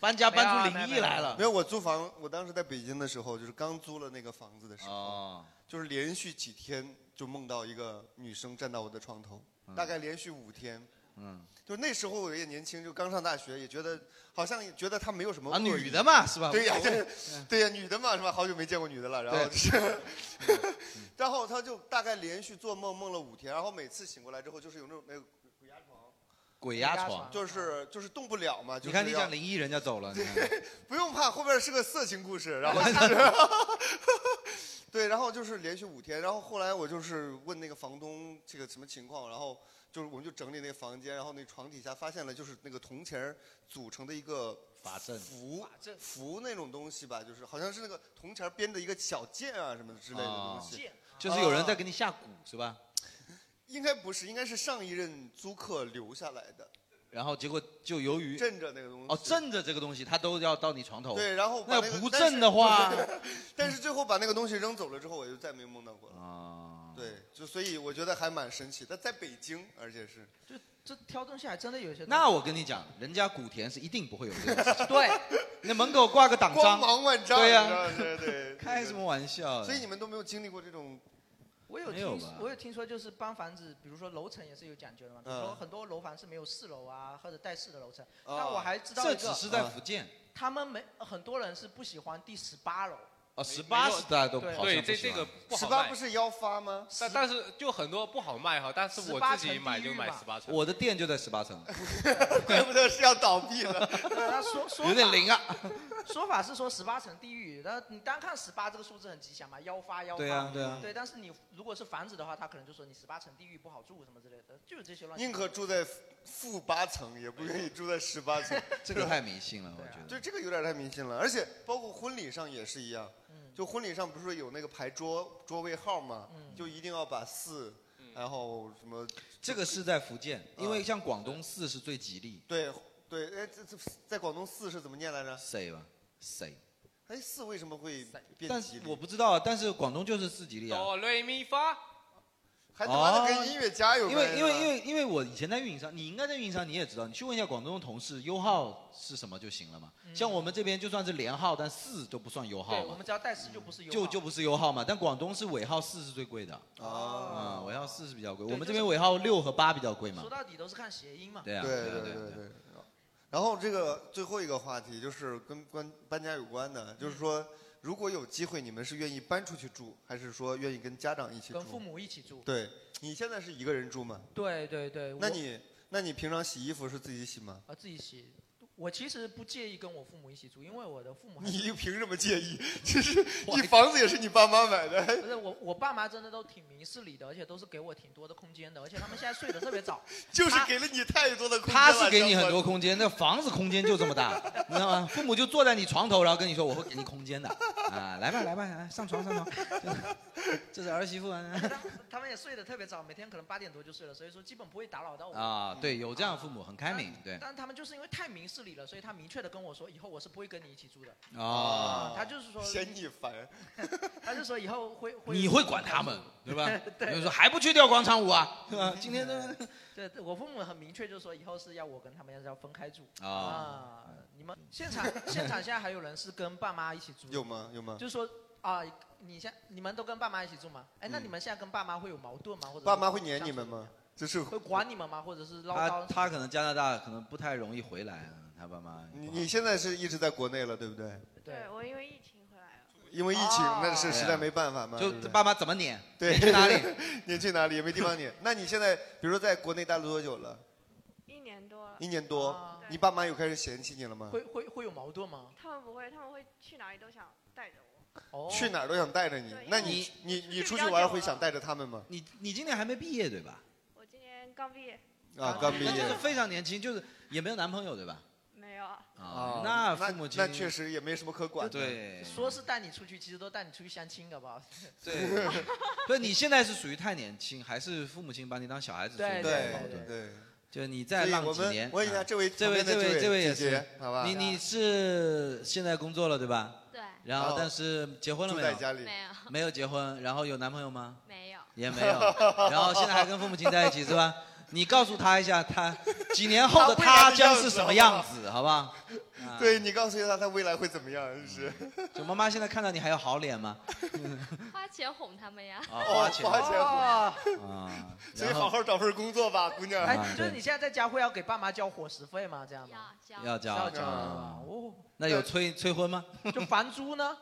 搬家搬出灵异来了没。有，我租房，我当时在北京的时候，就是刚租了那个房子的时候，哦就是连续几天就梦到一个女生站到我的床头，大概连续五天。嗯，就那时候我也年轻，就刚上大学，也觉得好像也觉得她没有什么啊恶意女的嘛是吧对呀无，所谓对对呀，女的嘛是吧？好久没见过女的了，然后对是， 嗯然后她就大概连续做梦梦了五天，然后每次醒过来之后就是有那种那个鬼压床，鬼压床。就是就是动不了嘛。你看啊就是你要讲灵异，人家走了。你看不用怕，后边是个色情故事， 然后就是， 对，然后就是连续五天，然后后来我就是问那个房东这个什么情况，然后就是我们就整理那个房间，然后那床底下发现了就是那个铜钱儿组成的一个法阵符符那种东西吧，就是好像是那个铜钱儿编的一个小剑啊什么之类的东西，啊就是有人在啊给你下蛊是吧？应该不是，应该是上一任租客留下来的，然后结果就由于镇着那个东西。哦，震着这个东西，它都要到你床头。对，然后把哦那那个不但是震的话， 但是最后把那个东西扔走了之后，我就再没梦到过了。啊，对，就所以我觉得还蛮神奇的，在北京，而且是就这挑东西还真的有一些。那我跟你讲，人家古田是一定不会有这个事 情。对，那门口挂个挡章，光芒万丈对呀、你知道对对开什么玩笑？所以你们都没有经历过这种我有没有听吧，我有听说，就是搬房子，比如说楼层也是有讲究的嘛。比如说嗯很多楼房是没有四楼啊，或者带四的楼层。哦但我还知道这一个呃只是在 福建，他们没很多人是不喜欢第十八楼。哦，十八是大家都对好像对不这喜欢这个不好卖是幺发吗？但但是就很多不好卖哈，但是我18自己层买地就狱买嘛十八层。我的店就在十八层，怪不得是要倒闭 了。那 说说有点法 灵啊。 说法是说十八层地狱，但你单看十八这个数字很吉祥嘛，幺发幺发。对啊对啊。对，但是你如果是房子的话，他可能就说你十八层地狱不好住什么之类的，就是这些乱七宁八糟。可住在负八层，也不愿意住在十八层 这个太迷信了，我觉 得。就这个有点太迷信了，而且包括婚礼上也是一样，就婚礼上不是有那个排桌桌位号嘛，嗯就一定要把四，然后什么这个是在福建，因为像广东四是最吉利。嗯对对，哎，这这在广东四是怎么念来着？谁吧？谁？哎，四为什么会变但吉是利？我不知道，啊，但是广东就是四吉利啊。哆瑞咪发，还哎他妈的跟音乐家有因关为系因为吧因为因为我以前在运营商，你应该在运营商，你也知道，你去问一下广东的同事，优号是什么就行了嘛。嗯像我们这边就算是连号，但四都不算优号对，我嘛们，只要带四就不是有。就就不是优号嘛。但广东是尾号四是最贵的，啊，哦尾号四是比较贵，对我们这就边是尾号六和八比较贵嘛说。到底都是看谐音嘛。对啊对对啊对对啊对。然后这个最后一个话题就是跟关搬家有关的，就是说，如果有机会，你们是愿意搬出去住，还是说愿意跟家长一起住？跟父母一起住。对，你现在是一个人住吗？对对对。那我你那你平常洗衣服是自己洗吗？啊自己洗，我其实不介意跟我父母一起住，因为我的父母还你凭什么介 意？就是你房子也是你爸妈买的，。不是我，我爸妈真的都挺明事理的，而且都是给我挺多的空间的，而且他们现在睡得特别早 就是给了你太多的空间他了。是给你张很博多空间，那房子空间就这 么大，你知道吗？父母就坐在你床头，然后跟你说我会给你空间的，啊，来吧来吧，啊上床上 床，这是儿媳妇啊。他们也睡得特别早，每天可能八点多就睡了，所以说基本不会打扰到我。啊，对，有这样的父母很开明，对。但他们就是因为太明事理了，所以他明确的跟我说，以后我是不会跟你一起住的。哦啊他就是说嫌你烦，他就说以后会会。？你会管他们对吧 对。你就说还不去跳广场 舞啊，是吧？今天都的。对，对我父母很明确，就说以后是要我跟他们要要分开住啊啊。你们现场现场现在还有人是跟爸妈一起住的有吗？嗯有吗？就是说啊，你现你们都跟爸妈一起住吗？哎，嗯那你们现在跟爸妈会有矛盾吗？或者爸妈会撵你们吗？就是会管你们吗？或者是唠他叨？他可能加拿大可能不太容易回来啊，他爸妈。你你现在是一直在国内了，对不对？对我因为疫情回来了，因为疫情，那是实在没办法嘛。就对不对爸妈怎么撵？对，撵去哪里？ 你去哪里也没地方撵。那你现在，比如说在国内待了多久了？一年多啊了。一年多。哦你爸妈有开始嫌弃你了吗？会会会有矛盾吗？他们不会，他们会去哪里都想带着我。哦去哪儿都想带着你对。那因为你你你出出去比去较玩久会了想带着他们吗？你你今年还没毕业对吧？我今年刚毕业，啊，刚毕那就业是。非常年轻，就是也没有男朋友对吧？没有啊。啊，那父母亲那确实也没什么可管的。对说是带你出去，其实都带你出去相亲，好不好？ 对， 所以你现在是属于太年轻，还是父母亲把你当小孩子？对所以对有矛盾。对，就你再浪几所以我年们。问一下啊这位这位旁边的这这位这位也姐是姐，好吧你你是现在工作了对吧？对然哦后但是结婚了没有？住在家里没有没有结婚，然后有男朋友吗？没有也没有。然后现在还跟父母亲在一起是吧？你告诉他一下，他几年后的他将是什么 样子，好不好？啊对你告诉一下他未来会怎么样，是不是？就妈妈现在看到你还有好 脸吗？花钱哄他们呀。啊，花钱，花钱啊，啊， 所以好好找份工作吧，姑娘。哎，就是你现在在家会要给爸妈交伙食费吗？这样吗？要交要交交啊哦。那有催催婚吗？就房租呢？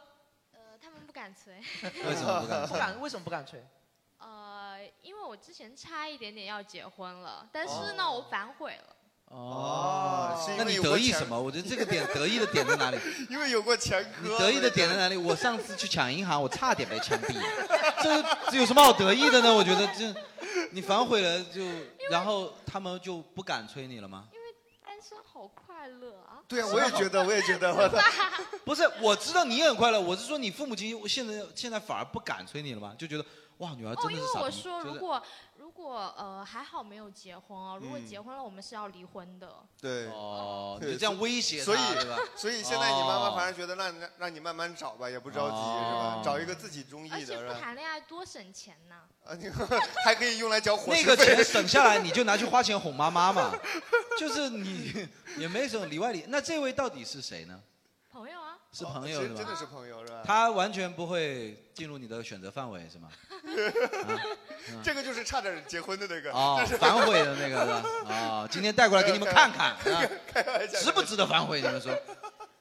呃，他们不敢催。 为什么不 敢催不敢？为什么不敢催？呃，因为我之前差一点点要结婚了，但是呢，我反悔了。哦 是因为那你有过得意钱什么？我觉得这个点得意的点在哪里？ 因为有过前你科。得意的点在哪里？我上次去抢银行，我差点被枪毙，这这有什么好得意的呢？我觉得这你反悔了就，然后他们就不敢催你了吗？单身好快乐啊！对啊，我也 觉得，我也觉 得，我操不是，我知道你也很快乐，我是说你父母亲现在现在反而不敢催你了吗？就觉得哇，女儿啊真哦，的因是为傻逼。我说，就如是果如果呃还好没有结婚哦，如果嗯结婚了，我们是要离婚的。对，哦对你这样威胁他所以对吧所以现在你妈妈哦反而觉得让让让你慢慢找吧，也不着急是哦吧？找一个自己中意而的且是不吧？谈恋爱多省钱呐、啊，你还可以用来交伙那食个费钱省 下来，你就拿去花钱哄妈妈嘛。就是你也没什么里外里。那这位到底是谁呢？朋友啊，是朋友哦是是吧？真的是朋友是吧？他完全不会进入你的选择范围是吗？嗯 这个就是差点结婚的那个， 哦这是，反悔的那个是吧？哦，今天带过来给你们看 看，啊开玩笑 值不值得反悔？你们说？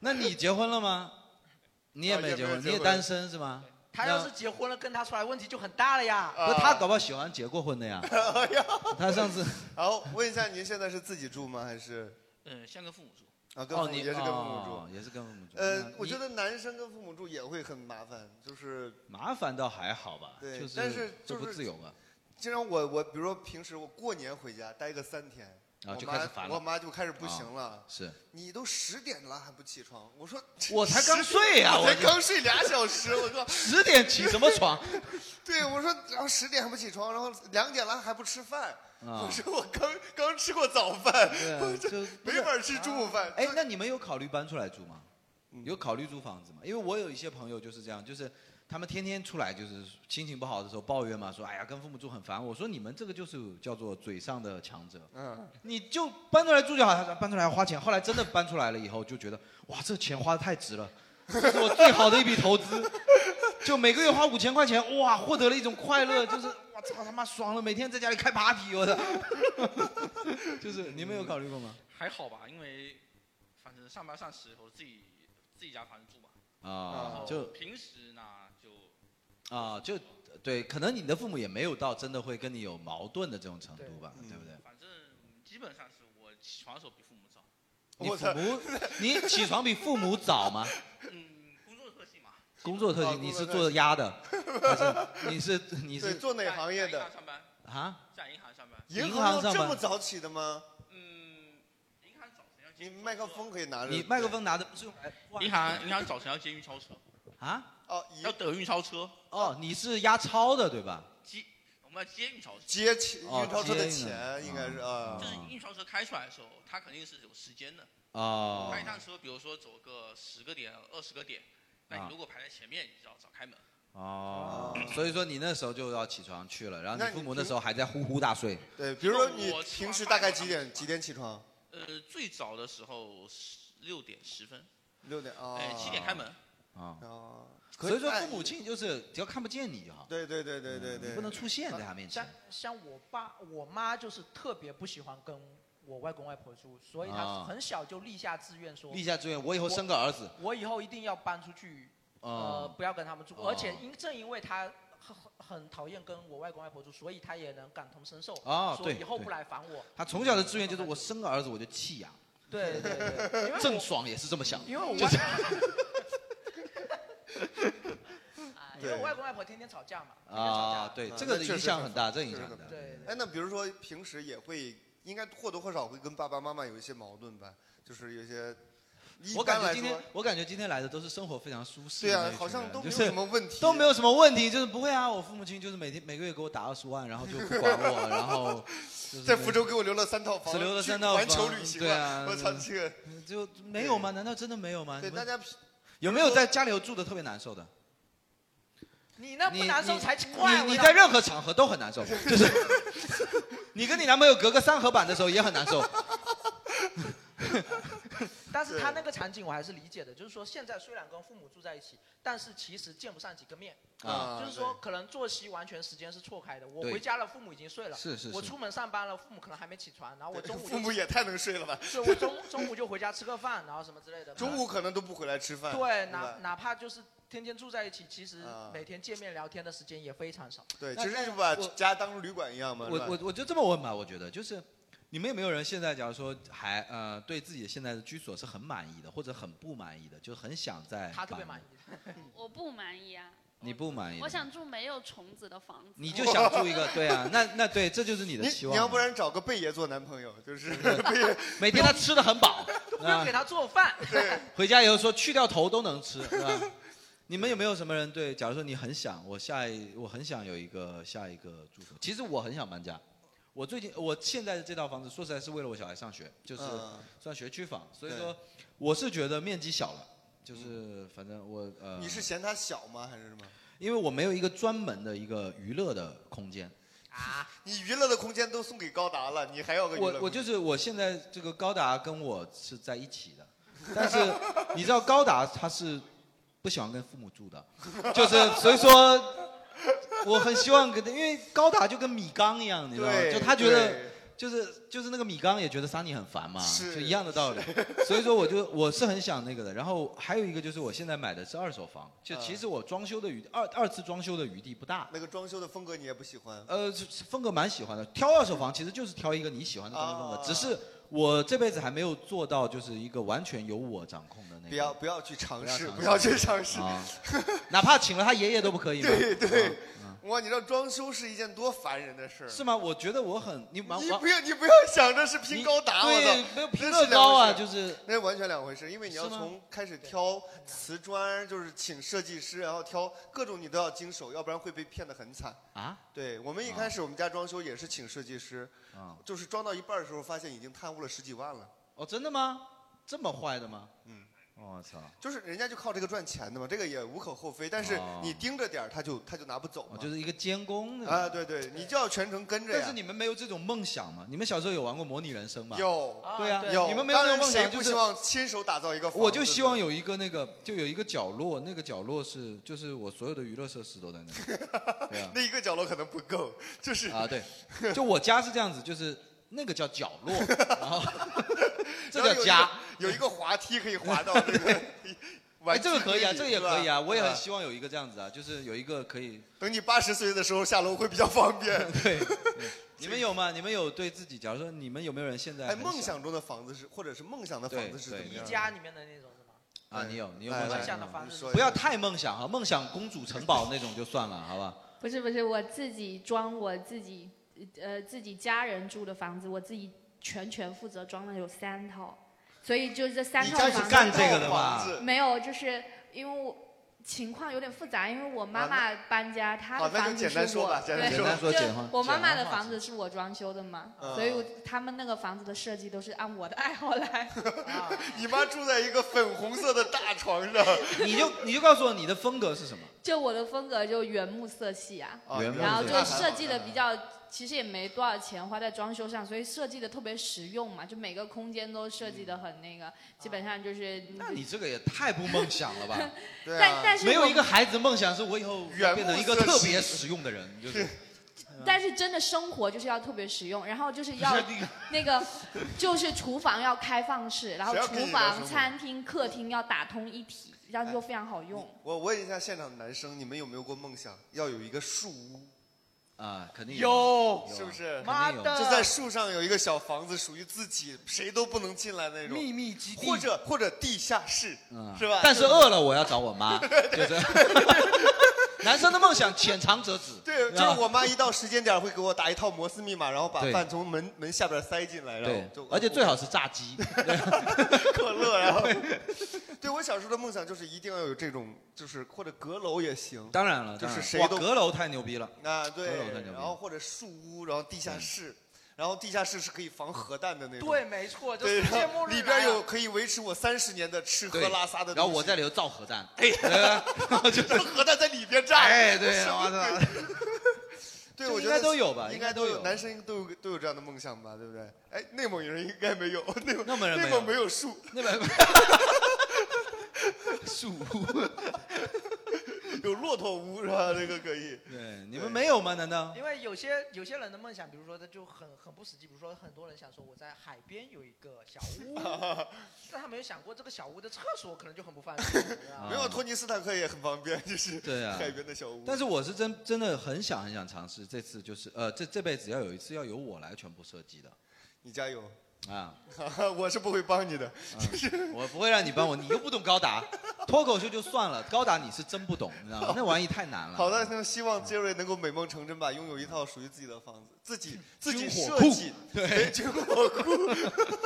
那你结婚了吗？你也啊没也结没有婚，结你婚也单身是吗？他要是结婚了，跟他出来问题就很大了呀。呃那不是他啊搞不好喜欢结过婚 的呀。 他上次哎好，问一下您现在是自己住吗？还是嗯，像跟父母住。啊，跟父母你也是跟父母哦住，也是跟父母住呃那，我你觉得男生跟父母住也会很麻烦，就是麻烦倒还好吧，对就是但是这就不是自由吧？经常我我比如说平时我过年回家待个三天，我啊就妈开始烦了啊我妈就开始不行了。是你都十点了还不起床？我说 我才刚睡呀我才我刚睡俩小时。我 说十点起什么床？对，我说然后十点还不起床，然后两点了还不吃饭。啊我说我刚刚吃过早饭，对啊 我这 就没法吃中午饭。哎，那你们有考虑搬出来住吗？有考虑租房子吗？因为我有一些朋友就是这样，就是他们天天出来，就是心情不好的时候抱怨嘛，说哎呀跟父母住很烦。我说你们这个就是叫做嘴上的强者，嗯，你就搬出来住就好。他说搬出来花钱，后来真的搬出来了以后就觉得哇这钱花的太值了，这是我最好的一笔投资。就每个月花五千块钱，哇，获得了一种快乐，就是我操他妈爽了，每天在家里开 party，我操，就是你们有考虑过吗？还好吧，因为反正上班上时候自己自己家房子住嘛。然啊后，就平时呢就啊，就对，可能你的父母也没有到真的会跟你有矛盾的这种程度吧，对不对？反正嗯基本上是我起床的时候比父母早。你父母， 你起床比父母早吗？嗯，工作特性嘛。工作特啊性，你工作是特做性鸭的，还是你是你对，是做哪行业的？上班啊？在银行上班。银行有上这班么早起的吗？嗯，银行早晨要你麦克风可以拿着。哎你麦克风拿的不是用来挂银行银行早晨要接运钞车。啊？哦，要等运钞车。哦，你是押钞的对吧？接，我们要接运钞车。接起哦运钞车的接哦运钱应该是啊就。是运钞车开出来的时候，它肯定是有时间的。哦开一趟车，比如说走个十个点、二十个点，那啊你如果排在前面，你就要早开门。哦，所以说你那时候就要起床去了，然后那你你父母平那时候还在呼呼大睡。对，比如说你我平时大概几点几点起床？呃，最早的时候十六点十分，六点啊哎，七点开门。啊。可所以说那父母亲就是只要看不见你就好。嗯对对对对对对，你不能出现在他面前像。像我爸我妈就是特别不喜欢跟我外公外婆住，所以她啊很小就立下志愿说，立下志愿我以后生个儿子我以后一定要搬出去，呃哦，不要跟他们住。哦而且因正因为她很很讨厌跟我外公外婆住，所以她也能感同身受，啊，说对，以后对不来烦我。他从小的志愿就是我生个儿子我就弃养。 对对对因为我啊郑爽也是这么想的。因为我 就是因为我对外公外婆天天吵架嘛，啊，对，这个嗯那确实影响很很大，这确影实响很很大。对，哎，那比如说平时也会，应该或多或少会跟爸爸妈妈有一些矛盾吧，就是有一些。一我般感觉来今说天，我感觉今天来的都是生活非常舒适对的啊那一群人。好像都没就有是什么问题都没有什么问题，就是不会啊。我父母亲就是每天每个月给我打二十万，然后就不管我，然后就是在福州给我留了三套只房，留了去三套环球房旅行对啊嗯了，我操，这个就没有吗？难道真的没有吗？对你们大家有没有在家里头住的特别难受的？你那你不难受你才奇怪。我你你操在任何场合都很难受，就是 你跟你男朋友隔个三合板的时候也很难受。 但是他那个场景我还是理解的，就是说现在虽然跟父母住在一起，但是其实见不上几个面。啊就是说可能作息完全时间是错开的。我对回家了，父母已经睡了。是是我是出门上班了，父母可能还没起床，然后我中午就 父母也太能睡了吧？是我中中午就 回家吃个饭，然后什么之类的。中午可能都不回来吃饭。对，吧哪哪怕就是天天住在一起，其实啊每天见面聊天的时间也非常少。对，那其实那就把我家当成旅馆一样嘛。我是吧我我就这么问吧，我觉得就是，你们有没有人现在假如说还呃对自己现在的居所是很满意的，或者很不满意的，就是很想在 他特别搬满意我不满意啊，你不哎满意我？想住没有虫子的房子。你就想住一个，对啊，那那对，这就是你的你期你望。啊要不然找个贝爷做男朋友，就是贝爷每天他吃的很饱，啊不用给他做饭。对，回家以后说去掉头都能吃，是吧？ 你们有没有什么人对？假如说你很想，我下一我很想有一个下一个住所。其实我很想搬家，我最近我现在的这套房子，说实在是为了我小孩上学，就是嗯 算学区房，所以对说我是觉得面积小了，就是反正我呃，你是嫌它小吗？还是什么？因为我没有一个专门的一个娱乐的空间，啊你娱乐的空间都送给高达了，你还哦要个娱乐我空间？我就是我现在这个高达跟我是在一起的，但是你知道高达他是不喜欢跟父母住的，就是所以说我很希望跟他，因为高达就跟米缸一样，你知道吗？对就他觉得对就是就是那个米缸也觉得桑尼很烦嘛，是就一样的道理。 所以说我就我是很想那个的。然后还有一个就是我现在买的是二手房，就其实我装修的余二二次装修的余地不大。嗯那个装修的风格你也不喜欢。呃，是是风格蛮喜欢的。挑二手房其实就是挑一个你喜欢的装修风啊格，只是我这辈子还没有做到就是一个完全由我掌控的那个。不要不要去尝试，不不要要尝试去尝试。 啊哪怕请了他爷爷都不可以吗？对对啊，哇，你知道装修是一件多烦人的事儿。是吗？我觉得我很你蛮你我不要你不要想着是拼高达，我你操 对，没有拼那乐是高啊两回事就是那是完全两回事，因为你要是吗从开始挑瓷砖，就是请设计师，然后挑各种你都要经手，要不然会被骗得很惨。啊，对我们一开始我们家装修也是请设计师，就是装到一半的时候发现已经贪污了十几万了。啊哦，真的吗？这么坏的吗？嗯，我操！就是人家就靠这个赚钱的嘛，这个也无可厚非。但是哦你盯着点儿，他就他就拿不走嘛。就是一个监工那种啊，对对，你就要全程跟着呀。但是你们没有这种梦想吗？你们小时候有玩过模拟人生吗？有对啊，有，你们没有当这种然梦谁想，不就希是望亲手打造一个房子？我就希望有一个那个，就有一个角落，那个角落是就是我所有的娱乐设施都在 ，那里。对啊那一个角落可能不够，就是啊对， 就我家是这样子，就是那个叫角落，然后这然后有一叫个家。嗯有一个滑梯可以滑到这 个哎，玩具这堆个里。可以啊，这个也可以啊，是吧我也很啊希望有一个这样子啊，就是有一个可以。等你八十岁的时候下楼会比较方便。 对，你们有吗？你们有对自己，假如说你们有没有人现在哎，很梦想中的房子是，或者是梦想的房子是对怎么对样的？家里面的那种是吗？啊？你有，你有来梦来想来吗你说一下不要太梦想哈，梦想公主城堡那种就算了，好吧？不是不是，我自己装我自己呃自己家人住的房子，我自己全权负责装了有三套，所以就这三你套家房是子干这个的吧没有，就是因为我情况有点复杂，因为我妈妈搬家，她好的啊那就房子简是单我说吧简单对说简单说就简化我妈妈简的化房子是我装修的嘛，嗯所以我他们那个房子的设计都是按我的爱好来。你妈住在一个粉红色的大床上， 你就你就告诉我你的风格是什么？就我的风格就原木色系啊，哦原木然后色就系设计的比较，其实也没多少钱花在装修上，所以设计的特别实用嘛，就每个空间都设计的很那个，基本上就是。？那你这个也太不梦想 了吧对啊但但是没有我一个孩子梦想是我以后要变成一个原木色特系别实用的人，就是但是真的生活就是要特别实用，然后就是要那个，就是厨房要开放式，然后谁要跟厨你聊生房、活餐厅、客厅要打通一体，这样就非常好用。我问一下现场的男生，你们有没有过梦想要有一个树屋？啊，肯定有，有啊是不是？肯定有就在树上有一个小房子，属于自己，谁都不能进来那种秘密基地，或者或者地下室，嗯是吧？但是就饿了我要找我 妈，就是。男生的梦想浅尝辄止，对，你就知道吗是我妈一到时间点儿会给我打一套摩斯密码，然后把啊对饭从门门下边塞进来，然后对哎就，而且最好是炸鸡，可乐，然后 对我小时候的梦想就是一定要有这种，就是或者阁楼也行，当然了，就当是然谁哇都阁楼太牛逼了啊阁楼太对，牛逼然后了，嗯或者树屋，然后地下室，然后地下室是可以防核弹的那种， 对，没错，就对，世界然末后日里来边了有可以维持我三十年的吃喝对拉撒的东西，然后我 在里头造核弹，啊哎， 然后就是核弹在里边炸，哎对什么我操鬼 对，这我应觉该得都有吧应应该该都都有，有男生都有都有这样的梦想吧，对不对？哎，内蒙人应该没有，内蒙内蒙人内没有蒙没有树，内蒙 树屋有骆驼屋是吧？这个可以。对，你们没有吗？难道？因为有些有些人的梦想，比如说他就很很不实际，比如说很多人想说我在海边有一个小 屋，但他没有想过这个小屋的厕所可能就很不方便。啊没有托尼斯坦克也很方便，就是对啊海边的小屋。但是我是真真的很想很想尝试，这次就是呃，这这辈子要有一次要由我来全部设计的。你加油！ 啊，我是不会帮你的， 就是嗯我不会让你帮我，你又不懂高达，脱口秀就算了，高达你是真不懂，你知道吗？啊那玩意太难了。 好的，那希望杰瑞能够美梦成真吧，拥有一套属于自己的房子，自 己自己军设火库计， 对哎 军火库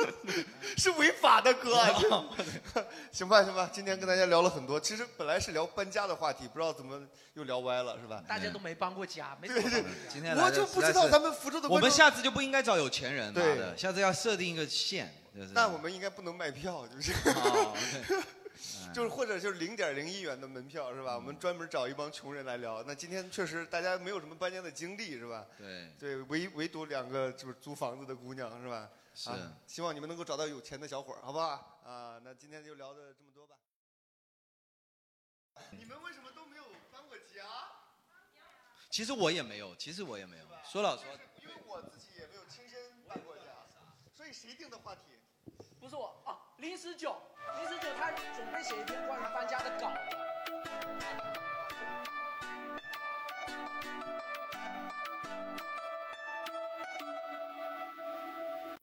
是违法的哥 啊。 行吧，行吧，今天跟大家聊了很多，其实本来是聊搬家的话题，不知道怎么又聊歪了，是吧？ 大家都没搬过家，没怎么搬过家嗯今天我就不知道咱们福州的观众我们下次就不应该找有钱人，对妈的，下次要设定一个线，就是但我们应该不能卖 票，就是，哦嗯就是或者就是零点零一元的门票是吧？我们专门找一帮穷人来聊。那今天确实大家没有什么搬家的经历是吧？对，对，唯唯独两个就是租房子的姑娘是吧？是啊希望你们能够找到有钱的小伙儿，好不好？啊，那今天就聊的这么多吧。你们为什么都没有搬过家？其实我也没有，其实我也没有。说老实话，因为我自己也没有亲身搬过家，所以谁定的话题？不是我哦啊，零十九，零十九他准备写一篇关于搬家的稿。